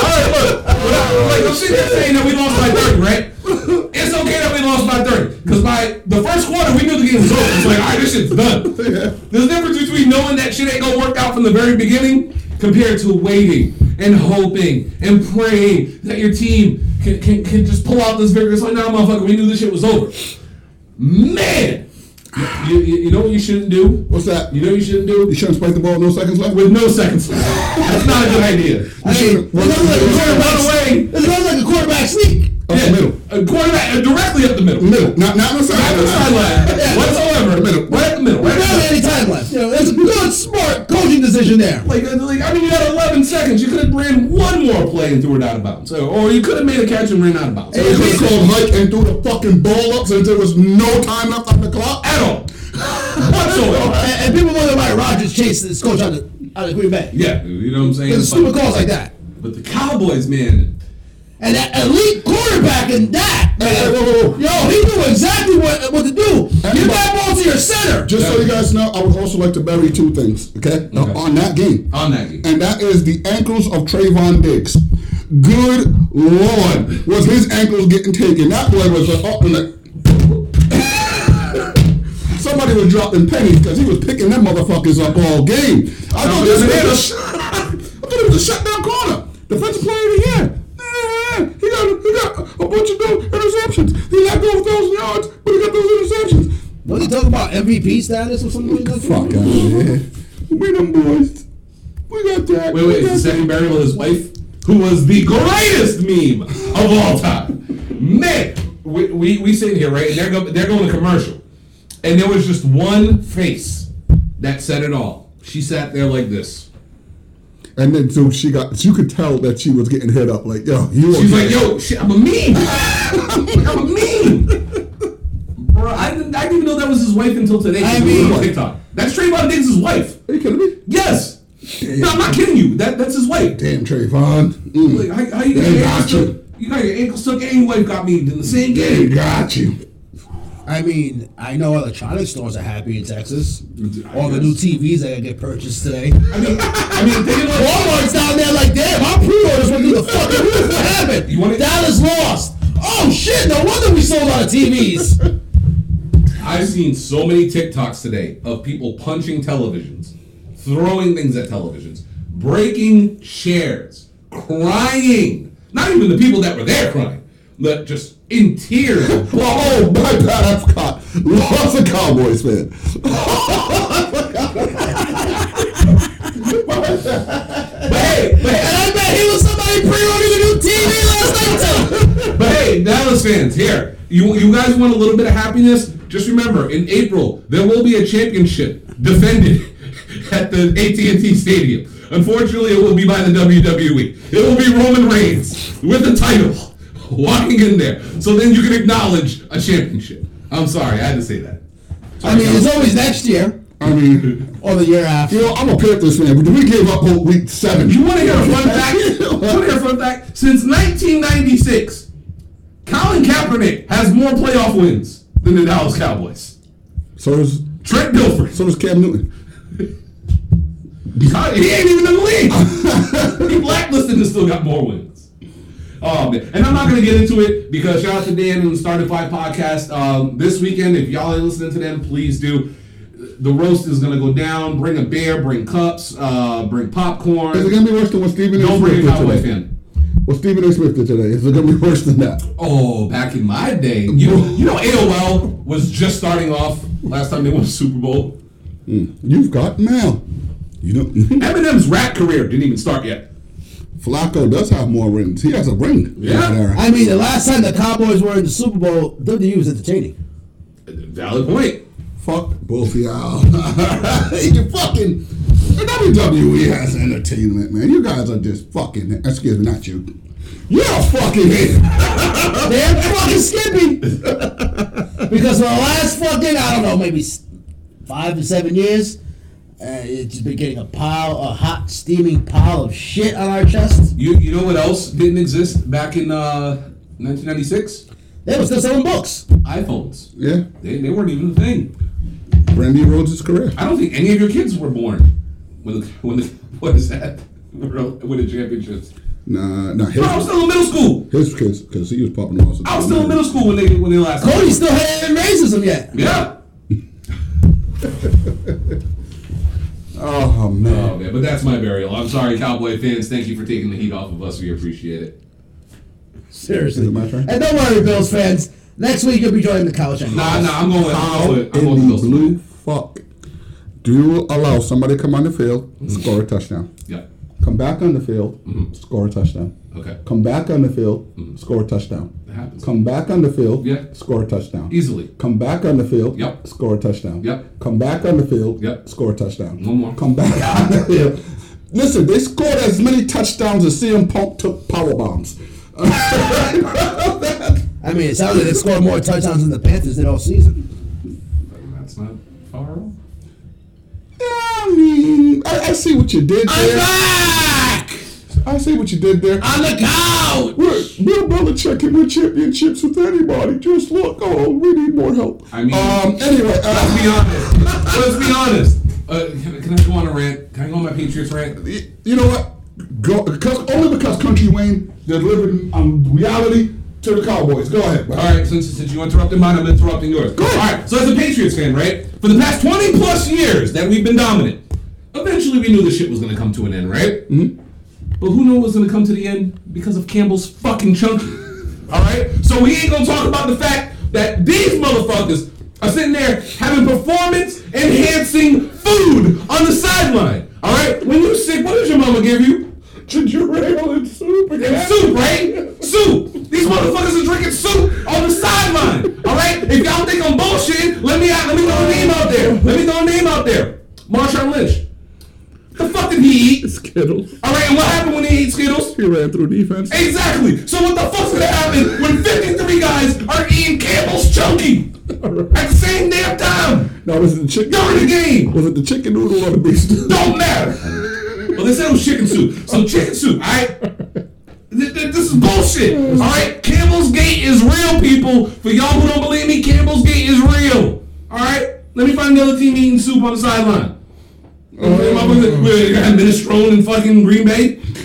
[SPEAKER 3] All right, look, we're not- like I'm sitting here saying that we lost by 30, right? It's okay that we lost by 30, because by the first quarter we knew the game was over. It's like, all right, this shit's done. There's a difference between knowing that shit ain't gonna work out from the very beginning compared to waiting and hoping and praying that your team can, can, can just pull out this victory. It's like, nah, motherfucker, we knew this shit was over. Man! You, you, you know what you shouldn't do?
[SPEAKER 4] What's that?
[SPEAKER 3] You know what you shouldn't do?
[SPEAKER 4] You shouldn't spike the ball no seconds left.
[SPEAKER 3] With no seconds left. That's not a good idea.
[SPEAKER 2] I mean,
[SPEAKER 4] should've-
[SPEAKER 2] it sounds like a quarterback.
[SPEAKER 3] Run away.
[SPEAKER 2] It sounds like a quarterback sneak.
[SPEAKER 4] Up the middle.
[SPEAKER 3] A quarterback uh, directly up the middle.
[SPEAKER 4] Middle. Not not on the
[SPEAKER 3] Not
[SPEAKER 4] sideline.
[SPEAKER 3] the sideline whatsoever.
[SPEAKER 4] Middle.
[SPEAKER 3] Right up the middle. Right up the
[SPEAKER 2] Barely
[SPEAKER 3] middle.
[SPEAKER 2] any time left. You know, that's a good, smart coaching decision there.
[SPEAKER 3] Like, uh, like, I mean, you had 11 seconds. You could have ran one more play and threw it out of bounds. Or- Or you could have made a catch and ran out of bounds.
[SPEAKER 4] They could have called Mike and threw the fucking ball up since there was no time left on the clock.
[SPEAKER 3] At all. Whatsoever.
[SPEAKER 2] And, and people wonder why Rodgers chased this coach out of, out of Green Bay.
[SPEAKER 3] Yeah, you know what I'm saying?
[SPEAKER 2] There's stupid calls like that.
[SPEAKER 3] But the Cowboys, man.
[SPEAKER 2] And that elite quarterback in that,
[SPEAKER 4] Hey, hey,
[SPEAKER 2] man,
[SPEAKER 4] whoa, whoa.
[SPEAKER 2] yo, he knew exactly what, what to do. Give
[SPEAKER 4] Everybody-
[SPEAKER 2] that ball to your center.
[SPEAKER 4] Just so you guys know, I would also like to bury two things, okay? Now, On that game.
[SPEAKER 3] On that game.
[SPEAKER 4] And that is the ankles of Trayvon Diggs. Good lord, was his ankles getting taken. That boy was uh, oh, like, up and like. Somebody was dropping pennies because he was picking them motherfuckers up all game. I thought this man was. I thought it was a shutdown corner. Defensive player of the year. Yeah, He got, he got a bunch of those interceptions. He lacked over 1,000 yards, but he got those interceptions.
[SPEAKER 2] Don't you talk about MVP status or something like that?
[SPEAKER 4] Fuck out of here. We them boys. We got that.
[SPEAKER 3] Wait,
[SPEAKER 4] We
[SPEAKER 3] wait, is
[SPEAKER 4] got
[SPEAKER 3] the
[SPEAKER 4] that.
[SPEAKER 3] second Barry with his wife, who was the greatest meme of all time. Man, we, we, we sitting here, right? And they're, go, they're going to commercial. And there was just one face that said it all. She sat there like this.
[SPEAKER 4] And then so she got, you could tell that she was getting hit up. Like, yo, you.
[SPEAKER 3] She's
[SPEAKER 4] okay.
[SPEAKER 3] like, yo, shit, I'm a mean. I'm a mean. Bro, I didn't, I didn't even know that was his wife until today.
[SPEAKER 2] I
[SPEAKER 3] I mean,
[SPEAKER 2] mean-
[SPEAKER 3] TikTok. That's Trayvon Diggs' wife.
[SPEAKER 4] Are you kidding me?
[SPEAKER 3] Yes. No, I'm not kidding you. That that's his wife.
[SPEAKER 4] Damn, Trayvon.
[SPEAKER 3] Like,
[SPEAKER 4] Mm.
[SPEAKER 3] how, how you got
[SPEAKER 4] They
[SPEAKER 3] your
[SPEAKER 4] got
[SPEAKER 3] ankles
[SPEAKER 4] you.
[SPEAKER 3] stuck? You got your ankles stuck and your wife got me in the same
[SPEAKER 4] They
[SPEAKER 3] game.
[SPEAKER 4] got you.
[SPEAKER 2] I mean, I know electronic stores are happy in Texas. All the new TVs that get purchased today.
[SPEAKER 3] I mean, I mean, think about
[SPEAKER 2] Walmart's down there like, damn, our pre-orders went through the fucking roof. What happened?
[SPEAKER 3] You wanna-
[SPEAKER 2] Dallas lost. Oh shit! No wonder we sold out of TVs.
[SPEAKER 3] I've seen so many TikToks today of people punching televisions, throwing things at televisions, breaking chairs, crying. Not even the people that were there crying, but just in tears.
[SPEAKER 4] Oh, my bad. I forgot. Lost a Cowboys fan.
[SPEAKER 3] but hey, but hey,
[SPEAKER 2] And I bet he was somebody pre-ordering a new TV last night too.
[SPEAKER 3] But hey, Dallas fans, here. You, you guys want a little bit of happiness? Just remember, in April, there will be a championship defended at the AT&T Stadium. Unfortunately, it will be by the WWE. It will be Roman Reigns with the title walking in there. So then you can acknowledge a championship. I'm sorry, I had to say that.
[SPEAKER 2] I mean, it's always next year
[SPEAKER 4] I mean,
[SPEAKER 2] or the year after.
[SPEAKER 4] you know, I'm a Panthers fan, but we gave up on week seven.
[SPEAKER 3] You want to hear a fun fact? You want to hear a fun fact? Since 1996, Colin Kaepernick has more playoff wins than the Dallas Cowboys.
[SPEAKER 4] So does,
[SPEAKER 3] Trent Dilfer.
[SPEAKER 4] so does Cam Newton.
[SPEAKER 3] He ain't even in the league. he blacklisted and still got more wins. Oh man. And I'm not gonna get into it because shout out to Dan and the Started Five podcast. Um, this weekend, if y'all ain't listening to them, please do. The roast is gonna go down. Bring a beer, bring cups, uh, bring popcorn.
[SPEAKER 4] Is it going to be worse than what Stephen A.
[SPEAKER 3] Don't
[SPEAKER 4] Smith
[SPEAKER 3] bring a
[SPEAKER 4] did
[SPEAKER 3] Cowboy
[SPEAKER 4] today?
[SPEAKER 3] fan.
[SPEAKER 4] What Stephen A. Smith did today? Is it going to be worse than that?
[SPEAKER 3] Oh, back in my day, you, you know AOL was just starting off last time they won the Super Bowl.
[SPEAKER 4] You've got mail. You know,
[SPEAKER 3] Eminem's rap career didn't even start yet.
[SPEAKER 4] Flacco does have more rings. He has a ring.
[SPEAKER 3] Yeah.
[SPEAKER 4] There.
[SPEAKER 2] I mean, the last time the Cowboys were in the Super Bowl, WWE was entertaining.
[SPEAKER 3] Valid point.
[SPEAKER 4] Fuck both of y'all. you fucking. The WWE has entertainment, man. You guys are just fucking. Excuse me, not you. You're a fucking idiot.
[SPEAKER 2] Damn fucking Skippy! because for the last fucking, I don't know, maybe s- five to seven years, uh, it's just been getting a pile, a hot steaming pile of shit on our chest.
[SPEAKER 3] You, you know what else didn't exist back in uh, 1996?
[SPEAKER 2] They were still selling books.
[SPEAKER 3] iPhones.
[SPEAKER 4] Yeah.
[SPEAKER 3] They, they weren't even a thing.
[SPEAKER 4] Brandy Rhodes' career.
[SPEAKER 3] I don't think any of your kids were born when the, when the what is that? When the championships.
[SPEAKER 4] Nah, nah. His,
[SPEAKER 3] Bro, I was still in middle school.
[SPEAKER 4] his kids, because he was popping off.
[SPEAKER 3] I was still in middle school when they when they last.
[SPEAKER 2] Cody still hadn't racism yet.
[SPEAKER 3] Yeah.
[SPEAKER 4] Oh man.
[SPEAKER 3] Oh man, but that's my burial. I'm sorry, Cowboy fans. Thank you for taking the heat off of us. We appreciate it.
[SPEAKER 2] Seriously.
[SPEAKER 4] Is it my turn?
[SPEAKER 2] And don't worry, Bills fans. Next week you'll be joining the couch. Angle.
[SPEAKER 3] Nah, nah, I'm going. I'm
[SPEAKER 4] How
[SPEAKER 3] going.
[SPEAKER 4] in
[SPEAKER 3] I'm going
[SPEAKER 4] the
[SPEAKER 3] to
[SPEAKER 4] blue
[SPEAKER 3] blue.
[SPEAKER 4] fuck do you allow somebody to come on the field, score a touchdown?
[SPEAKER 3] Yeah.
[SPEAKER 4] Come back on the field, score a touchdown.
[SPEAKER 3] Okay.
[SPEAKER 4] Come back on the field, score a touchdown.
[SPEAKER 3] That happens.
[SPEAKER 4] Come back on the field,
[SPEAKER 3] Yeah.
[SPEAKER 4] score a touchdown.
[SPEAKER 3] Easily.
[SPEAKER 4] Come back on the field,
[SPEAKER 3] Yep.
[SPEAKER 4] score a touchdown.
[SPEAKER 3] Yep.
[SPEAKER 4] Come back on the field,
[SPEAKER 3] Yep.
[SPEAKER 4] score a touchdown.
[SPEAKER 3] No more.
[SPEAKER 4] Come back on the field. Listen, they scored as many touchdowns as CM Punk took power bombs.
[SPEAKER 2] I mean, it sounds like they scored more touchdowns than the Panthers did all season.
[SPEAKER 3] That's not far off.
[SPEAKER 4] Yeah, I mean, I, I see what you did there.
[SPEAKER 2] back
[SPEAKER 4] I see what you did there.
[SPEAKER 2] on the couch.
[SPEAKER 4] Look, Bill Belichick can win championships with anybody. Just look, oh, we need more help.
[SPEAKER 3] I mean-
[SPEAKER 4] um, anyway,
[SPEAKER 3] Let's be
[SPEAKER 4] uh,
[SPEAKER 3] honest. Let's be honest. Uh, can, can I go on a rant? Can I go on my Patriots rant?
[SPEAKER 4] y- you know what? Go because only because Country Wayne delivered um, reality to the Cowboys. Go ahead.
[SPEAKER 3] All right, since, since you interrupted mine, I'm interrupting yours. All right, so as a Patriots fan, right? For the past 20 plus years that we've been dominant, eventually we knew this shit was going to come to an end, right? Mm-hmm. But who knew it was going to come to the end because of Campbell's fucking chunky? All right? So we ain't going to talk about the fact that these motherfuckers are sitting there having performance enhancing food on the sideline. All right? When you sick, what does your mama give you?
[SPEAKER 4] Ginger ale and soup
[SPEAKER 3] And
[SPEAKER 4] again.
[SPEAKER 3] soup, right? Soup. These motherfuckers are drinking soup on the sideline. All right. If y'all think I'm bullshitting, let me out. Let me throw a name out there. Let me throw a name out there. Marshawn Lynch. The fuck did he eat?
[SPEAKER 6] Skittles.
[SPEAKER 3] All right, and what happened when he ate Skittles?
[SPEAKER 6] He ran through defense.
[SPEAKER 3] Exactly. So what the fuck's gonna happen when 53 guys are eating Campbell's Chunky at the same damn time
[SPEAKER 6] Now was it the chicken?
[SPEAKER 3] during the game?
[SPEAKER 6] Was it the chicken noodle or the beef stew?
[SPEAKER 3] Don't matter. Well, they said it was chicken soup. So chicken soup, all right? Th- th- This is bullshit, all right? Campbell's Gate is real, people. For y'all who don't believe me, Campbell's Gate is real, all right? Let me find another team eating soup on the sideline. We're gonna have minestrone in fucking Green Bay.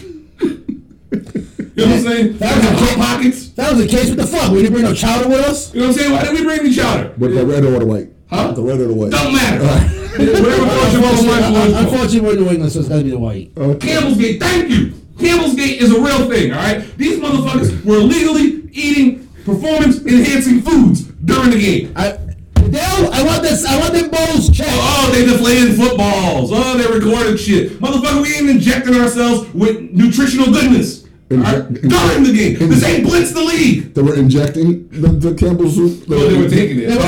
[SPEAKER 3] You know what I'm saying? That was a pockets.
[SPEAKER 1] That was the case. What the fuck? We didn't bring no chowder with us.
[SPEAKER 3] You know what I'm saying? Why did we bring the chowder?
[SPEAKER 6] With the red or the white?
[SPEAKER 3] Huh?
[SPEAKER 6] The red or the white?
[SPEAKER 3] Don't matter. Whatever floats your boat, life floats your boat.
[SPEAKER 1] Unfortunately, we're in New England, so it's got to be the white.
[SPEAKER 3] Campbell's Gate, thank you. Campbell's Gate is a real thing, all right? These motherfuckers were illegally eating performance enhancing foods during the game.
[SPEAKER 1] I, Dale, I want this. I want them bowls checked.
[SPEAKER 3] Oh, they deflated footballs. Oh, they recorded shit. Motherfucker, we ain't injecting ourselves with nutritional goodness. all right?
[SPEAKER 6] Inject-
[SPEAKER 3] During the game. This ain't Blitz the League.
[SPEAKER 6] They were injecting the, the Campbell's soup.
[SPEAKER 3] Well, they were taking it.
[SPEAKER 1] Oh,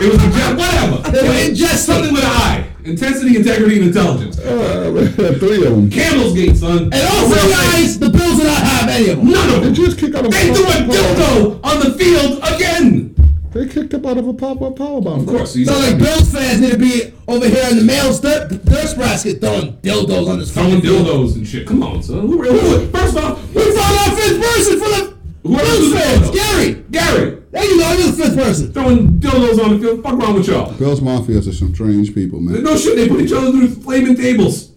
[SPEAKER 1] They were ingesting.
[SPEAKER 3] It was inject whatever.
[SPEAKER 1] They were
[SPEAKER 3] It was
[SPEAKER 1] ingesting.
[SPEAKER 3] Something with an I. Intensity, integrity, and intelligence.
[SPEAKER 6] Uh, three of them.
[SPEAKER 3] Campbell's Gate, son.
[SPEAKER 1] And also, guys, the Bills do not have any of them.
[SPEAKER 3] None of
[SPEAKER 6] Did
[SPEAKER 3] them.
[SPEAKER 6] you just kick out a
[SPEAKER 3] They threw a dildo on the field again.
[SPEAKER 6] They kicked up out of a pop-up power bomb. Of
[SPEAKER 3] he's
[SPEAKER 1] So, like, Bills fans need to be over here in the male's third, third basket throwing dildos on this phone.
[SPEAKER 3] throwing dildos and shit. Come on, son. Who, who, first off,
[SPEAKER 1] We
[SPEAKER 3] who,
[SPEAKER 1] found our fifth person for the
[SPEAKER 3] who
[SPEAKER 1] Bills fans.
[SPEAKER 3] who's
[SPEAKER 1] Gary,
[SPEAKER 3] Gary
[SPEAKER 1] there you go. You're the fifth person.
[SPEAKER 3] throwing dildos on the field. Fuck wrong with y'all?
[SPEAKER 4] Bills Mafias are some strange people, man.
[SPEAKER 3] No shit. They put each other through flaming tables.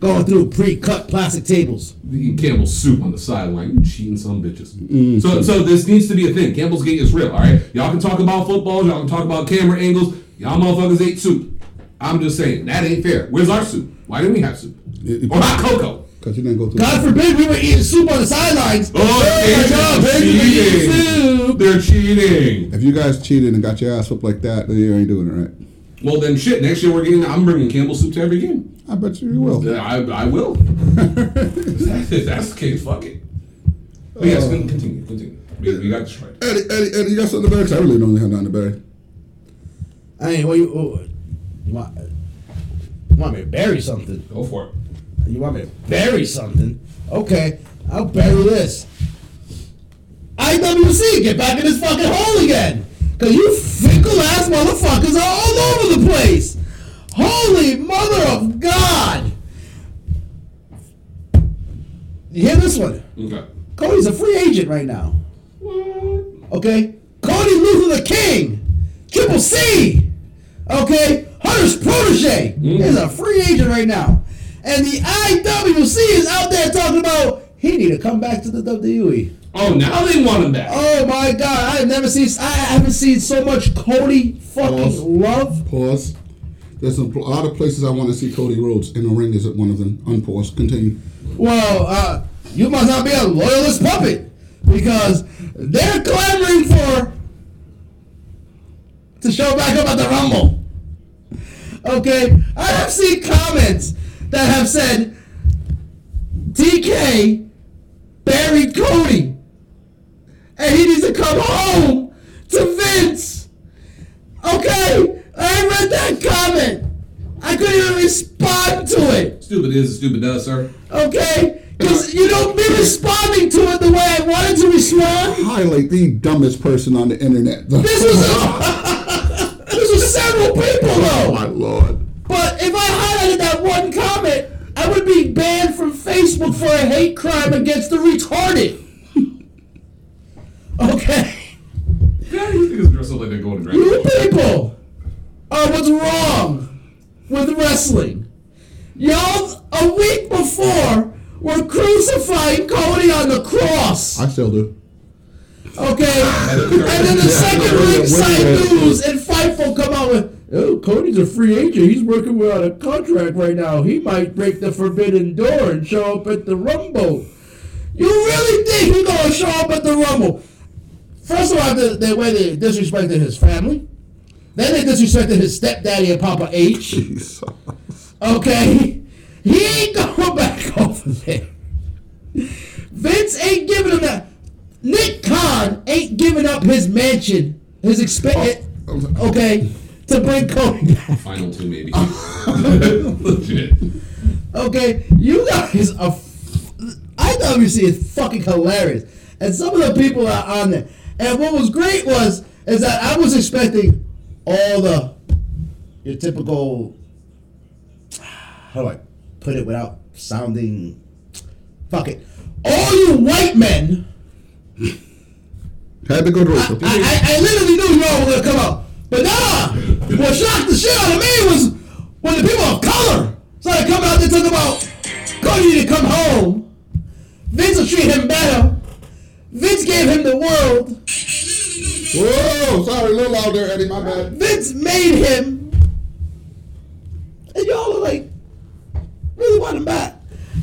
[SPEAKER 1] Going through pre-cut plastic tables.
[SPEAKER 3] Eating Campbell's soup on the sideline, you cheating some bitches. So, so this needs to be a thing. Campbell's Gate is real. All right, y'all can talk about football. Y'all can talk about camera angles. Y'all motherfuckers ate soup. I'm just saying that ain't fair. Where's our soup? Why didn't we have soup?
[SPEAKER 4] It-
[SPEAKER 3] Or not cocoa?
[SPEAKER 4] Because you didn't go through.
[SPEAKER 1] God forbid we were eating soup on the sidelines.
[SPEAKER 3] Oh, they're
[SPEAKER 1] God, baby, we eat
[SPEAKER 3] cheating.
[SPEAKER 1] soup.
[SPEAKER 3] They're cheating.
[SPEAKER 4] If you guys cheated and got your ass whooped like that, then you ain't doing it right.
[SPEAKER 3] Well, then shit. Next year we're getting. I'm bringing Campbell's soup to every game.
[SPEAKER 4] I bet you you will.
[SPEAKER 3] Then I, I will. if that's the case, fuck it. But yes,
[SPEAKER 4] Oh.
[SPEAKER 3] con- continue, continue. We, we got destroyed.
[SPEAKER 4] Eddie, Eddie, Eddie, you got something to bury? 'Cause I really don't have nothing to bury.
[SPEAKER 1] I mean, what you, oh, you want? You want me to bury something?
[SPEAKER 3] Go for it.
[SPEAKER 1] You want me to bury something? Okay, I'll bury this. IWC, get back in this fucking hole again! Cause you fickle ass motherfuckers are all over the place! Holy mother of God! You hear this one?
[SPEAKER 3] Okay.
[SPEAKER 1] Cody's a free agent right now.
[SPEAKER 3] What?
[SPEAKER 1] Okay? Cody Luther the King! Triple C! Okay? Hunter's protege is a free agent right now. And the IWC is out there talking about he need to come back to the WWE.
[SPEAKER 3] Oh, now they want him back.
[SPEAKER 1] Oh my god, I've never seen I haven't seen so much Cody fucking
[SPEAKER 4] Pause.
[SPEAKER 1] love.
[SPEAKER 4] Pause. There's some, a lot of places I want to see Cody Rhodes in the ring. Is it one of them? Unpause. Continue.
[SPEAKER 1] Well, uh, you must not be a loyalist puppet because they're clamoring for to show back up at the Rumble. Okay, I have seen comments that have said DK buried Cody and he needs to come home to Vince. Okay, I read that comment. I couldn't even respond to it
[SPEAKER 3] Stupid is stupid does, sir.
[SPEAKER 1] okay? Because you don't be responding to it the way I wanted to respond.
[SPEAKER 4] Highlight the dumbest person on the internet.
[SPEAKER 1] This was a, this was several people
[SPEAKER 6] Oh
[SPEAKER 1] though.
[SPEAKER 6] my lord.
[SPEAKER 1] But if I highlighted that one comment, I would be banned from Facebook for a hate crime against the retarded. Okay,
[SPEAKER 3] Yeah, you think it's dressed up like they're going to grab
[SPEAKER 1] you people are what's wrong with wrestling. Y'all a week before were crucifying Cody on the cross.
[SPEAKER 4] I still do.
[SPEAKER 1] Okay, and then the second ringside news and Fightful come out with, "Oh, Cody's a free agent. He's working without a contract right now. He might break the forbidden door and show up at the Rumble." You really think he's gonna show up at the Rumble? First of all, the, the way they disrespected his family, then they disrespected his stepdaddy and Papa H.
[SPEAKER 6] He's-
[SPEAKER 1] Okay? He ain't going back over there. Vince ain't giving him that. Nick Khan ain't giving up his mansion, his expense. Okay? to bring Cody back.
[SPEAKER 3] Final two, maybe. Legit.
[SPEAKER 1] Okay, you guys are. f- I thought we see is fucking hilarious, and some of the people are on there. And what was great was is that I was expecting all the your typical. How do I put it without sounding? Fuck it. All you white men.
[SPEAKER 4] Had to go to racial.
[SPEAKER 1] I, I, I literally knew y'all were gonna come out. But nah, what shocked the shit out of me was when the people of color started coming out there talking about Cody need to come home. Vince will treat him better. Vince gave him the world.
[SPEAKER 4] Whoa, sorry, a little louder, Eddie. My bad.
[SPEAKER 1] Vince made him. And y'all are like, really want him back.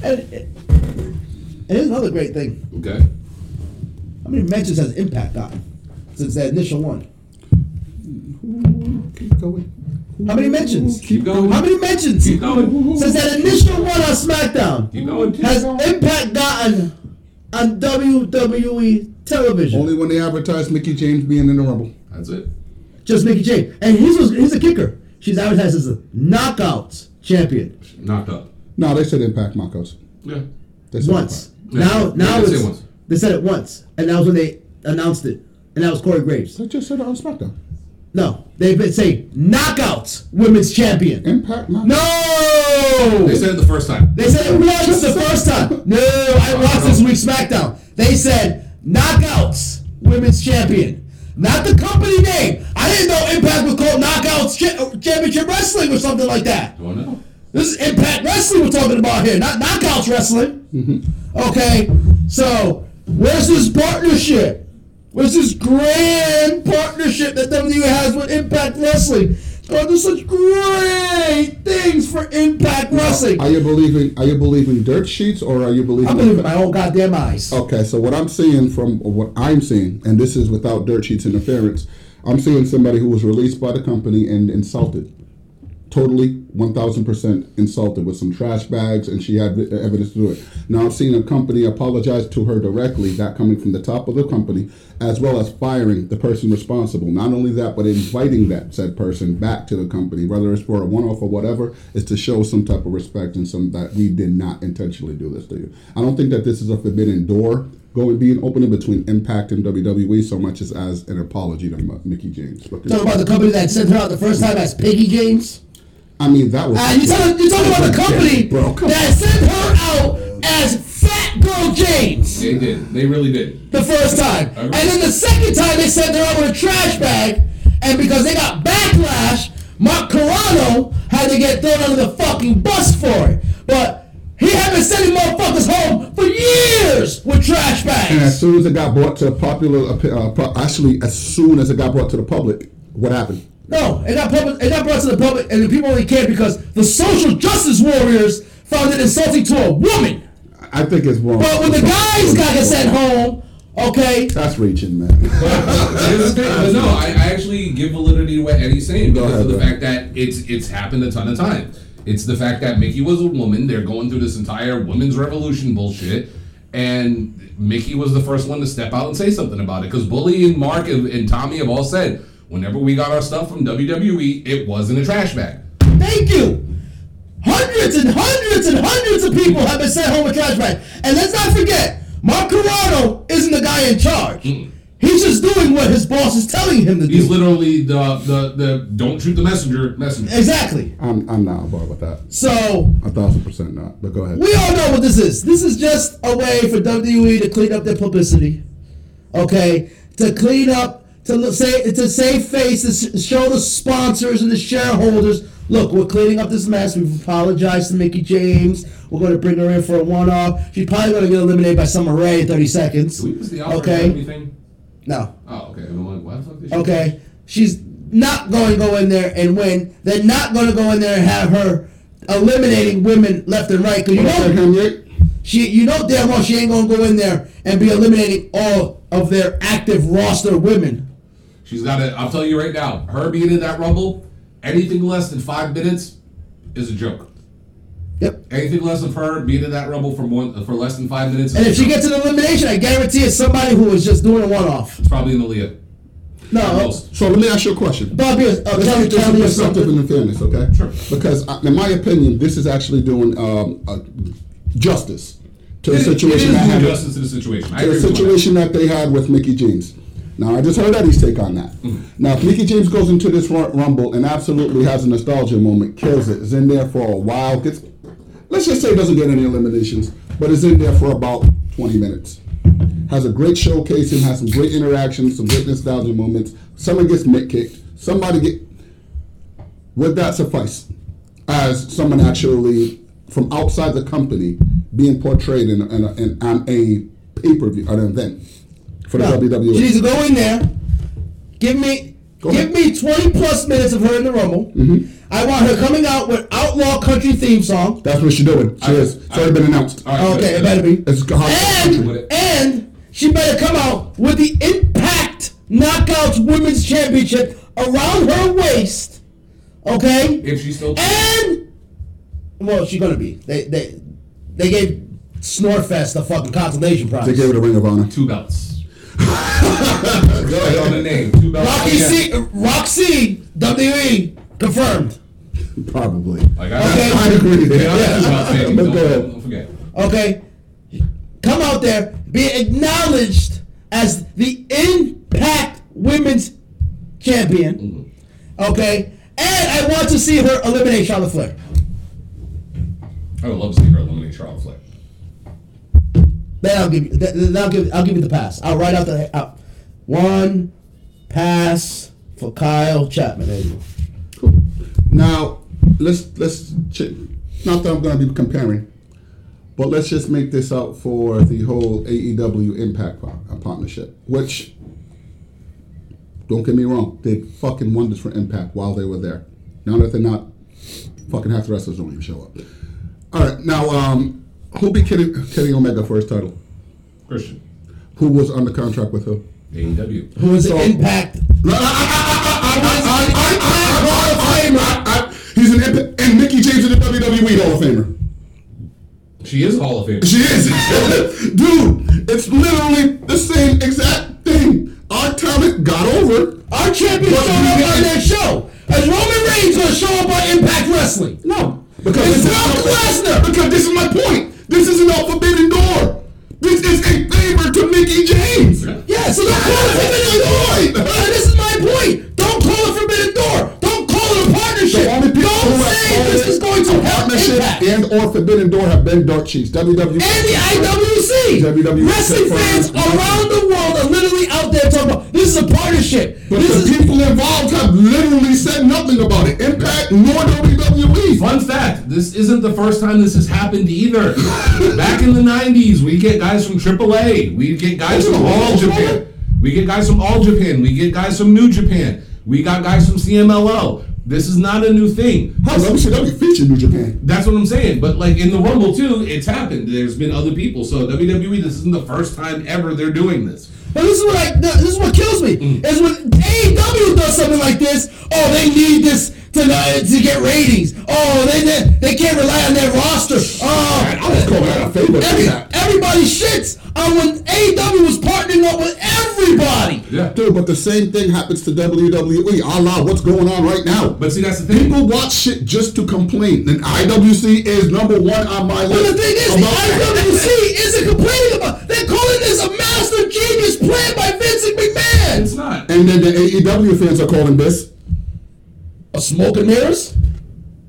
[SPEAKER 1] And, and here's another great thing.
[SPEAKER 3] Okay.
[SPEAKER 1] How many mentions has Impact gotten since that initial one?
[SPEAKER 4] Keep going.
[SPEAKER 1] How many mentions?
[SPEAKER 3] Keep going.
[SPEAKER 1] How many mentions?
[SPEAKER 3] Keep going.
[SPEAKER 1] Since that initial one on SmackDown,
[SPEAKER 3] Keep going.
[SPEAKER 1] has Impact gotten on WWE E television?
[SPEAKER 4] Only when they advertised Mickey James being in the Rumble.
[SPEAKER 3] That's it.
[SPEAKER 1] Just Mickey James. And here's, what's, here's a kicker. She's advertised as a knockout champion
[SPEAKER 3] Knocked up.
[SPEAKER 4] No, they said Impact Marcos.
[SPEAKER 3] Yeah.
[SPEAKER 4] They said
[SPEAKER 1] once.
[SPEAKER 3] Yeah.
[SPEAKER 1] Now,
[SPEAKER 3] Yeah,
[SPEAKER 1] now
[SPEAKER 3] they
[SPEAKER 1] it's,
[SPEAKER 3] say once.
[SPEAKER 1] they said it once, and that was when they announced it, and that was Corey Graves.
[SPEAKER 4] Impact. They just said it on SmackDown.
[SPEAKER 1] No, they've been saying knockout women's champion.
[SPEAKER 4] Impact Marcos.
[SPEAKER 1] No,
[SPEAKER 3] They said it the first time.
[SPEAKER 1] They said it once the first time. No, I watched this week's SmackDown. They said Knockouts Women's Champion. Not the company name. I didn't know Impact was called Knockouts Cha- uh, Championship Wrestling or something like that.
[SPEAKER 3] Don't know.
[SPEAKER 1] This is Impact Wrestling we're talking about here, not Knockouts Wrestling. Okay, so where's this partnership? Where's this grand partnership that WWE has with Impact Wrestling? God, there's such great things for Impact Wrestling.
[SPEAKER 4] Are you believing? Are you believing dirt sheets or are you believing?
[SPEAKER 1] I believe in my own goddamn eyes.
[SPEAKER 4] Okay, so what I'm seeing from or what I'm seeing, and this is without dirt sheets interference, I'm seeing somebody who was released by the company and insulted, totally 1,000% insulted with some trash bags, and she had evidence to do it. Now I'm seeing a company apologize to her directly, that coming from the top of the company, as well as firing the person responsible. Not only that, but inviting that said person back to the company, whether it's for a one-off or whatever, is to show some type of respect and some that we did not intentionally do this to you. I don't think that this is a forbidden door going being opened between Impact and WWE so much as as an apology to M- Mickey James. But-
[SPEAKER 1] Talking about the company that sent her out the first time as Piggy James.
[SPEAKER 4] I mean, that was.
[SPEAKER 1] Uh, you talking, you talking about the company
[SPEAKER 4] Bro, come
[SPEAKER 1] that sent her out as Fat Girl James
[SPEAKER 3] They did. They really did.
[SPEAKER 1] the first time, and then the second time they sent her out with a trash bag, and because they got backlash, Mark Carano had to get thrown under the fucking bus for it. But he had been sending motherfuckers home for years with trash
[SPEAKER 4] And as
[SPEAKER 1] bags.
[SPEAKER 4] soon as it got brought to popular, uh, pro- actually, as soon as it got brought to the public, what happened?
[SPEAKER 1] No, it got public, it got brought to the public, and the people only cared because the social justice warriors found it insulting to a woman.
[SPEAKER 4] I think it's wrong.
[SPEAKER 1] But when the guys got sent home, okay,
[SPEAKER 4] That's reaching, man.
[SPEAKER 3] Here's the thing. But no, I, I actually give validity to what Eddie's saying because
[SPEAKER 4] ahead,
[SPEAKER 3] of the
[SPEAKER 4] bro.
[SPEAKER 3] fact that it's it's happened a ton of times. It's the fact that Mickey was a woman. They're going through this entire women's revolution bullshit, and Mickey was the first one to step out and say something about it. Because Bully and Mark and, and Tommy have all said, whenever we got our stuff from WWE, it was in a trash bag.
[SPEAKER 1] thank you. Hundreds and hundreds and hundreds of people have been sent home with trash bags. And let's not forget, Mark Carano isn't the guy in charge. He's just doing what his boss is telling him to
[SPEAKER 3] He's
[SPEAKER 1] do.
[SPEAKER 3] literally the the the don't shoot the messenger messenger.
[SPEAKER 1] Exactly.
[SPEAKER 4] I'm, I'm not on board with that.
[SPEAKER 1] So
[SPEAKER 4] A thousand percent not. But go ahead.
[SPEAKER 1] We all know what this is. This is just a way for WWE to clean up their publicity. Okay, to clean up, to look, say, to save face, to sh- show the sponsors and the shareholders. Look, we're cleaning up this mess. We've apologized to Mickey James. We're going to bring her in for a one-off. She's probably going to get eliminated by Summer Rae in 30 seconds.
[SPEAKER 3] Who was the Alfred Academy
[SPEAKER 1] okay.
[SPEAKER 3] thing?
[SPEAKER 1] No.
[SPEAKER 3] Oh, okay. I'm like, why the fuck did she-
[SPEAKER 1] Okay. She's not going to go in there and win. They're not going to go in there and have her eliminating women left and right. Because you know
[SPEAKER 4] Him yet?
[SPEAKER 1] she, you know damn well she ain't gonna go in there and be eliminating all of their active roster women.
[SPEAKER 3] She's got to. I'll tell you right now, her being in that rumble, anything less than five minutes is a joke.
[SPEAKER 1] Yep.
[SPEAKER 3] Anything less of her being in that rumble for more for less than five minutes
[SPEAKER 1] And
[SPEAKER 3] is
[SPEAKER 1] if she gets an elimination, I guarantee it's somebody who is just doing a one-off.
[SPEAKER 3] it's probably an Aaliyah.
[SPEAKER 4] Oh.
[SPEAKER 1] No,
[SPEAKER 4] So let me ask you a question.
[SPEAKER 1] Bob Pierce. Uh,
[SPEAKER 4] Let's
[SPEAKER 1] Kelly,
[SPEAKER 4] keep this
[SPEAKER 1] Kelly
[SPEAKER 4] in
[SPEAKER 1] or something.
[SPEAKER 4] perspective and in fairness, okay? Sure. Because I, in my opinion, this is actually doing um, uh, justice to the
[SPEAKER 3] It-
[SPEAKER 4] situation
[SPEAKER 3] it is doing
[SPEAKER 4] that happened.
[SPEAKER 3] justice to the situation. I
[SPEAKER 4] to
[SPEAKER 3] agree
[SPEAKER 4] the
[SPEAKER 3] with you on that.
[SPEAKER 4] situation that they had with Mickey James. Now I just heard Eddie's take on that.
[SPEAKER 3] Mm.
[SPEAKER 4] Now if Mickey James goes into this ru- rumble and absolutely has a nostalgia moment, kills it, is in there for a while, gets, let's just say doesn't get any eliminations, but is in there for about 20 minutes. Has a great showcase and has some great interactions, some great nostalgia moments. Someone gets mitt kicked. Somebody get. Would that suffice as someone actually from outside the company being portrayed in, in, in, on a pay per view or an event for the E? WWE?
[SPEAKER 1] She needs to go in there. Give me,
[SPEAKER 4] Go
[SPEAKER 1] give
[SPEAKER 4] ahead. Mm-hmm.
[SPEAKER 1] me twenty plus minutes of her in the rumble. I want her coming out with outlaw country theme song.
[SPEAKER 4] That's what she's doing. She is. It's already been announced.
[SPEAKER 3] All right,
[SPEAKER 1] Okay, it
[SPEAKER 3] good.
[SPEAKER 1] better be.
[SPEAKER 4] It's hard.
[SPEAKER 3] with it.
[SPEAKER 1] And and she better come out with the Impact Knockouts Women's Championship around her waist. Okay.
[SPEAKER 3] If she's still.
[SPEAKER 1] And well, she's gonna be. They they they gave Snortfest the fucking consolation prize.
[SPEAKER 4] They gave it a ring of honor.
[SPEAKER 3] Two belts. Go ahead on the name. Two belts.
[SPEAKER 1] Rocky C, Roxy WWE confirmed.
[SPEAKER 4] Probably.
[SPEAKER 3] Like, I got-
[SPEAKER 1] Okay.
[SPEAKER 4] I agree.
[SPEAKER 3] Yeah, I got two belts, baby.
[SPEAKER 4] Yeah. But
[SPEAKER 3] Don't,
[SPEAKER 4] go ahead.
[SPEAKER 3] don't forget.
[SPEAKER 1] Okay, come out there, be acknowledged as the Impact Women's Champion. Okay, and I want to see her eliminate Charlotte Flair.
[SPEAKER 3] I would love to see her eliminate Charlotte Flair.
[SPEAKER 1] Then I'll give you. Then then I'll give. I'll give you the pass. I'll write out the out. One pass for Kyle Chapman. There you go.
[SPEAKER 4] Now, let's let's ch- not that I'm going to be comparing, but let's just make this out for the whole AEW Impact par- uh, partnership, which don't get me wrong, did fucking wonders for Impact while they were there. Now that they're not, fucking half the wrestlers don't even show up. All right, now um, who be Kenny, Kenny Omega for his title?
[SPEAKER 3] Christian. E
[SPEAKER 4] Who was under contract with who?
[SPEAKER 3] AEW.
[SPEAKER 1] Who is
[SPEAKER 4] So-
[SPEAKER 1] the Impact?
[SPEAKER 4] He's an Impact and Mickey James is the WWE Hall of Famer.
[SPEAKER 3] She is a Hall of Famer.
[SPEAKER 4] She is. Dude, it's literally the same exact thing. Our talent got over.
[SPEAKER 1] Our champion
[SPEAKER 4] But
[SPEAKER 1] showed up
[SPEAKER 4] we
[SPEAKER 1] on
[SPEAKER 4] didn't-
[SPEAKER 1] that show. Is Roman Reigns gonna show up on Impact Wrestling?
[SPEAKER 4] No. Because
[SPEAKER 1] It's
[SPEAKER 4] this is
[SPEAKER 1] Brock
[SPEAKER 4] not-
[SPEAKER 1] Lesnar.
[SPEAKER 4] Because this is my point. This is an forbidden door. This is a favor to Mickey James.
[SPEAKER 1] Yes. So don't call it forbidden door. And this is my point. Don't call it forbidden door. Don't call it a partnership.
[SPEAKER 4] The only people who
[SPEAKER 1] Don't
[SPEAKER 4] have
[SPEAKER 1] say
[SPEAKER 4] called
[SPEAKER 1] this
[SPEAKER 4] it
[SPEAKER 1] is going
[SPEAKER 4] a
[SPEAKER 1] to help
[SPEAKER 4] partnership
[SPEAKER 1] Impact. And
[SPEAKER 4] and or forbidden door have been dark chiefs. WWE
[SPEAKER 1] the IWC.
[SPEAKER 4] WWE
[SPEAKER 1] Wrestling fans around the world are literally out there talking about this is a partnership.
[SPEAKER 4] But
[SPEAKER 1] this
[SPEAKER 4] the
[SPEAKER 1] is
[SPEAKER 4] people involved have literally said nothing about it. Impact nor E. WWE.
[SPEAKER 3] Fun fact, this isn't the first time this has happened either. Back in the 90s, we get guys from AAA. We get guys from All Japan. We get guys from All Japan. We get guys from New Japan. We got guys from CMLL. This is not a new thing.
[SPEAKER 4] How's WCW featured New Japan?
[SPEAKER 3] That's what I'm saying. But like in the Rumble too, it's happened. There's been other people. So WWE, this isn't the first time ever they're doing this.
[SPEAKER 1] But this is what I, th- this is what kills me
[SPEAKER 4] Mm.
[SPEAKER 1] is when AEW does something like this. Oh, they need this to uh, to get ratings. Oh, they they, they can't rely on their roster. Oh,
[SPEAKER 4] I was calling out a favor for
[SPEAKER 1] every,
[SPEAKER 4] that.
[SPEAKER 1] everybody shits on when AEW was partnering up with everybody.
[SPEAKER 3] Yeah.
[SPEAKER 4] Dude, but the same thing happens to WWE. A la what's going on right now.
[SPEAKER 3] But see, that's the thing.
[SPEAKER 4] people watch shit just to complain. And IWC is number one on my
[SPEAKER 1] But
[SPEAKER 4] list.
[SPEAKER 1] the thing is, the
[SPEAKER 4] about that.
[SPEAKER 1] IWC isn't complaining about. They're calling this a master genius plan by Vince
[SPEAKER 3] It's
[SPEAKER 1] McMahon.
[SPEAKER 3] not.
[SPEAKER 4] And then the AEW fans are calling this.
[SPEAKER 1] A smoke and mirrors.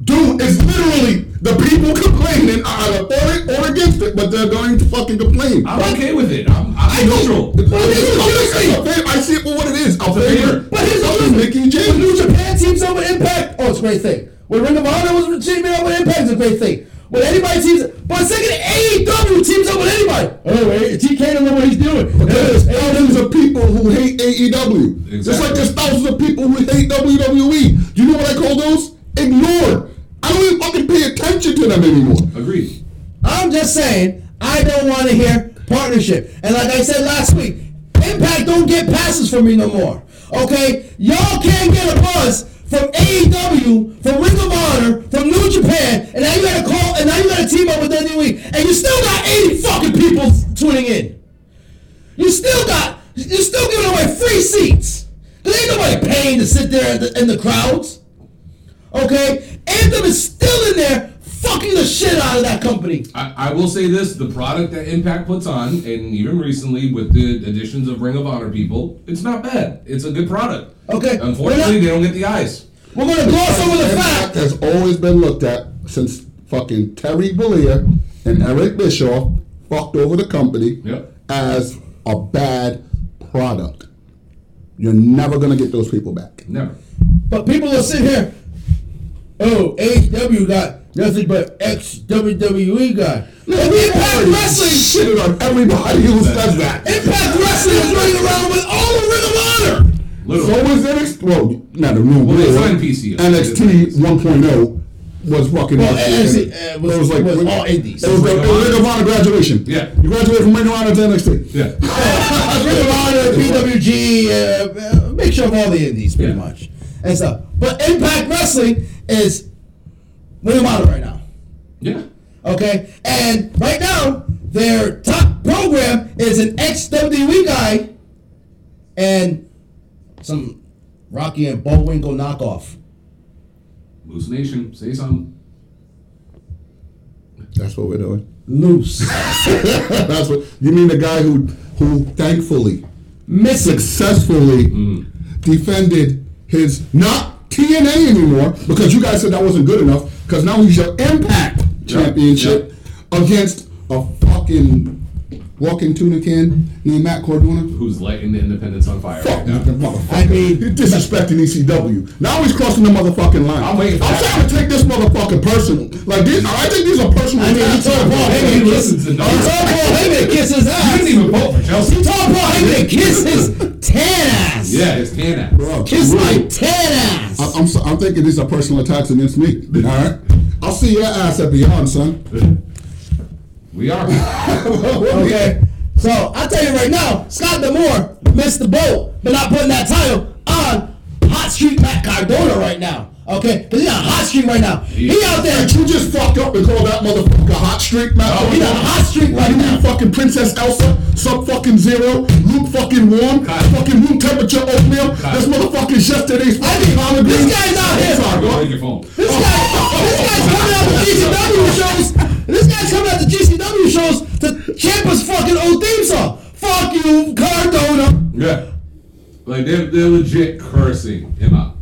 [SPEAKER 4] Dude, it's literally the people complaining either for it or against it, but they're going to fucking complain.
[SPEAKER 3] I'm okay with it. I'm, I'm neutral.
[SPEAKER 4] But it's a favor. I see it for what it is. A favor.
[SPEAKER 1] But here's the
[SPEAKER 4] Fucking
[SPEAKER 1] thing.
[SPEAKER 4] Mickey
[SPEAKER 1] When New
[SPEAKER 4] James.
[SPEAKER 1] Japan teams up with Impact, oh, it's a great thing. When Ring of Honor was teaming up with Impact, it's a great thing. When anybody teams, but second AEW teams up with anybody. Oh, wait, TK don't know what he's doing.
[SPEAKER 4] There's
[SPEAKER 1] Yes,
[SPEAKER 4] thousands of people who hate AEW. Just
[SPEAKER 3] Exactly.
[SPEAKER 4] like there's thousands of people who hate WWE. You know what I call those? Ignored. I don't even fucking pay attention to them anymore.
[SPEAKER 3] Agreed.
[SPEAKER 1] I'm just saying, I don't want to hear partnership. And like I said last week, Impact don't get passes from me no more. Okay? Y'all can't get a buzz from AEW, from Ring of Honor, from New Japan, and now you gotta call, and now you gotta team up with WWE, and you still got 80 fucking people tuning in. You still got, you still giving away free seats. Because ain't nobody paying to sit there in the, in the crowds. Okay? Anthem is still in there fucking the shit out of that company.
[SPEAKER 3] I, I will say this: the product that Impact puts on, and even recently with the additions of Ring of Honor people, it's not bad. It's a good product.
[SPEAKER 1] Okay.
[SPEAKER 3] Unfortunately, they don't get the eyes.
[SPEAKER 1] We're going to gloss over the fact.
[SPEAKER 4] Impact has always been looked at since fucking Terry Bollea and Eric Bischoff fucked over the company
[SPEAKER 3] Yep.
[SPEAKER 4] as a bad product. You're never gonna get those people back.
[SPEAKER 3] Never.
[SPEAKER 1] But people will sit here. Oh, AEW got nothing but ex WWE guy. And Impact
[SPEAKER 4] Everybody
[SPEAKER 1] Wrestling,
[SPEAKER 4] shitted on everybody who says that.
[SPEAKER 1] Impact Wrestling is running around with all the Ring of Honor.
[SPEAKER 3] Literally.
[SPEAKER 4] So was NXT. Well, not a new
[SPEAKER 3] Well, they
[SPEAKER 4] deal.
[SPEAKER 3] signed PCO.
[SPEAKER 4] NXT 1.0 was fucking.
[SPEAKER 1] Well,
[SPEAKER 4] awesome.
[SPEAKER 1] NXT, uh, was-
[SPEAKER 4] it
[SPEAKER 1] was all indies.
[SPEAKER 4] It was the it was Ring of Honor graduation.
[SPEAKER 3] Yeah.
[SPEAKER 4] you graduated from Ring of Honor to NXT.
[SPEAKER 3] Yeah.
[SPEAKER 1] Ring of Honor, PWG, uh, uh, mixture of all the indies, pretty
[SPEAKER 3] Yeah.
[SPEAKER 1] much, and stuff. But Impact Wrestling is Ring of Honor right now.
[SPEAKER 3] Yeah.
[SPEAKER 1] Okay, and right now their top program is an ex WWE guy and some Rocky and Bullwinkle knockoff.
[SPEAKER 3] Moose Nation, say something.
[SPEAKER 4] That's what we're doing.
[SPEAKER 1] Loose.
[SPEAKER 4] That's what you mean. The guy who who thankfully
[SPEAKER 1] Missing.
[SPEAKER 4] successfully defended his not TNA anymore because you guys said that wasn't good enough because now he's your Impact Championship against a fucking walking tuna can named Matt Cordona.
[SPEAKER 3] Who's lighting the independents on fire
[SPEAKER 4] Fuck
[SPEAKER 3] right
[SPEAKER 4] the
[SPEAKER 3] now?
[SPEAKER 4] motherfucker.
[SPEAKER 1] I mean-
[SPEAKER 4] You're disrespecting ECW. Now he's crossing the motherfucking line.
[SPEAKER 3] I'm waiting for that.
[SPEAKER 4] trying to take this motherfucker personal. Like these, I think these are personal.
[SPEAKER 1] I mean, he
[SPEAKER 4] attacks.
[SPEAKER 1] told Paul Heyman,
[SPEAKER 3] He
[SPEAKER 1] he
[SPEAKER 3] listens to
[SPEAKER 1] told Paul
[SPEAKER 3] Dark.
[SPEAKER 1] Heyman to kiss his
[SPEAKER 3] You didn't
[SPEAKER 1] ass.
[SPEAKER 3] even vote for
[SPEAKER 1] He
[SPEAKER 3] Chelsea.
[SPEAKER 1] told Paul Heyman to kiss his tan ass.
[SPEAKER 3] Yeah, it's can ass.
[SPEAKER 1] Kiss my tan ass.
[SPEAKER 4] I- I'm, so, I'm thinking these are personal attacks against me. All right, I'll see your ass at Beyond, son.
[SPEAKER 3] We are.
[SPEAKER 1] Okay. So I tell you right now, Scott Demore missed the boat, but not putting that title on Hot Street Matt Cardona right now. Okay, because he's on Hot Street right now. He out there.
[SPEAKER 4] You just fucked up and called that motherfucker hot streak, Matt.
[SPEAKER 1] Oh, he's on a hot streak right
[SPEAKER 4] you mean
[SPEAKER 1] now.
[SPEAKER 4] fucking Princess Elsa, sub fucking zero, Luke fucking warm,
[SPEAKER 3] Kyle.
[SPEAKER 4] fucking room temperature oatmeal. This motherfucker's yesterday's fucking collard
[SPEAKER 1] this
[SPEAKER 4] greens.
[SPEAKER 1] guy's out here.
[SPEAKER 4] I'm sorry, bro.
[SPEAKER 3] Break your phone.
[SPEAKER 1] This guy, this guy's coming out the GCW shows. This guy's coming out the GCW shows to Champa's fucking old theme song. Fuck you, Cardona.
[SPEAKER 3] Yeah. Like they're, they're legit cursing him out.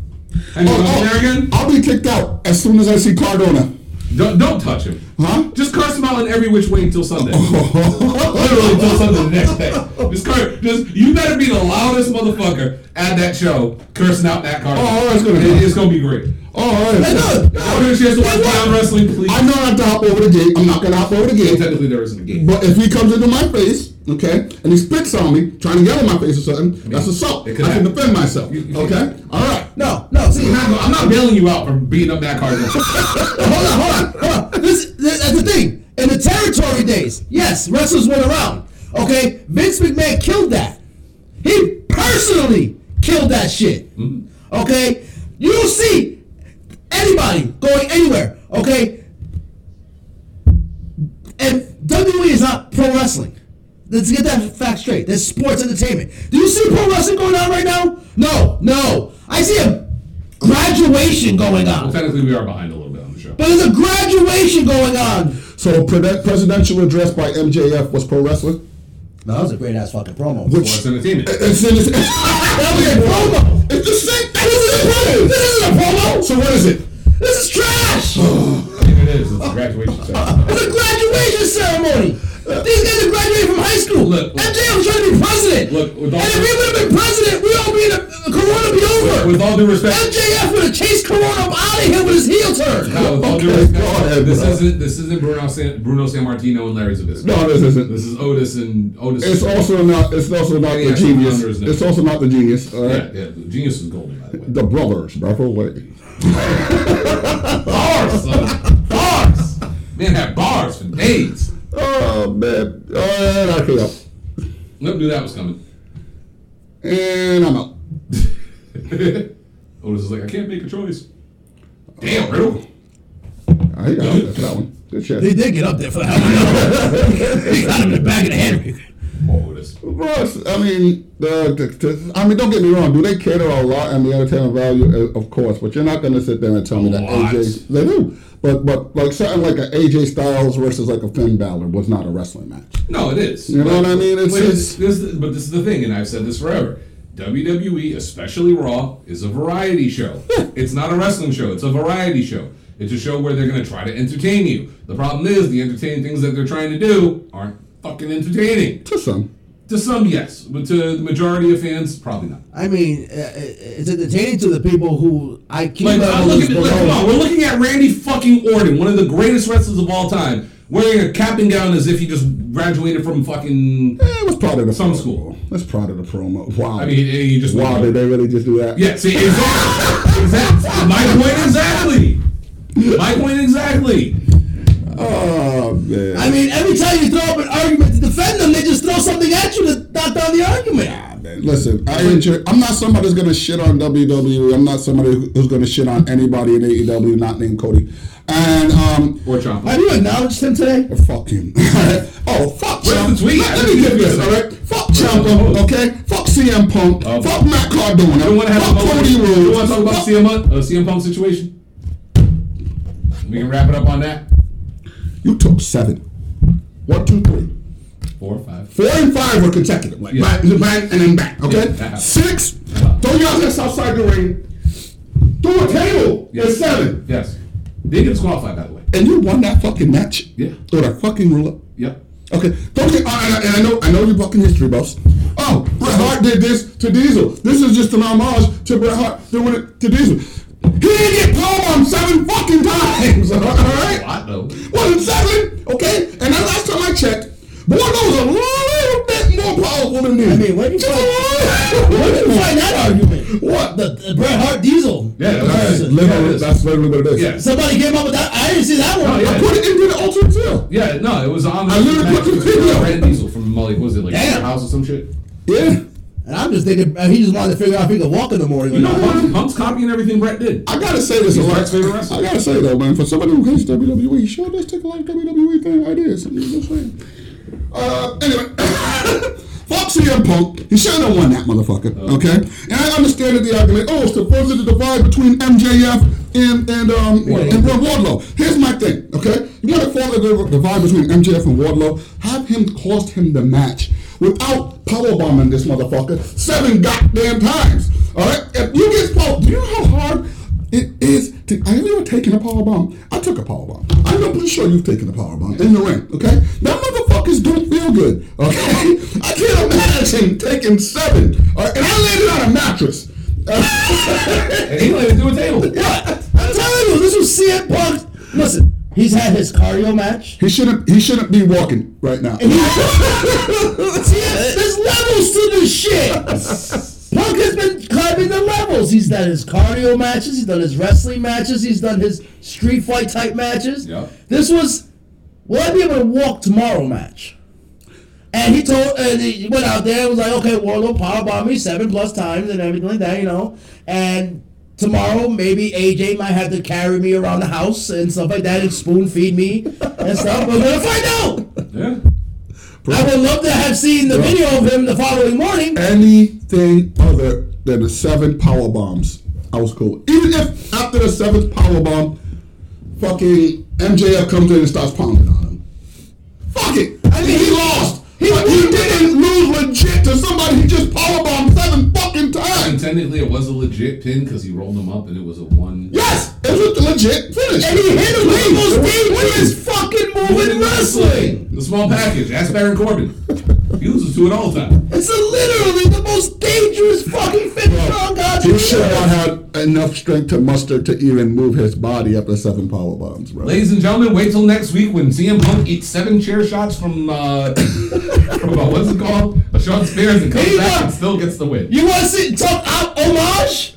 [SPEAKER 3] And
[SPEAKER 4] Oh,
[SPEAKER 3] he's
[SPEAKER 4] oh,
[SPEAKER 3] on there again?
[SPEAKER 4] I'll be kicked out as soon as I see Cardona.
[SPEAKER 3] Don't, don't touch him.
[SPEAKER 4] Huh?
[SPEAKER 3] Just curse him out in every which way until Sunday. Literally until Sunday the next day. Just curse. Just you better be the loudest motherfucker at that show cursing out that card.
[SPEAKER 4] Oh, it's gonna be-
[SPEAKER 3] It- it's gonna be great.
[SPEAKER 4] Oh, all right.
[SPEAKER 1] No,
[SPEAKER 3] If I get a chance to watch Brown wrestling, please.
[SPEAKER 4] I know not to hop over the gate. I'm not gonna hop over the gate.
[SPEAKER 3] Technically, there isn't a game.
[SPEAKER 4] But if he comes into my face, okay, and he spits on me, trying to yell in my face or something, that's assault. I
[SPEAKER 3] it could
[SPEAKER 4] can
[SPEAKER 3] happen.
[SPEAKER 4] defend myself.
[SPEAKER 3] You- you
[SPEAKER 4] okay,
[SPEAKER 3] can-
[SPEAKER 4] all right.
[SPEAKER 1] No, no, see,
[SPEAKER 3] I'm not, I'm not bailing you out for beating up that card.
[SPEAKER 1] hold on, hold on, hold on. This, this, that's the thing. In the territory days, yes, wrestlers went around. Okay, Vince McMahon killed that. He personally killed that shit. Okay, you don't see anybody going anywhere. Okay, and WWE is not pro wrestling. Let's get that fact straight. That's sports entertainment. Do you see pro wrestling going on right now? No, no. I see a graduation going on.
[SPEAKER 3] well, technically, we are behind a little bit on the show.
[SPEAKER 1] But there's a graduation going on.
[SPEAKER 4] So pre- presidential address by MJF was pro wrestling.
[SPEAKER 1] No, that was a great ass fucking promo.
[SPEAKER 3] Sports entertainment.
[SPEAKER 4] It's, in it's,
[SPEAKER 1] that was a promo.
[SPEAKER 4] it's the same.
[SPEAKER 1] This isn't a promo. This isn't a promo.
[SPEAKER 4] So what is it?
[SPEAKER 1] This is trash.
[SPEAKER 3] it is. It's a graduation ceremony.
[SPEAKER 1] It's a graduation ceremony. These guys are graduating from high school.
[SPEAKER 3] Look, look.
[SPEAKER 1] MJ was trying to be president.
[SPEAKER 3] Look, with all-
[SPEAKER 1] and if we would have been president, we all be in a, Corona be over.
[SPEAKER 3] With all due respect.
[SPEAKER 1] MJF would have chased Corona out of here with his heel turn.
[SPEAKER 3] No, with all due
[SPEAKER 4] Okay,
[SPEAKER 3] respect,
[SPEAKER 4] go ahead,
[SPEAKER 3] this
[SPEAKER 4] bro.
[SPEAKER 3] isn't this isn't Bruno San, Bruno San Martino and Larry Zabisco.
[SPEAKER 4] No, this isn't.
[SPEAKER 3] This is Otis and Otis.
[SPEAKER 4] It's also not. It's also not
[SPEAKER 3] Yeah,
[SPEAKER 4] the genius.
[SPEAKER 3] Founders and-
[SPEAKER 4] It's also not the genius. All
[SPEAKER 3] yeah,
[SPEAKER 4] right.
[SPEAKER 3] yeah. the Genius is golden, by the way.
[SPEAKER 4] The brothers, bro. What?
[SPEAKER 3] Bars, son. bars. Man had bars for days.
[SPEAKER 4] Oh man. All right, I feel up.
[SPEAKER 3] Nope, knew that was coming.
[SPEAKER 4] And I'm out.
[SPEAKER 3] Otis is like, I can't make a choice. Damn, Riddle.
[SPEAKER 4] I got out. That's that one. Good shit.
[SPEAKER 1] did get up there for that. he got him in the back of the head.
[SPEAKER 4] Oh,
[SPEAKER 3] Paul Otis.
[SPEAKER 4] Gross. I mean, the, the, the- I mean, don't get me wrong. Do they cater a lot and the entertainment value? Uh, Of course, but you're not going to sit there and tell me that
[SPEAKER 7] Lot.
[SPEAKER 4] AJ. They do, but but like something like an AJ Styles versus like a Finn Balor was not a wrestling match.
[SPEAKER 3] No, it is.
[SPEAKER 4] You know
[SPEAKER 3] But-
[SPEAKER 4] what I mean? It's
[SPEAKER 3] but,
[SPEAKER 4] just-
[SPEAKER 3] this, but this is the thing, and I've said this forever. WWE, especially Raw, is a variety show. it's not a wrestling show. It's a variety show. It's a show where they're going to try to entertain you. The problem is the entertaining things that they're trying to do aren't fucking entertaining.
[SPEAKER 4] To some,
[SPEAKER 3] To some, yes, but to the majority of fans, probably not.
[SPEAKER 1] I mean, uh, it's entertaining to the people who I keep
[SPEAKER 3] Like, I'm
[SPEAKER 1] levels
[SPEAKER 3] looking
[SPEAKER 1] below.
[SPEAKER 3] at, like, come on, we're looking at Randy fucking Orton, one of the greatest wrestlers of all time, wearing a cap and gown as if he just graduated from fucking.
[SPEAKER 4] Eh, it was part of the
[SPEAKER 3] Some
[SPEAKER 4] promo.
[SPEAKER 3] school.
[SPEAKER 4] That's part of the promo. Wow.
[SPEAKER 3] I mean, he just
[SPEAKER 4] wow. Did they really just do that?
[SPEAKER 3] Yeah, see, exactly. exactly. My point exactly. My point exactly.
[SPEAKER 4] Oh man.
[SPEAKER 1] I mean, every time you throw up an argument to defend them, they just throw something at you to knock down the argument.
[SPEAKER 4] Listen, I enjoy, I'm not somebody who's gonna shit on WWE. I'm not somebody who- who's gonna shit on anybody in AEW not named Cody. And um,
[SPEAKER 3] Or Chomp.
[SPEAKER 1] Have you acknowledged him today?
[SPEAKER 4] fuck him. oh fuck
[SPEAKER 3] Where's
[SPEAKER 4] Ciampa.
[SPEAKER 3] the tweet?
[SPEAKER 4] Let, let me get this, all right? Fuck Ciampa, okay? Fuck CM Punk.
[SPEAKER 3] Oh.
[SPEAKER 4] Fuck Matt Cardona.
[SPEAKER 3] You want to have a
[SPEAKER 4] fuck
[SPEAKER 3] moment?
[SPEAKER 4] Cody Rhodes.
[SPEAKER 3] You want to talk about
[SPEAKER 4] Fuck-
[SPEAKER 3] CM, Punk- uh, CM Punk situation? We can wrap it up on that.
[SPEAKER 4] You took seven. One, two, three.
[SPEAKER 3] Four, five.
[SPEAKER 4] Four and five were consecutive. Like
[SPEAKER 3] Yeah.
[SPEAKER 4] back, back, and then back. Okay.
[SPEAKER 3] Yeah.
[SPEAKER 4] Six. Throw your ass outside the ring. Throw a table.
[SPEAKER 3] Yeah.
[SPEAKER 4] That's seven.
[SPEAKER 3] Yes. They get disqualified, by the way.
[SPEAKER 4] And you won that fucking match.
[SPEAKER 3] Yeah.
[SPEAKER 4] Throw that fucking ruler.
[SPEAKER 3] Yep.
[SPEAKER 4] Okay. Don't get. Uh, and, I, and I know. I know you fucking history buffs. Oh, Bret Hart did this to Diesel. This is just an homage to Bret Hart doing it to Diesel. He didn't get powerbombed seven fucking times. All right.
[SPEAKER 3] A lot, though.
[SPEAKER 4] Wasn't seven, okay? And that last time I checked, boy, those are a little bit more powerful than me. I
[SPEAKER 1] mean, where'd you
[SPEAKER 4] Just
[SPEAKER 1] find-
[SPEAKER 4] a little-
[SPEAKER 1] Where did you find that argument?
[SPEAKER 4] What?
[SPEAKER 1] The, the Bret Hart Diesel.
[SPEAKER 3] Yeah,
[SPEAKER 4] All right,
[SPEAKER 3] that's right.
[SPEAKER 4] literally,
[SPEAKER 3] Yeah, it is.
[SPEAKER 4] that's literally what it is.
[SPEAKER 3] Yes.
[SPEAKER 1] Somebody came up with that. I didn't see that one.
[SPEAKER 3] Oh,
[SPEAKER 4] I
[SPEAKER 3] yeah.
[SPEAKER 4] put it into the alternate field.
[SPEAKER 3] Yeah, no, it was on the.
[SPEAKER 4] I literally put the video.
[SPEAKER 3] Brand Diesel from Molly. Was it like
[SPEAKER 1] Damn.
[SPEAKER 3] your house or some shit?
[SPEAKER 4] Yeah.
[SPEAKER 1] And I'm just thinking, uh, he just wanted to figure out if he could walk in the morning. or
[SPEAKER 3] You know
[SPEAKER 1] not.
[SPEAKER 3] what? Punk's copying everything Brett did.
[SPEAKER 4] I gotta say this a lot.
[SPEAKER 3] Bret's favorite wrestler.
[SPEAKER 4] I gotta say though, man, for somebody who hates WWE, he sure does take a lot of WWE thing ideas. I'm just saying. Uh, anyway, fuck CM Punk. He should have won that motherfucker.
[SPEAKER 3] Oh.
[SPEAKER 4] Okay, and I understand that the argument. Oh, it's supposed to divide between MJF and and um and Brett Wardlow. Here's my thing. Okay, you want to follow the divide between MJF and Wardlow? Have him cost him the match without powerbombing this motherfucker seven goddamn times. All right, if you get power, do you know how hard it is. To, have you ever taken a power bomb? I took a power bomb. I'm not pretty sure you've taken a power bomb in the ring. Okay, that motherfuckers don't feel good. Okay, I can't imagine taking seven. All right? And I landed on a mattress. Uh,
[SPEAKER 3] And he landed through a table.
[SPEAKER 1] I'm telling you, this was CM Punk. Listen, he's had his cardio match.
[SPEAKER 4] He shouldn't. He shouldn't be walking right now.
[SPEAKER 1] CM, there's levels to this shit. Punk has been climbing the levels. He's done his cardio matches. He's done his wrestling matches. He's done his street fight type matches.
[SPEAKER 3] Yep.
[SPEAKER 1] This was, will I be able to walk tomorrow match? And he told, and he went out there and was like, okay, Warlow power bomb me seven plus times and everything like that, you know. And tomorrow, maybe AJ might have to carry me around the house and stuff like that and spoon feed me and stuff. We're gonna find out.
[SPEAKER 3] Yeah.
[SPEAKER 1] I would love to have seen the video of him the following morning.
[SPEAKER 4] Anything other than the seven power bombs, I was cool. Even if after the seventh power bomb, fucking MJF comes in and starts pounding on him. Fuck it. I mean, he lost. He, but he didn't lose legit to somebody he just powerbombed seven fucking
[SPEAKER 3] And
[SPEAKER 4] times.
[SPEAKER 3] technically, it was a legit pin because he rolled him up and it was a one.
[SPEAKER 4] Yes, it was a legit finish.
[SPEAKER 1] And he hit him with the most
[SPEAKER 4] dangerous fucking move
[SPEAKER 3] Win wrestling! The small package. Ask Baron Corbin. He loses to it all the time.
[SPEAKER 1] It's literally the most dangerous fucking finisher on God's
[SPEAKER 4] He should
[SPEAKER 1] earth.
[SPEAKER 4] not have enough strength to muster to even move his body after seven power bombs, bro.
[SPEAKER 3] Ladies and gentlemen, wait till next week when CM Punk eats seven chair shots from, uh, from uh, what's it called? A Sean Spears and comes
[SPEAKER 1] Hey,
[SPEAKER 3] back
[SPEAKER 1] look.
[SPEAKER 3] and still gets the win.
[SPEAKER 1] You want to sit and talk out homage?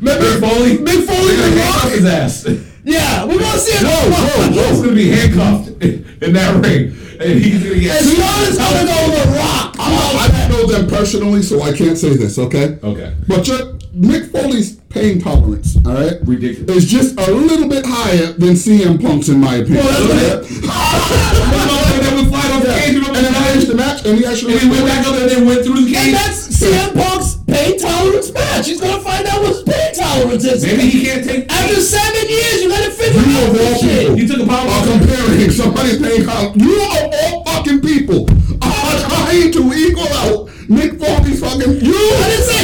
[SPEAKER 3] Mick Foley?
[SPEAKER 1] Mick Foley
[SPEAKER 3] They're gonna
[SPEAKER 1] and
[SPEAKER 3] handcuff
[SPEAKER 1] Rock?
[SPEAKER 3] his ass.
[SPEAKER 1] Yeah, we want to see
[SPEAKER 3] No,
[SPEAKER 1] it.
[SPEAKER 3] no, no. He's gonna be handcuffed in that ring, and he's gonna get.
[SPEAKER 1] As long as I'm gonna go with Rock, I'm all
[SPEAKER 4] I
[SPEAKER 1] set.
[SPEAKER 4] don't know them personally, so I can't say this, okay?
[SPEAKER 3] Okay.
[SPEAKER 4] But your, Mick Foley's pain tolerance, all right,
[SPEAKER 3] Ridiculous.
[SPEAKER 4] is just a little bit higher than CM Punk's, in my opinion.
[SPEAKER 1] Well, that's
[SPEAKER 4] Okay?
[SPEAKER 3] Motherfucker that would fly off the cage in a up.
[SPEAKER 4] And then I finished the match, and he actually.
[SPEAKER 3] And he went back up and then went through the
[SPEAKER 1] And
[SPEAKER 3] cage.
[SPEAKER 1] that's CM Punk's pain tolerance match. He's gonna find out what his pain tolerance is.
[SPEAKER 3] Maybe he can't take.
[SPEAKER 1] After seven years, you gotta figure
[SPEAKER 4] You
[SPEAKER 1] out
[SPEAKER 4] of all
[SPEAKER 1] this shit.
[SPEAKER 3] He took a power
[SPEAKER 4] are
[SPEAKER 3] bomb.
[SPEAKER 4] comparing somebody's paying out. You of all fucking people are trying to equal out Nick Foley's fucking. You.
[SPEAKER 1] I didn't say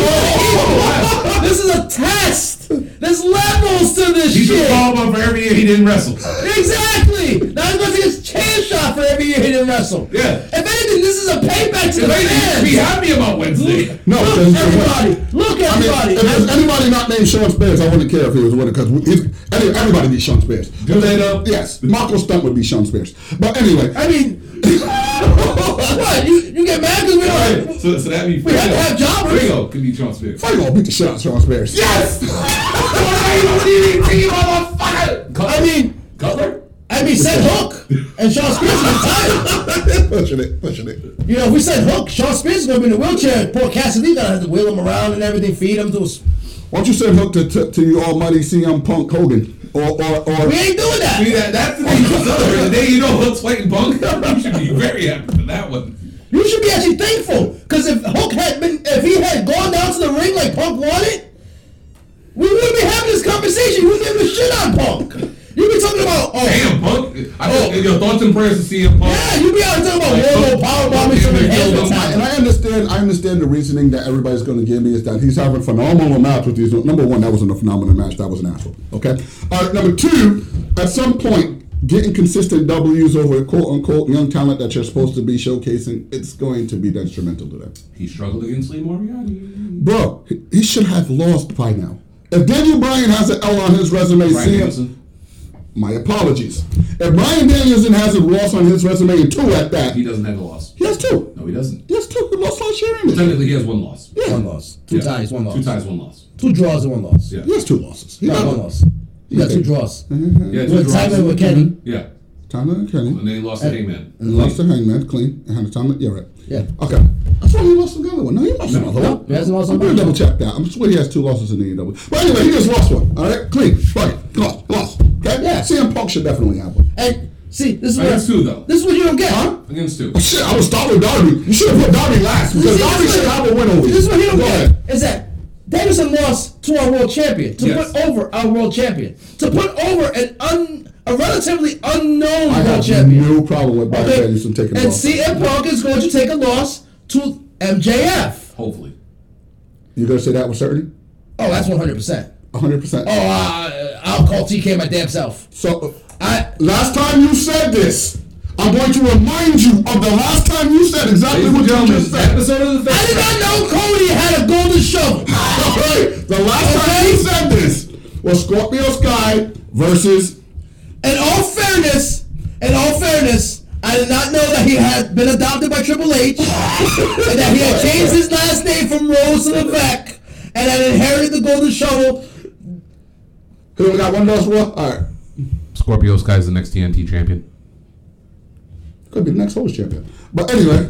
[SPEAKER 4] Oh.
[SPEAKER 1] this is a test. There's levels to this
[SPEAKER 3] He took a
[SPEAKER 1] shit.
[SPEAKER 3] power bomb for every year he didn't wrestle.
[SPEAKER 1] Exactly. Now he's gonna take his chance shot for every year he didn't wrestle.
[SPEAKER 3] Yeah.
[SPEAKER 1] If anything, this is a payback to the
[SPEAKER 3] Ladies,
[SPEAKER 1] fans.
[SPEAKER 3] be happy about Wednesday.
[SPEAKER 4] No,
[SPEAKER 1] Look,
[SPEAKER 4] there's-
[SPEAKER 1] everybody. Look,
[SPEAKER 4] I mean,
[SPEAKER 1] everybody.
[SPEAKER 4] if there's anybody not named Sean Spears, I wouldn't care if he was with it because everybody needs Sean Spears.
[SPEAKER 3] Do they though?
[SPEAKER 4] Yes, Marco Stunt would be Sean Spears. But anyway,
[SPEAKER 1] I mean, what? You, you get mad because we don't.
[SPEAKER 3] Right. So, so that means
[SPEAKER 1] We have to have jobbers.
[SPEAKER 3] Ringo could be Sean Spears.
[SPEAKER 4] I gonna beat the shit out of Sean Spears.
[SPEAKER 3] Yes!
[SPEAKER 1] I mean,
[SPEAKER 3] Cutler?
[SPEAKER 1] I mean, said Hook and Sean Spears is retired.
[SPEAKER 4] pushing it, pushing it.
[SPEAKER 1] You know, if we said Hook, Sean Spears is gonna be in a wheelchair. Poor Cassidy gotta have to wheel him around and everything, feed him to. Us.
[SPEAKER 4] Why don't you send Hook to, to, to you almighty CM Punk Hogan or or or
[SPEAKER 1] We ain't doing that.
[SPEAKER 3] See, that, that's the thing. Cutler, the day you know Hook's fighting Punk, you should be very happy for that one.
[SPEAKER 1] You should be actually thankful, because if Hook had been, if he had gone down to the ring like Punk wanted, we wouldn't be having this conversation. We wouldn't give a shit on Punk. You'd be talking about, oh,
[SPEAKER 3] Damn, Punk. I hope your thoughts and prayers to CM Punk.
[SPEAKER 1] yeah, you'd be out talking about
[SPEAKER 3] Like,
[SPEAKER 1] Warlow
[SPEAKER 3] Hook-
[SPEAKER 1] power
[SPEAKER 3] Hook
[SPEAKER 1] bombing someone
[SPEAKER 3] and
[SPEAKER 1] head
[SPEAKER 3] Hogan.
[SPEAKER 1] the time.
[SPEAKER 4] And I understand. I understand the reasoning that everybody's going to give me is that he's having a phenomenal match with these. Number one, that wasn't a phenomenal match. That was an asshole. Okay. All right. Number two, at some point, getting consistent W's over quote unquote young talent that you're supposed to be showcasing, it's going to be detrimental to them.
[SPEAKER 3] He struggled against Lee Moriarty.
[SPEAKER 4] Bro, he- he should have lost by now. If Daniel Bryan has an L on his resume,
[SPEAKER 3] Brian
[SPEAKER 4] see him-
[SPEAKER 3] Danielson.
[SPEAKER 4] my apologies. If Brian Danielson has a loss on his resume, and two at that,
[SPEAKER 3] He
[SPEAKER 4] he
[SPEAKER 3] doesn't have a loss.
[SPEAKER 4] has two.
[SPEAKER 3] No, he doesn't.
[SPEAKER 4] He has two. He lost last year, in it.
[SPEAKER 3] Technically, he has one loss.
[SPEAKER 1] One loss, two
[SPEAKER 3] Yeah.
[SPEAKER 1] ties, one loss,
[SPEAKER 3] Two ties, one loss.
[SPEAKER 1] two draws, and one loss.
[SPEAKER 3] Yeah.
[SPEAKER 4] He has two losses. He
[SPEAKER 1] No,
[SPEAKER 4] got
[SPEAKER 1] one loss. You got two draws.
[SPEAKER 3] Yeah, two
[SPEAKER 1] With Simon
[SPEAKER 3] Mm-hmm. draws.
[SPEAKER 1] with Kenny.
[SPEAKER 3] Yeah.
[SPEAKER 4] Tyler and Kenny.
[SPEAKER 3] And then he lost to Hangman.
[SPEAKER 4] And lost to Hangman, clean. And had a Tyler. Yeah, right.
[SPEAKER 1] Yeah.
[SPEAKER 4] Okay. I thought he lost another one. No, he lost another one.
[SPEAKER 1] he hasn't lost
[SPEAKER 4] I'm
[SPEAKER 1] another
[SPEAKER 4] gonna double
[SPEAKER 1] one.
[SPEAKER 4] check that. I'm sure he has two losses in the AEW. But anyway, he just lost one. All right, clean. Fuck it. Lost. Lost. Okay.
[SPEAKER 1] Yeah.
[SPEAKER 4] CM Punk should definitely have one.
[SPEAKER 1] And see, this is
[SPEAKER 3] I
[SPEAKER 1] what
[SPEAKER 3] guess two, though.
[SPEAKER 1] This is what you don't get.
[SPEAKER 4] Huh?
[SPEAKER 3] Against two.
[SPEAKER 4] Shit, I would start with Darby. You should have put Darby last because
[SPEAKER 1] See,
[SPEAKER 4] Darby
[SPEAKER 1] this
[SPEAKER 4] should
[SPEAKER 1] is-
[SPEAKER 4] have a win over you.
[SPEAKER 1] This is what he don't
[SPEAKER 4] Go
[SPEAKER 1] get.
[SPEAKER 4] ahead.
[SPEAKER 1] Is that Danielson lost to our world champion to
[SPEAKER 3] Yes.
[SPEAKER 1] put over our world champion to put over an un a relatively unknown
[SPEAKER 4] I
[SPEAKER 1] world
[SPEAKER 4] have
[SPEAKER 1] champion.
[SPEAKER 4] no problem with Brian
[SPEAKER 1] Okay?
[SPEAKER 4] Danielson taking
[SPEAKER 1] and
[SPEAKER 4] off.
[SPEAKER 1] CM Punk is going to take a loss to MJF.
[SPEAKER 3] Hopefully.
[SPEAKER 4] you gonna say that with certainty?
[SPEAKER 1] Oh, that's one hundred percent.
[SPEAKER 4] 100. percent
[SPEAKER 1] Oh, I, I'll call TK my damn self.
[SPEAKER 4] So uh,
[SPEAKER 1] I
[SPEAKER 4] last time you said this, I'm going to remind you of the last time you said exactly
[SPEAKER 3] Ladies
[SPEAKER 4] what
[SPEAKER 3] and gentlemen,
[SPEAKER 4] you just
[SPEAKER 3] this
[SPEAKER 4] said.
[SPEAKER 3] episode of the
[SPEAKER 1] I did not
[SPEAKER 3] Fest.
[SPEAKER 1] know Cody had a golden shovel.
[SPEAKER 4] All right, the last time you said this was Scorpio Sky versus.
[SPEAKER 1] In all fairness, in all fairness, I did not know that he had been adopted by Triple H, and that he had changed his last name from Rose to Levesque, and had inherited the golden shovel.
[SPEAKER 4] Who we got one loss more? All right,
[SPEAKER 3] Scorpio Sky is the next TNT champion.
[SPEAKER 4] could be the next host champion. But anyway,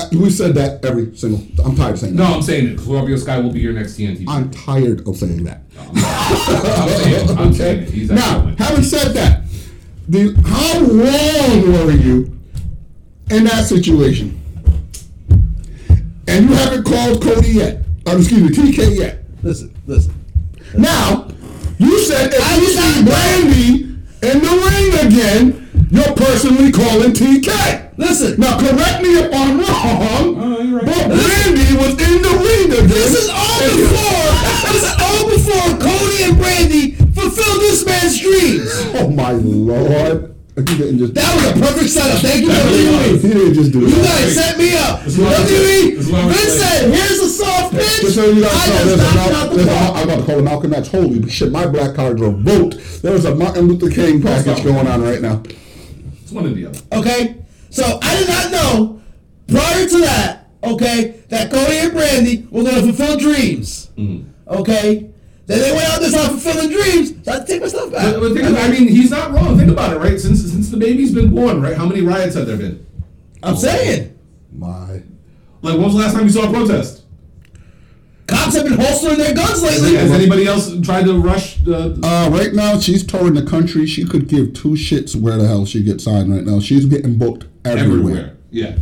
[SPEAKER 4] uh, we've said that every single. I'm tired of saying
[SPEAKER 3] No,
[SPEAKER 4] that.
[SPEAKER 3] I'm saying it. Scorpio Sky will be your next TNT. champion.
[SPEAKER 4] I'm tired of saying that.
[SPEAKER 3] I'm saying it. I'm saying it. He's
[SPEAKER 4] Now,
[SPEAKER 3] actually winning.
[SPEAKER 4] having said that, the how wrong were you in that situation? And you haven't called Cody yet. Um, excuse me, TK yet.
[SPEAKER 1] Listen, listen.
[SPEAKER 4] Now, you said if
[SPEAKER 1] I
[SPEAKER 4] you
[SPEAKER 1] did
[SPEAKER 4] see
[SPEAKER 1] not-
[SPEAKER 4] Brandy in the ring again, you're personally calling TK.
[SPEAKER 1] Listen.
[SPEAKER 4] Now, correct me if I'm wrong,
[SPEAKER 3] Oh, you're right.
[SPEAKER 4] but Brandy was in the ring again.
[SPEAKER 1] This is all before. this is all before Cody and Brandy fulfilled this man's dreams.
[SPEAKER 4] Oh my lord! You didn't just.
[SPEAKER 1] That was a perfect setup. Thank you,
[SPEAKER 4] He
[SPEAKER 1] WWE.
[SPEAKER 4] didn't just do
[SPEAKER 1] You
[SPEAKER 4] that.
[SPEAKER 1] guys set me up.
[SPEAKER 3] what I'm saying.
[SPEAKER 1] WWE.
[SPEAKER 3] This is what I'm
[SPEAKER 1] Vince
[SPEAKER 3] saying.
[SPEAKER 1] said, "Here's a soft pitch."
[SPEAKER 4] Just so you
[SPEAKER 1] I
[SPEAKER 4] guys know,
[SPEAKER 1] just
[SPEAKER 4] there's a,
[SPEAKER 1] knocked
[SPEAKER 4] Mal-
[SPEAKER 1] out the
[SPEAKER 4] there's a,
[SPEAKER 1] ball.
[SPEAKER 4] I'm about to call it Malcolm X. Holy shit, my black card revoked. There's a Martin Luther King package going on right now.
[SPEAKER 3] It's one or the other.
[SPEAKER 1] Okay? So I did not know prior to that, okay, that Cody and Brandy were gonna fulfill dreams.
[SPEAKER 3] Mm-hmm.
[SPEAKER 1] Okay? Then they went out this time fulfilling dreams, so I had to take my stuff back.
[SPEAKER 3] But, but think about, I mean, he's not wrong. Think about it, right? Since since the baby's been born, right? How many riots have there been?
[SPEAKER 1] I'm saying.
[SPEAKER 4] My.
[SPEAKER 3] Like, when was the last time you saw a protest?
[SPEAKER 1] Cops have been holstering their guns lately.
[SPEAKER 3] Has anybody else tried to rush the?
[SPEAKER 4] Uh, right now, she's touring the country. She could give two shits where the hell she gets signed right now. She's getting booked everywhere.
[SPEAKER 3] Everywhere. Yeah.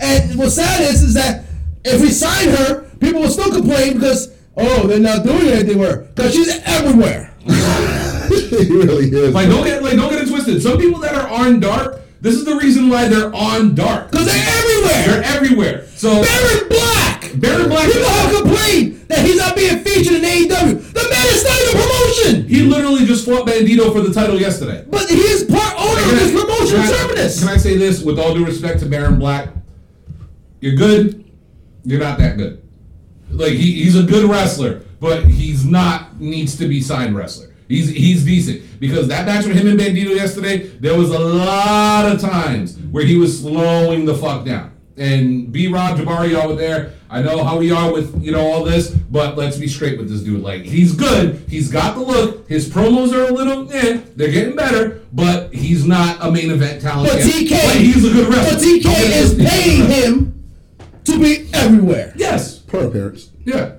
[SPEAKER 1] And what's sad is, is that if we sign her, people will still complain because oh they're not doing anything with her because she's everywhere.
[SPEAKER 4] he really is.
[SPEAKER 3] Like don't get like don't get it twisted. Some people that are on dark, this is the reason why they're on dark.
[SPEAKER 1] Because they're everywhere.
[SPEAKER 3] They're everywhere. So
[SPEAKER 1] Baron Black.
[SPEAKER 3] Baron Black-
[SPEAKER 1] People have complained that he's not being featured in AEW. The man is not even promotion,
[SPEAKER 3] he literally just fought Bandito for the title yesterday.
[SPEAKER 1] but he is part owner of this promotion terminus.
[SPEAKER 3] Can I say this with all due respect to Baron Black? You're good. You're not that good. Like he, he's a good wrestler, but he's not needs to be signed wrestler. He's he's decent because that match with him and Bandito yesterday, there was a lot of times where he was slowing the fuck down. And B Rob Jabari, y'all were there. I know how we are with you know all this, but let's be straight with this dude. Like he's good. He's got the look. His promos are a little eh, they're getting better, but he's not a main event talent.
[SPEAKER 1] But
[SPEAKER 3] yet.
[SPEAKER 1] TK,
[SPEAKER 3] but he's a good wrestler.
[SPEAKER 1] But TK
[SPEAKER 3] Okay,
[SPEAKER 1] is
[SPEAKER 3] he's a good
[SPEAKER 1] paying
[SPEAKER 3] wrestler.
[SPEAKER 1] him to be everywhere.
[SPEAKER 3] Yes.
[SPEAKER 4] per appearance.
[SPEAKER 3] Yeah.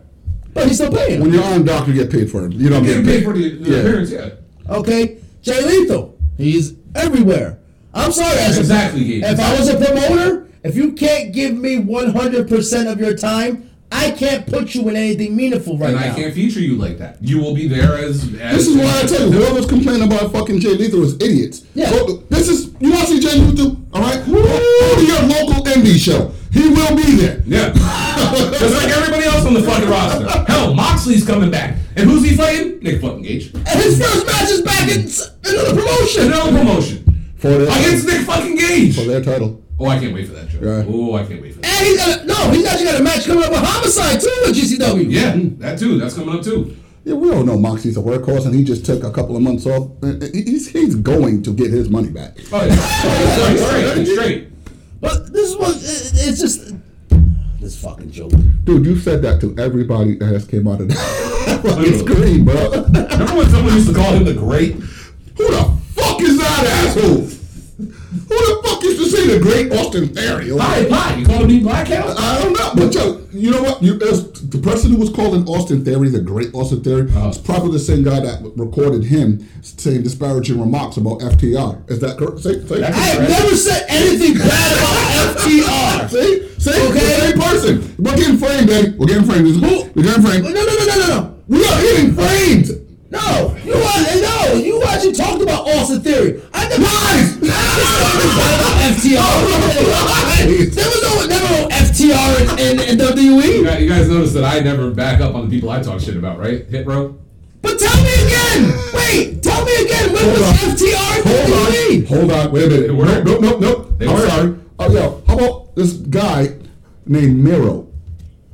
[SPEAKER 1] But he's still paying.
[SPEAKER 4] When
[SPEAKER 1] him.
[SPEAKER 4] you're on dock, you get paid for it. You don't
[SPEAKER 3] Getting
[SPEAKER 4] get
[SPEAKER 3] paid for the, the
[SPEAKER 4] Yeah.
[SPEAKER 3] appearance. Yeah.
[SPEAKER 1] Okay, Jay Lethal, he's everywhere. I'm sorry, as a-
[SPEAKER 3] Exactly, Gabe.
[SPEAKER 1] If I was a promoter, if you can't give me 100 percent of your time, I can't put you in anything meaningful right
[SPEAKER 3] And
[SPEAKER 1] now.
[SPEAKER 3] I can't feature you like that. You will be there as. as
[SPEAKER 4] This is why I tell you, whoever's complaining about fucking Jay Lethal is idiots.
[SPEAKER 1] Yeah.
[SPEAKER 4] Go- this is you want to see Jay Lethal, all right? Go to your local indie show. He will be there.
[SPEAKER 3] Yeah. Just like everybody else on the fucking roster. Hell, Moxley's coming back. And who's he fighting? Nick fucking Gage.
[SPEAKER 1] And his first match is back in s- another promotion.
[SPEAKER 3] Chanel promotion.
[SPEAKER 4] For their,
[SPEAKER 3] Against Nick fucking Gage.
[SPEAKER 4] for their title.
[SPEAKER 3] Oh, I can't wait for that show.
[SPEAKER 4] Yeah.
[SPEAKER 3] Oh, I can't wait for that.
[SPEAKER 1] And he's got a, no, he's actually got a match coming up with Homicide too with GCW.
[SPEAKER 3] Yeah, that too. That's coming up too.
[SPEAKER 4] Yeah, we all know Moxie's a workhorse, and he just took a couple of months off. And He's, he's going to get his money back.
[SPEAKER 3] Oh, yeah. Straight, straight, straight.
[SPEAKER 1] But this was it, it's just this fucking joke.
[SPEAKER 4] Dude, you said that to everybody that has came out of that fucking screen, bro.
[SPEAKER 3] Remember when someone used to call him the Great?
[SPEAKER 4] Who the fuck is that asshole? Who the fuck used to say the great Austin Theory?
[SPEAKER 3] Pie, pie. You called him the Black House?
[SPEAKER 4] I don't know, but yo, you know what? You, as the person who was calling Austin Theory the great Austin Theory
[SPEAKER 3] Uh-huh.
[SPEAKER 4] is probably the same guy that recorded him saying disparaging remarks about FTR. Is that correct? Say, say,
[SPEAKER 1] I have never said anything bad about FTR.
[SPEAKER 4] See, see,
[SPEAKER 1] Okay.
[SPEAKER 4] the same person. We're getting framed, baby. We're getting framed. Who? We're getting framed.
[SPEAKER 1] No, no, no, no, no, no.
[SPEAKER 4] We are getting framed.
[SPEAKER 1] No, you are, no, you actually talked about Austin Theory. I never lies. FTR. There was no, never no FTR in, in, E. in
[SPEAKER 3] You
[SPEAKER 1] WWE.
[SPEAKER 3] guys, you guys notice that I never back up on the people I talk shit about, right? Hit row?
[SPEAKER 1] But tell me again. Wait, tell me again. When was
[SPEAKER 4] Hold on.
[SPEAKER 1] FTR in E? WWE?
[SPEAKER 4] Hold on. Hold on. Wait a minute.
[SPEAKER 3] They were?
[SPEAKER 4] Nope, nope, nope, nope.
[SPEAKER 3] They
[SPEAKER 4] I'm
[SPEAKER 3] were?
[SPEAKER 4] sorry. Oh, yo, how about this guy named Miro?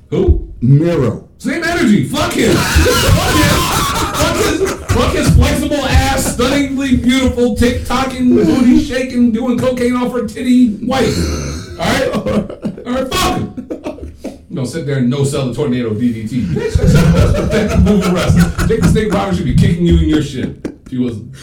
[SPEAKER 3] Who?
[SPEAKER 4] Miro.
[SPEAKER 3] Same energy. Fuck him. fuck him. Fuck his, fuck his flexible ass, stunningly beautiful, tick tocking, booty shaking, doing cocaine off her titty white. Alright? Alright, fuck him. You know, sit there and no sell the tornado DDT. Bitch, that's not what's with that move the rest. Jake the Snake Roberts should be kicking you in your shit. If he wasn't.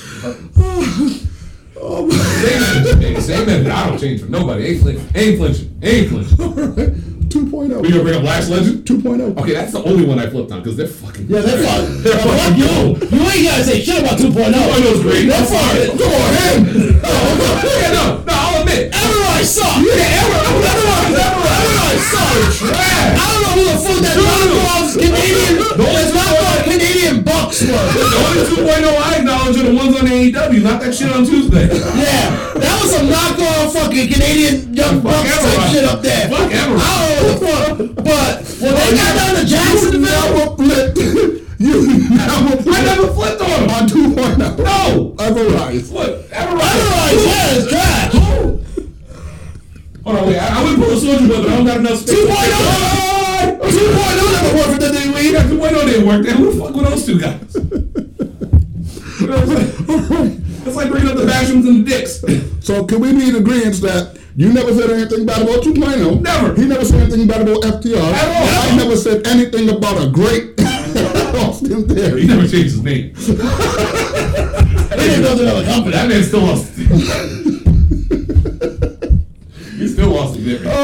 [SPEAKER 3] Same energy, same energy. I don't change for nobody. Ain't, flin- ain't flinching. Ain't flinching.
[SPEAKER 4] 2.0.
[SPEAKER 3] We gonna bring up Last Legend?
[SPEAKER 4] 2.0.
[SPEAKER 3] Okay, that's the only one I flipped on because they're fucking. Yeah,
[SPEAKER 1] That's fine.
[SPEAKER 3] They're fucking yo.
[SPEAKER 1] You ain't gotta say shit about 2.0.
[SPEAKER 3] 2.0 is great.
[SPEAKER 1] That's fine.
[SPEAKER 3] Come on, him. No, yeah, no, no. I'll admit.
[SPEAKER 1] Everyone sucks.
[SPEAKER 3] Yeah, everyone, everyone, everyone, everyone sucks.
[SPEAKER 1] I
[SPEAKER 3] Trash.
[SPEAKER 1] don't know who the fuck that knockoff Canadian, that's knockoff Canadian bucks were.
[SPEAKER 3] The only 2.0 I acknowledge are the ones on AEW, not that shit on Tuesday. Fuck
[SPEAKER 1] Yeah, that was some knockoff fucking Canadian young bucks
[SPEAKER 3] everyone.
[SPEAKER 1] type shit up there.
[SPEAKER 3] Fuck everyone. Oh,
[SPEAKER 1] I don't know what the fuck, but when they got down to Jacksonville,
[SPEAKER 4] never flipped. you never flipped.
[SPEAKER 3] I never flipped on him.
[SPEAKER 4] on 2.0.
[SPEAKER 3] No.
[SPEAKER 4] Ever rise.
[SPEAKER 1] everybody's
[SPEAKER 3] Look, everyone.
[SPEAKER 1] hair is trash.
[SPEAKER 3] Hold on, wait. I, I would pull a soldier, but I don't got enough space.
[SPEAKER 1] 2.0! 2.0 never worked for WWE.
[SPEAKER 3] Yeah, 2.0 didn't work. Then who the fuck were those two guys? You know what I'm saying? It's like bringing up the vacuums and the dicks.
[SPEAKER 4] So can we be in agreement that you never said anything bad about 2.0?
[SPEAKER 3] Never.
[SPEAKER 4] He never said anything bad about
[SPEAKER 3] At
[SPEAKER 4] FTR.
[SPEAKER 3] all.
[SPEAKER 4] I never said anything about a great Austin
[SPEAKER 3] He
[SPEAKER 4] Theory.
[SPEAKER 3] never changed his name.
[SPEAKER 1] They didn't go to another company.
[SPEAKER 3] That man still lost. he still lost his memory.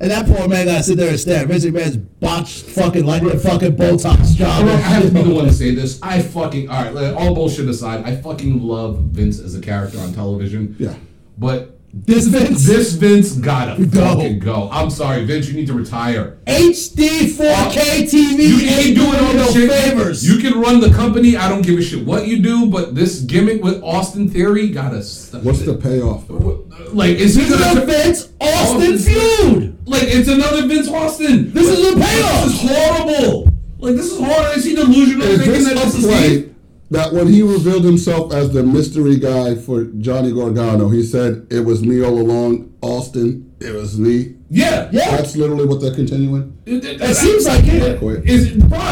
[SPEAKER 1] And that poor man gotta sit there and stare. Vince McMahon's botched fucking like a fucking Botox job.
[SPEAKER 3] I have to be the one to say this. I fucking all right. All bullshit aside, I fucking love Vince as a character on television.
[SPEAKER 4] Yeah.
[SPEAKER 3] But
[SPEAKER 1] This Vince.
[SPEAKER 3] This Vince gotta
[SPEAKER 1] Go.
[SPEAKER 3] fucking go. I'm sorry, Vince. You need to retire.
[SPEAKER 1] HD 4K TV.
[SPEAKER 3] You ain't doing all
[SPEAKER 1] no
[SPEAKER 3] that shit.
[SPEAKER 1] favors.
[SPEAKER 3] You can run the company. I don't give a shit what you do, but this gimmick with Austin Theory gotta stop.
[SPEAKER 4] What's the payoff?
[SPEAKER 3] like? Is he
[SPEAKER 1] this is a
[SPEAKER 3] gonna?
[SPEAKER 1] Vince Austin feud.
[SPEAKER 3] Like it's another Vince Austin.
[SPEAKER 1] This is a payoff.
[SPEAKER 3] This is horrible. Like this is horrible. Is he delusional
[SPEAKER 4] Is
[SPEAKER 3] thinking
[SPEAKER 4] this
[SPEAKER 3] that this
[SPEAKER 4] a
[SPEAKER 3] is
[SPEAKER 4] play
[SPEAKER 3] Steve?
[SPEAKER 4] that when he revealed himself as the mystery guy for Johnny Gargano, he said it was me all along, Austin. It was me.
[SPEAKER 3] Yeah, yeah.
[SPEAKER 4] That's literally what they're continuing.
[SPEAKER 3] It
[SPEAKER 1] seems like it.
[SPEAKER 4] Quick.
[SPEAKER 3] Is it, bro, I'm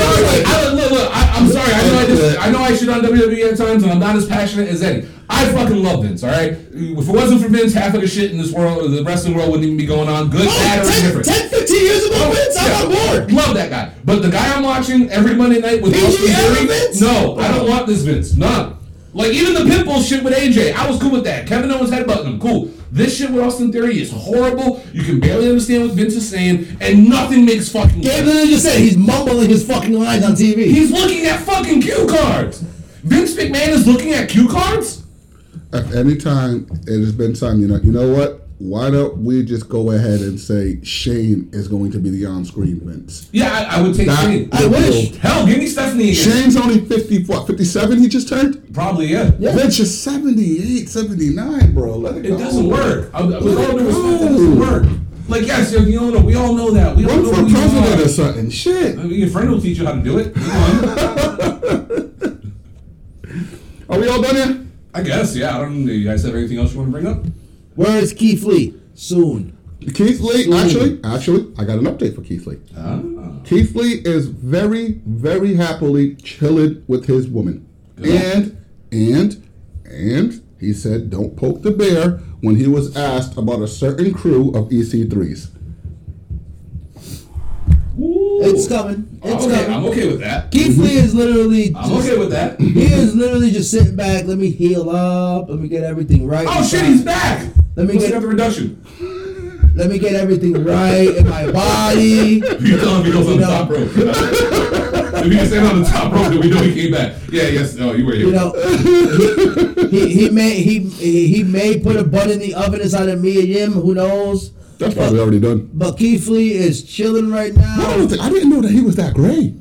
[SPEAKER 3] sorry. I, look, look, I, I'm sorry. I know I, just, I know I shit on WWE at times, and I'm not as passionate as Eddie. I fucking love Vince. All right. If it wasn't for Vince, half of the shit in this world, the wrestling world, wouldn't even be going on. Good,
[SPEAKER 1] Oh,
[SPEAKER 3] bad, or
[SPEAKER 1] 10,
[SPEAKER 3] indifferent.
[SPEAKER 1] 10, 15 years
[SPEAKER 3] Oh,
[SPEAKER 1] ago, Vince, I'm on board.
[SPEAKER 3] Love that guy. But the guy I'm watching every Monday night with
[SPEAKER 1] PG
[SPEAKER 3] Austin Theory,
[SPEAKER 1] Evans?
[SPEAKER 3] no, I don't want this Vince. Nah. Like even the Pitbull shit with AJ, I was cool with that. Kevin Owens headbutting him, cool. This shit with Austin Theory is horrible. You can barely understand what Vince is saying, and nothing makes fucking
[SPEAKER 1] Gabe
[SPEAKER 3] sense.
[SPEAKER 1] literally just said he's mumbling his fucking lines on TV.
[SPEAKER 3] He's looking at fucking cue cards. Vince McMahon is looking at cue cards.
[SPEAKER 4] At any time, it has been time. You know, you know what? Why don't we just go ahead and say Shane is going to be the on-screen Vince?
[SPEAKER 3] Yeah, I, I would take
[SPEAKER 4] That-
[SPEAKER 3] Shane.
[SPEAKER 1] I wish.
[SPEAKER 3] Hell, give me Stephanie again.
[SPEAKER 4] Shane's only 50, what, 57 he just turned?
[SPEAKER 3] Probably yeah.
[SPEAKER 4] Vince is 78, 79, bro. Let it,
[SPEAKER 3] It
[SPEAKER 4] go.
[SPEAKER 3] doesn't work. I, I, with all due respect, it doesn't work. Like yes, you know, we all know that. We all
[SPEAKER 4] Run
[SPEAKER 3] know
[SPEAKER 4] for
[SPEAKER 3] who you
[SPEAKER 4] president
[SPEAKER 3] are.
[SPEAKER 4] or something. Shit.
[SPEAKER 3] I mean, your friend will teach you how to do it. Come on.
[SPEAKER 4] Are we all done here?
[SPEAKER 3] I guess, yeah. I don't. You guys have anything else you want to bring up?
[SPEAKER 1] Where is Keith Lee? Soon.
[SPEAKER 4] Keith Lee, actually, actually, I got an update for Keith Lee.
[SPEAKER 3] Ah.
[SPEAKER 4] Keith Lee is very, very happily chilling with his woman, and and and he said, "Don't poke the bear." When he was asked about a certain crew of E EC3s,
[SPEAKER 1] It's coming. It's
[SPEAKER 3] I'm okay.
[SPEAKER 1] coming.
[SPEAKER 3] I'm okay with that.
[SPEAKER 1] Keith Lee is literally
[SPEAKER 3] I'm
[SPEAKER 1] just-
[SPEAKER 3] okay with that.
[SPEAKER 1] he is literally just sitting back. Let me heal up. Let me get everything right.
[SPEAKER 3] Oh shit, he's back.
[SPEAKER 1] Let me
[SPEAKER 3] Let's
[SPEAKER 1] get-
[SPEAKER 3] get the reduction.
[SPEAKER 1] Let me get everything right in my body.
[SPEAKER 3] You tell him he goes on
[SPEAKER 1] You
[SPEAKER 3] the
[SPEAKER 1] know.
[SPEAKER 3] top rope. if he can stand on the top rope, then we know he came back. Yeah. Yes. No. You were here.
[SPEAKER 1] You know, he, he may he he may put a bun in the oven inside of me and him. Who knows?
[SPEAKER 4] that's probably already done.
[SPEAKER 1] But Keith Lee is chilling right
[SPEAKER 4] I don't
[SPEAKER 1] now.
[SPEAKER 4] think I didn't know that he was that gray.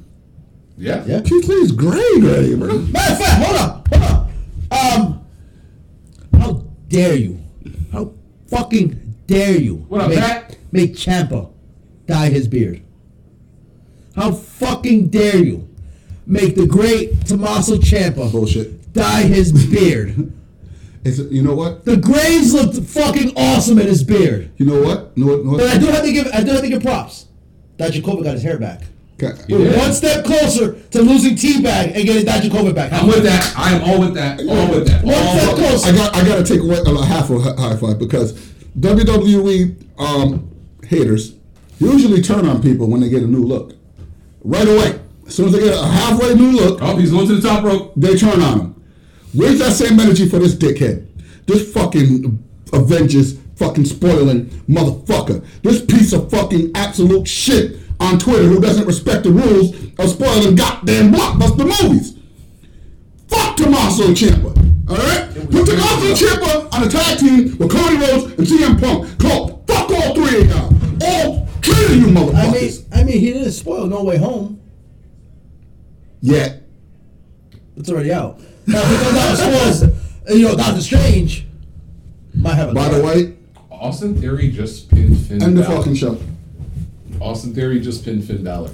[SPEAKER 3] yeah.
[SPEAKER 1] Yeah.
[SPEAKER 4] Keith Lee is gray, gray, bro.
[SPEAKER 1] Matter of fact, hold up, hold up. Um, how dare you? How fucking dare you?
[SPEAKER 3] What up,
[SPEAKER 1] make,
[SPEAKER 3] Pat?
[SPEAKER 1] Make Champa dye his beard. How fucking dare you? Make the great Tommaso Champa
[SPEAKER 4] Bullshit.
[SPEAKER 1] dye his beard.
[SPEAKER 4] Is it, you know what?
[SPEAKER 1] the Graves looked fucking awesome in his beard.
[SPEAKER 4] You know what? You know what? You know
[SPEAKER 1] But I
[SPEAKER 4] what?
[SPEAKER 1] do have to give I do have to give props. Dijakovic got his hair back.
[SPEAKER 4] Can-
[SPEAKER 3] Yeah.
[SPEAKER 1] One step closer to losing Teabag and getting Dijakovic back.
[SPEAKER 3] I'm with that. I am all with that. All with that.
[SPEAKER 1] One
[SPEAKER 3] All
[SPEAKER 1] step
[SPEAKER 3] with that.
[SPEAKER 1] closer.
[SPEAKER 4] I got I got to take away a half a high five because WWE um, haters usually turn on people when they get a new look. Right away, as soon as they get a halfway new look,
[SPEAKER 3] Oh, he's going to the top rope.
[SPEAKER 4] they turn on them. Where's that same energy for this dickhead? This fucking Avengers fucking spoiling motherfucker. This piece of fucking absolute shit on Twitter who doesn't respect the rules of spoiling goddamn blockbuster movies. Fuck Tommaso Ciampa. Alright? Put Tommaso Ciampa on a tag team with Cody Rhodes and CM Punk. Call fuck all three of y'all. All three of you
[SPEAKER 1] I mean,
[SPEAKER 4] motherfuckers.
[SPEAKER 1] I mean, he didn't spoil No Way Home.
[SPEAKER 4] yeah.
[SPEAKER 1] It's already out. Now, if he comes out and spoils, uh, you know, Doctor Strange might have a.
[SPEAKER 4] By the way,
[SPEAKER 3] Austin Theory just pinned Finn.
[SPEAKER 4] end the
[SPEAKER 3] Balor.
[SPEAKER 4] fucking show.
[SPEAKER 3] Austin Theory just pinned Finn Balor.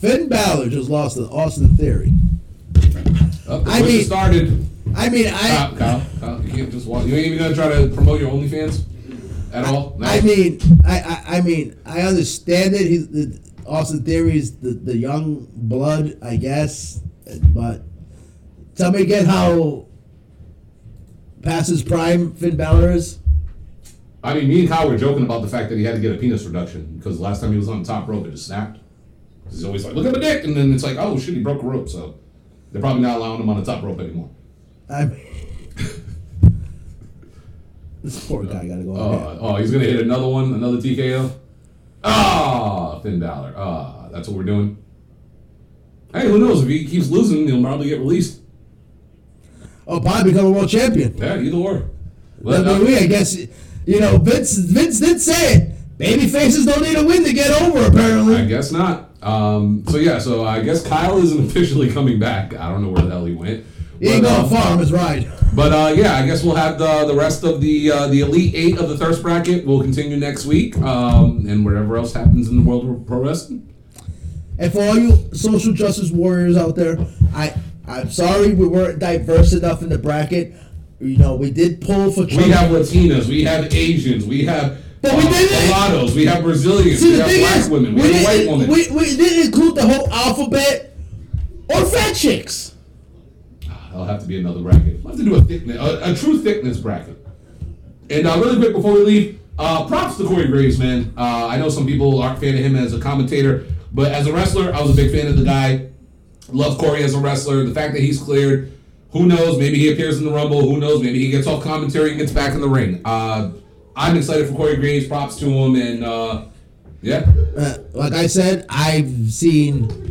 [SPEAKER 1] Finn Balor just lost to Austin Theory.
[SPEAKER 3] Up,
[SPEAKER 1] I
[SPEAKER 3] I mean,
[SPEAKER 1] mean-
[SPEAKER 3] started.
[SPEAKER 1] I mean, I,
[SPEAKER 3] Kyle, Kyle, Kyle, you can't just walk. You ain't even gonna try to promote your OnlyFans at all. No?
[SPEAKER 1] I mean, I, I, I mean, I understand it. He's the, Austin Theory is the, the young blood, I guess, but tell me again how past his prime Finn Balor is.
[SPEAKER 3] I mean, me and Kyle were joking about the fact that he had to get a penis reduction because last time he was on the top rope, it just snapped. 'Cause He's always like, "Look at my dick," and then it's like, "Oh shit, he broke a rope." So they're probably not allowing him on the top rope anymore.
[SPEAKER 1] I mean, this poor guy got to go.
[SPEAKER 3] Uh,
[SPEAKER 1] out there.
[SPEAKER 3] Oh, he's gonna hit another one, another TKO. Ah, Finn Balor. Ah, that's what we're doing. Hey, who knows? If he keeps losing, he'll probably get released.
[SPEAKER 1] Oh, probably become a world champion.
[SPEAKER 3] Yeah, either or. Well,
[SPEAKER 1] I mean, we, I guess, you know, Vince, Vince did say it. Baby faces don't need a win to get over, apparently.
[SPEAKER 3] I guess not. Um, so yeah, so I guess Kyle isn't officially coming back. I don't know where the hell he went.
[SPEAKER 1] He ain't
[SPEAKER 3] But,
[SPEAKER 1] going
[SPEAKER 3] uh,
[SPEAKER 1] far on his ride.
[SPEAKER 3] But uh, yeah, I guess we'll have the the rest of the uh, the elite eight of the thirst bracket. will continue next week, um, and whatever else happens in the world of pro wrestling.
[SPEAKER 1] And for all you social justice warriors out there, I I'm sorry we weren't diverse enough in the bracket. You know, we did pull for
[SPEAKER 3] We
[SPEAKER 1] Trump.
[SPEAKER 3] have Latinas, we have Asians, we have
[SPEAKER 1] But we didn't-
[SPEAKER 3] mulattoes, we have Brazilians,
[SPEAKER 1] See,
[SPEAKER 3] we
[SPEAKER 1] the
[SPEAKER 3] have
[SPEAKER 1] thing
[SPEAKER 3] black
[SPEAKER 1] is,
[SPEAKER 3] women, we,
[SPEAKER 1] we,
[SPEAKER 3] have white
[SPEAKER 1] didn't,
[SPEAKER 3] women.
[SPEAKER 1] we, we didn't include the whole alphabet or fat chicks.
[SPEAKER 3] I'll have to be another bracket. We'll have to do a thickness, a, a true thickness bracket. And uh, really quick before we leave, uh, props to Corey Graves, man. Uh, I know some people aren't a fan of him as a commentator, but as a wrestler, I was a big fan of the guy. Love Corey as a wrestler. The fact that he's cleared, who knows? Maybe he appears in the Rumble. Who knows? Maybe he gets off commentary and gets back in the ring. Uh, I'm excited for Corey Graves. Props to him, and uh, yeah,
[SPEAKER 1] Uh, like I said, I've seen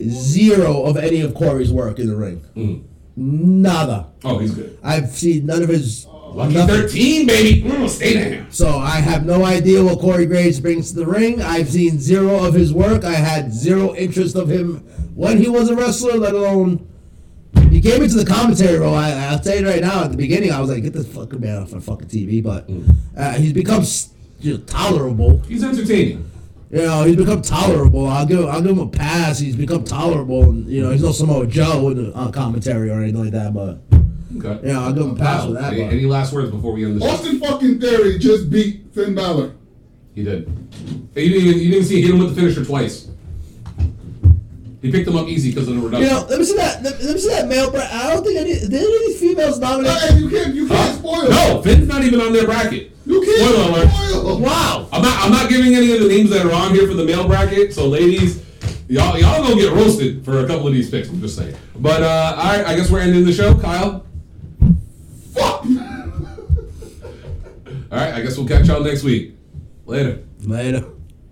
[SPEAKER 1] zero of any of Corey's work in the ring.
[SPEAKER 3] Mm.
[SPEAKER 1] Nada.
[SPEAKER 3] oh, he's good.
[SPEAKER 1] I've seen none of his.
[SPEAKER 3] Lucky
[SPEAKER 1] nothing.
[SPEAKER 3] 13, baby. Mm, stay down.
[SPEAKER 1] So I have no idea what Corey Graves brings to the ring. I've seen zero of his work. I had zero interest of him when he was a wrestler, let alone he came into the commentary role. I, I'll tell you right now, at the beginning, I was like, "Get this fucking man off my fucking TV." But uh, he's become s- you know, tolerable.
[SPEAKER 3] He's entertaining.
[SPEAKER 1] You know, he's become tolerable. I'll give I'll give him a pass. He's become tolerable. And, you know, he's no Samoa Joe in the, on commentary or anything like that. But
[SPEAKER 3] Okay.
[SPEAKER 1] yeah, I'll give him a pass for
[SPEAKER 3] Wow.
[SPEAKER 1] that.
[SPEAKER 3] Any,
[SPEAKER 1] but-
[SPEAKER 3] any last words before we end the show?
[SPEAKER 4] Austin fucking Theory just beat Finn Balor.
[SPEAKER 3] He did. Hey, You didn't, even- you didn't see him hit him with the finisher twice. He picked him up easy because of the
[SPEAKER 1] You
[SPEAKER 3] reduction.
[SPEAKER 1] know, let me see that. Let, let me see that male. Bra- I don't think any. Did any of these females nominate?
[SPEAKER 4] Hey, Uh, you can't, you can't
[SPEAKER 3] Huh?
[SPEAKER 4] spoil.
[SPEAKER 3] No, Finn's not even on their bracket.
[SPEAKER 4] You can't
[SPEAKER 3] Spoiler alert.
[SPEAKER 4] spoil.
[SPEAKER 1] Wow.
[SPEAKER 3] I'm not. I'm not giving any of the names that are on here for the male bracket. So, ladies, y'all y'all gonna get roasted for a couple of these picks. I'm just saying. But uh, all right, I guess we're ending the show, Kyle. Fuck. all right, I guess we'll catch y'all next week. Later.
[SPEAKER 1] Later.